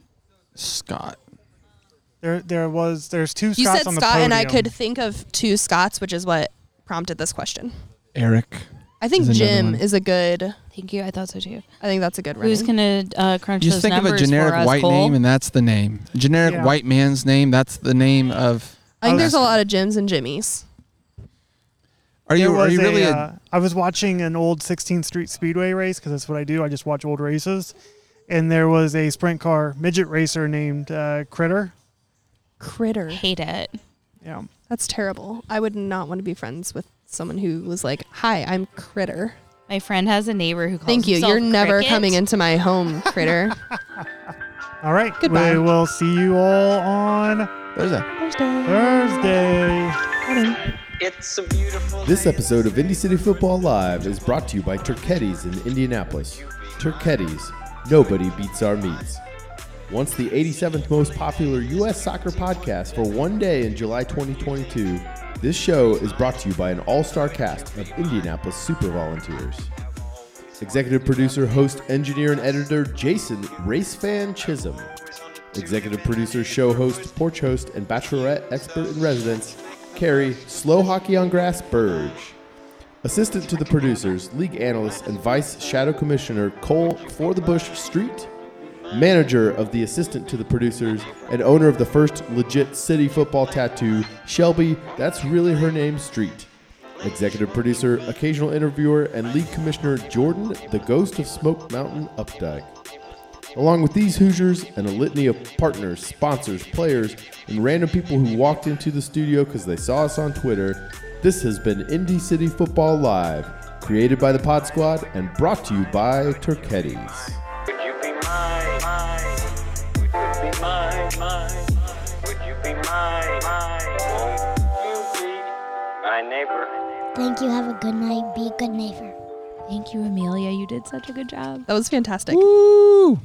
S3: Scott.
S9: There, there was there's two
S1: you
S9: Scots
S1: said
S9: on the
S1: Scott, and I
S9: podium.
S1: could think of two Scots, which is what prompted this question.
S3: Eric.
S1: I think
S3: is another
S1: Jim
S3: one.
S1: is a good.
S2: Thank you. I thought so too.
S1: I think that's a good.
S2: Who's
S1: running.
S2: gonna uh, crunch
S3: Just
S2: those
S3: think of a
S2: numbers for
S3: generic
S2: us,
S3: white
S2: Cole?
S3: name, and that's the name. A generic
S1: Yeah.
S3: white man's name, that's the name of.
S1: I think there's a lot of Jims and Jimmies.
S3: Are you,
S9: There
S3: are
S9: was
S3: you
S9: a,
S3: really a.
S9: uh, I was watching an old 16th Street Speedway race because that's what I do. I just watch old races, and there was a sprint car midget racer named uh, Critter.
S1: Critter.
S2: Hate it.
S9: Yeah.
S1: That's terrible. I would not want to be friends with someone who was like, "Hi, I'm Critter."
S2: My friend has a neighbor who calls
S1: Thank you.
S2: himself
S1: You're never
S2: Cricket.
S1: coming into my home, Critter. *laughs*
S9: All right.
S1: Goodbye.
S9: We will see you all on
S3: Thursday.
S9: Thursday.
S6: It's a beautiful
S10: This episode of Indy City Football Live is brought to you by Turketti's in Indianapolis. Turketti's, nobody beats our meats. Once the 87th most popular U.S. soccer podcast for one day in July 2022, this show is brought to you by an all star cast of Indianapolis Super Volunteers. Executive producer, host, engineer, and editor Jason Racefan Chisholm. Executive producer, show host, porch host, and bachelorette expert in residence, Carrie Slow Hockey on Grass Burge. Assistant to the producers, league analyst, and vice shadow commissioner Cole For the Bush Street. Manager of the assistant to the producers and owner of the first legit city football tattoo, Shelby, that's really her name, Street. Executive producer, occasional interviewer, and league commissioner Jordan, the ghost of Smoke Mountain Updike. Along with these Hoosiers and a litany of partners, sponsors, players, and random people who walked into the studio because they saw us on Twitter, this has been Indy City Football Live, created by the Pod Squad and brought to you by Turkettis.
S6: Would you be mine? mine? Would you be mine? mine? Would you be mine? mine? Won't you be my neighbor?
S12: Thank you. Have a good night. Be a good neighbor.
S2: Thank you, Amelia. You did such a good job.
S1: That was fantastic.
S3: Woo!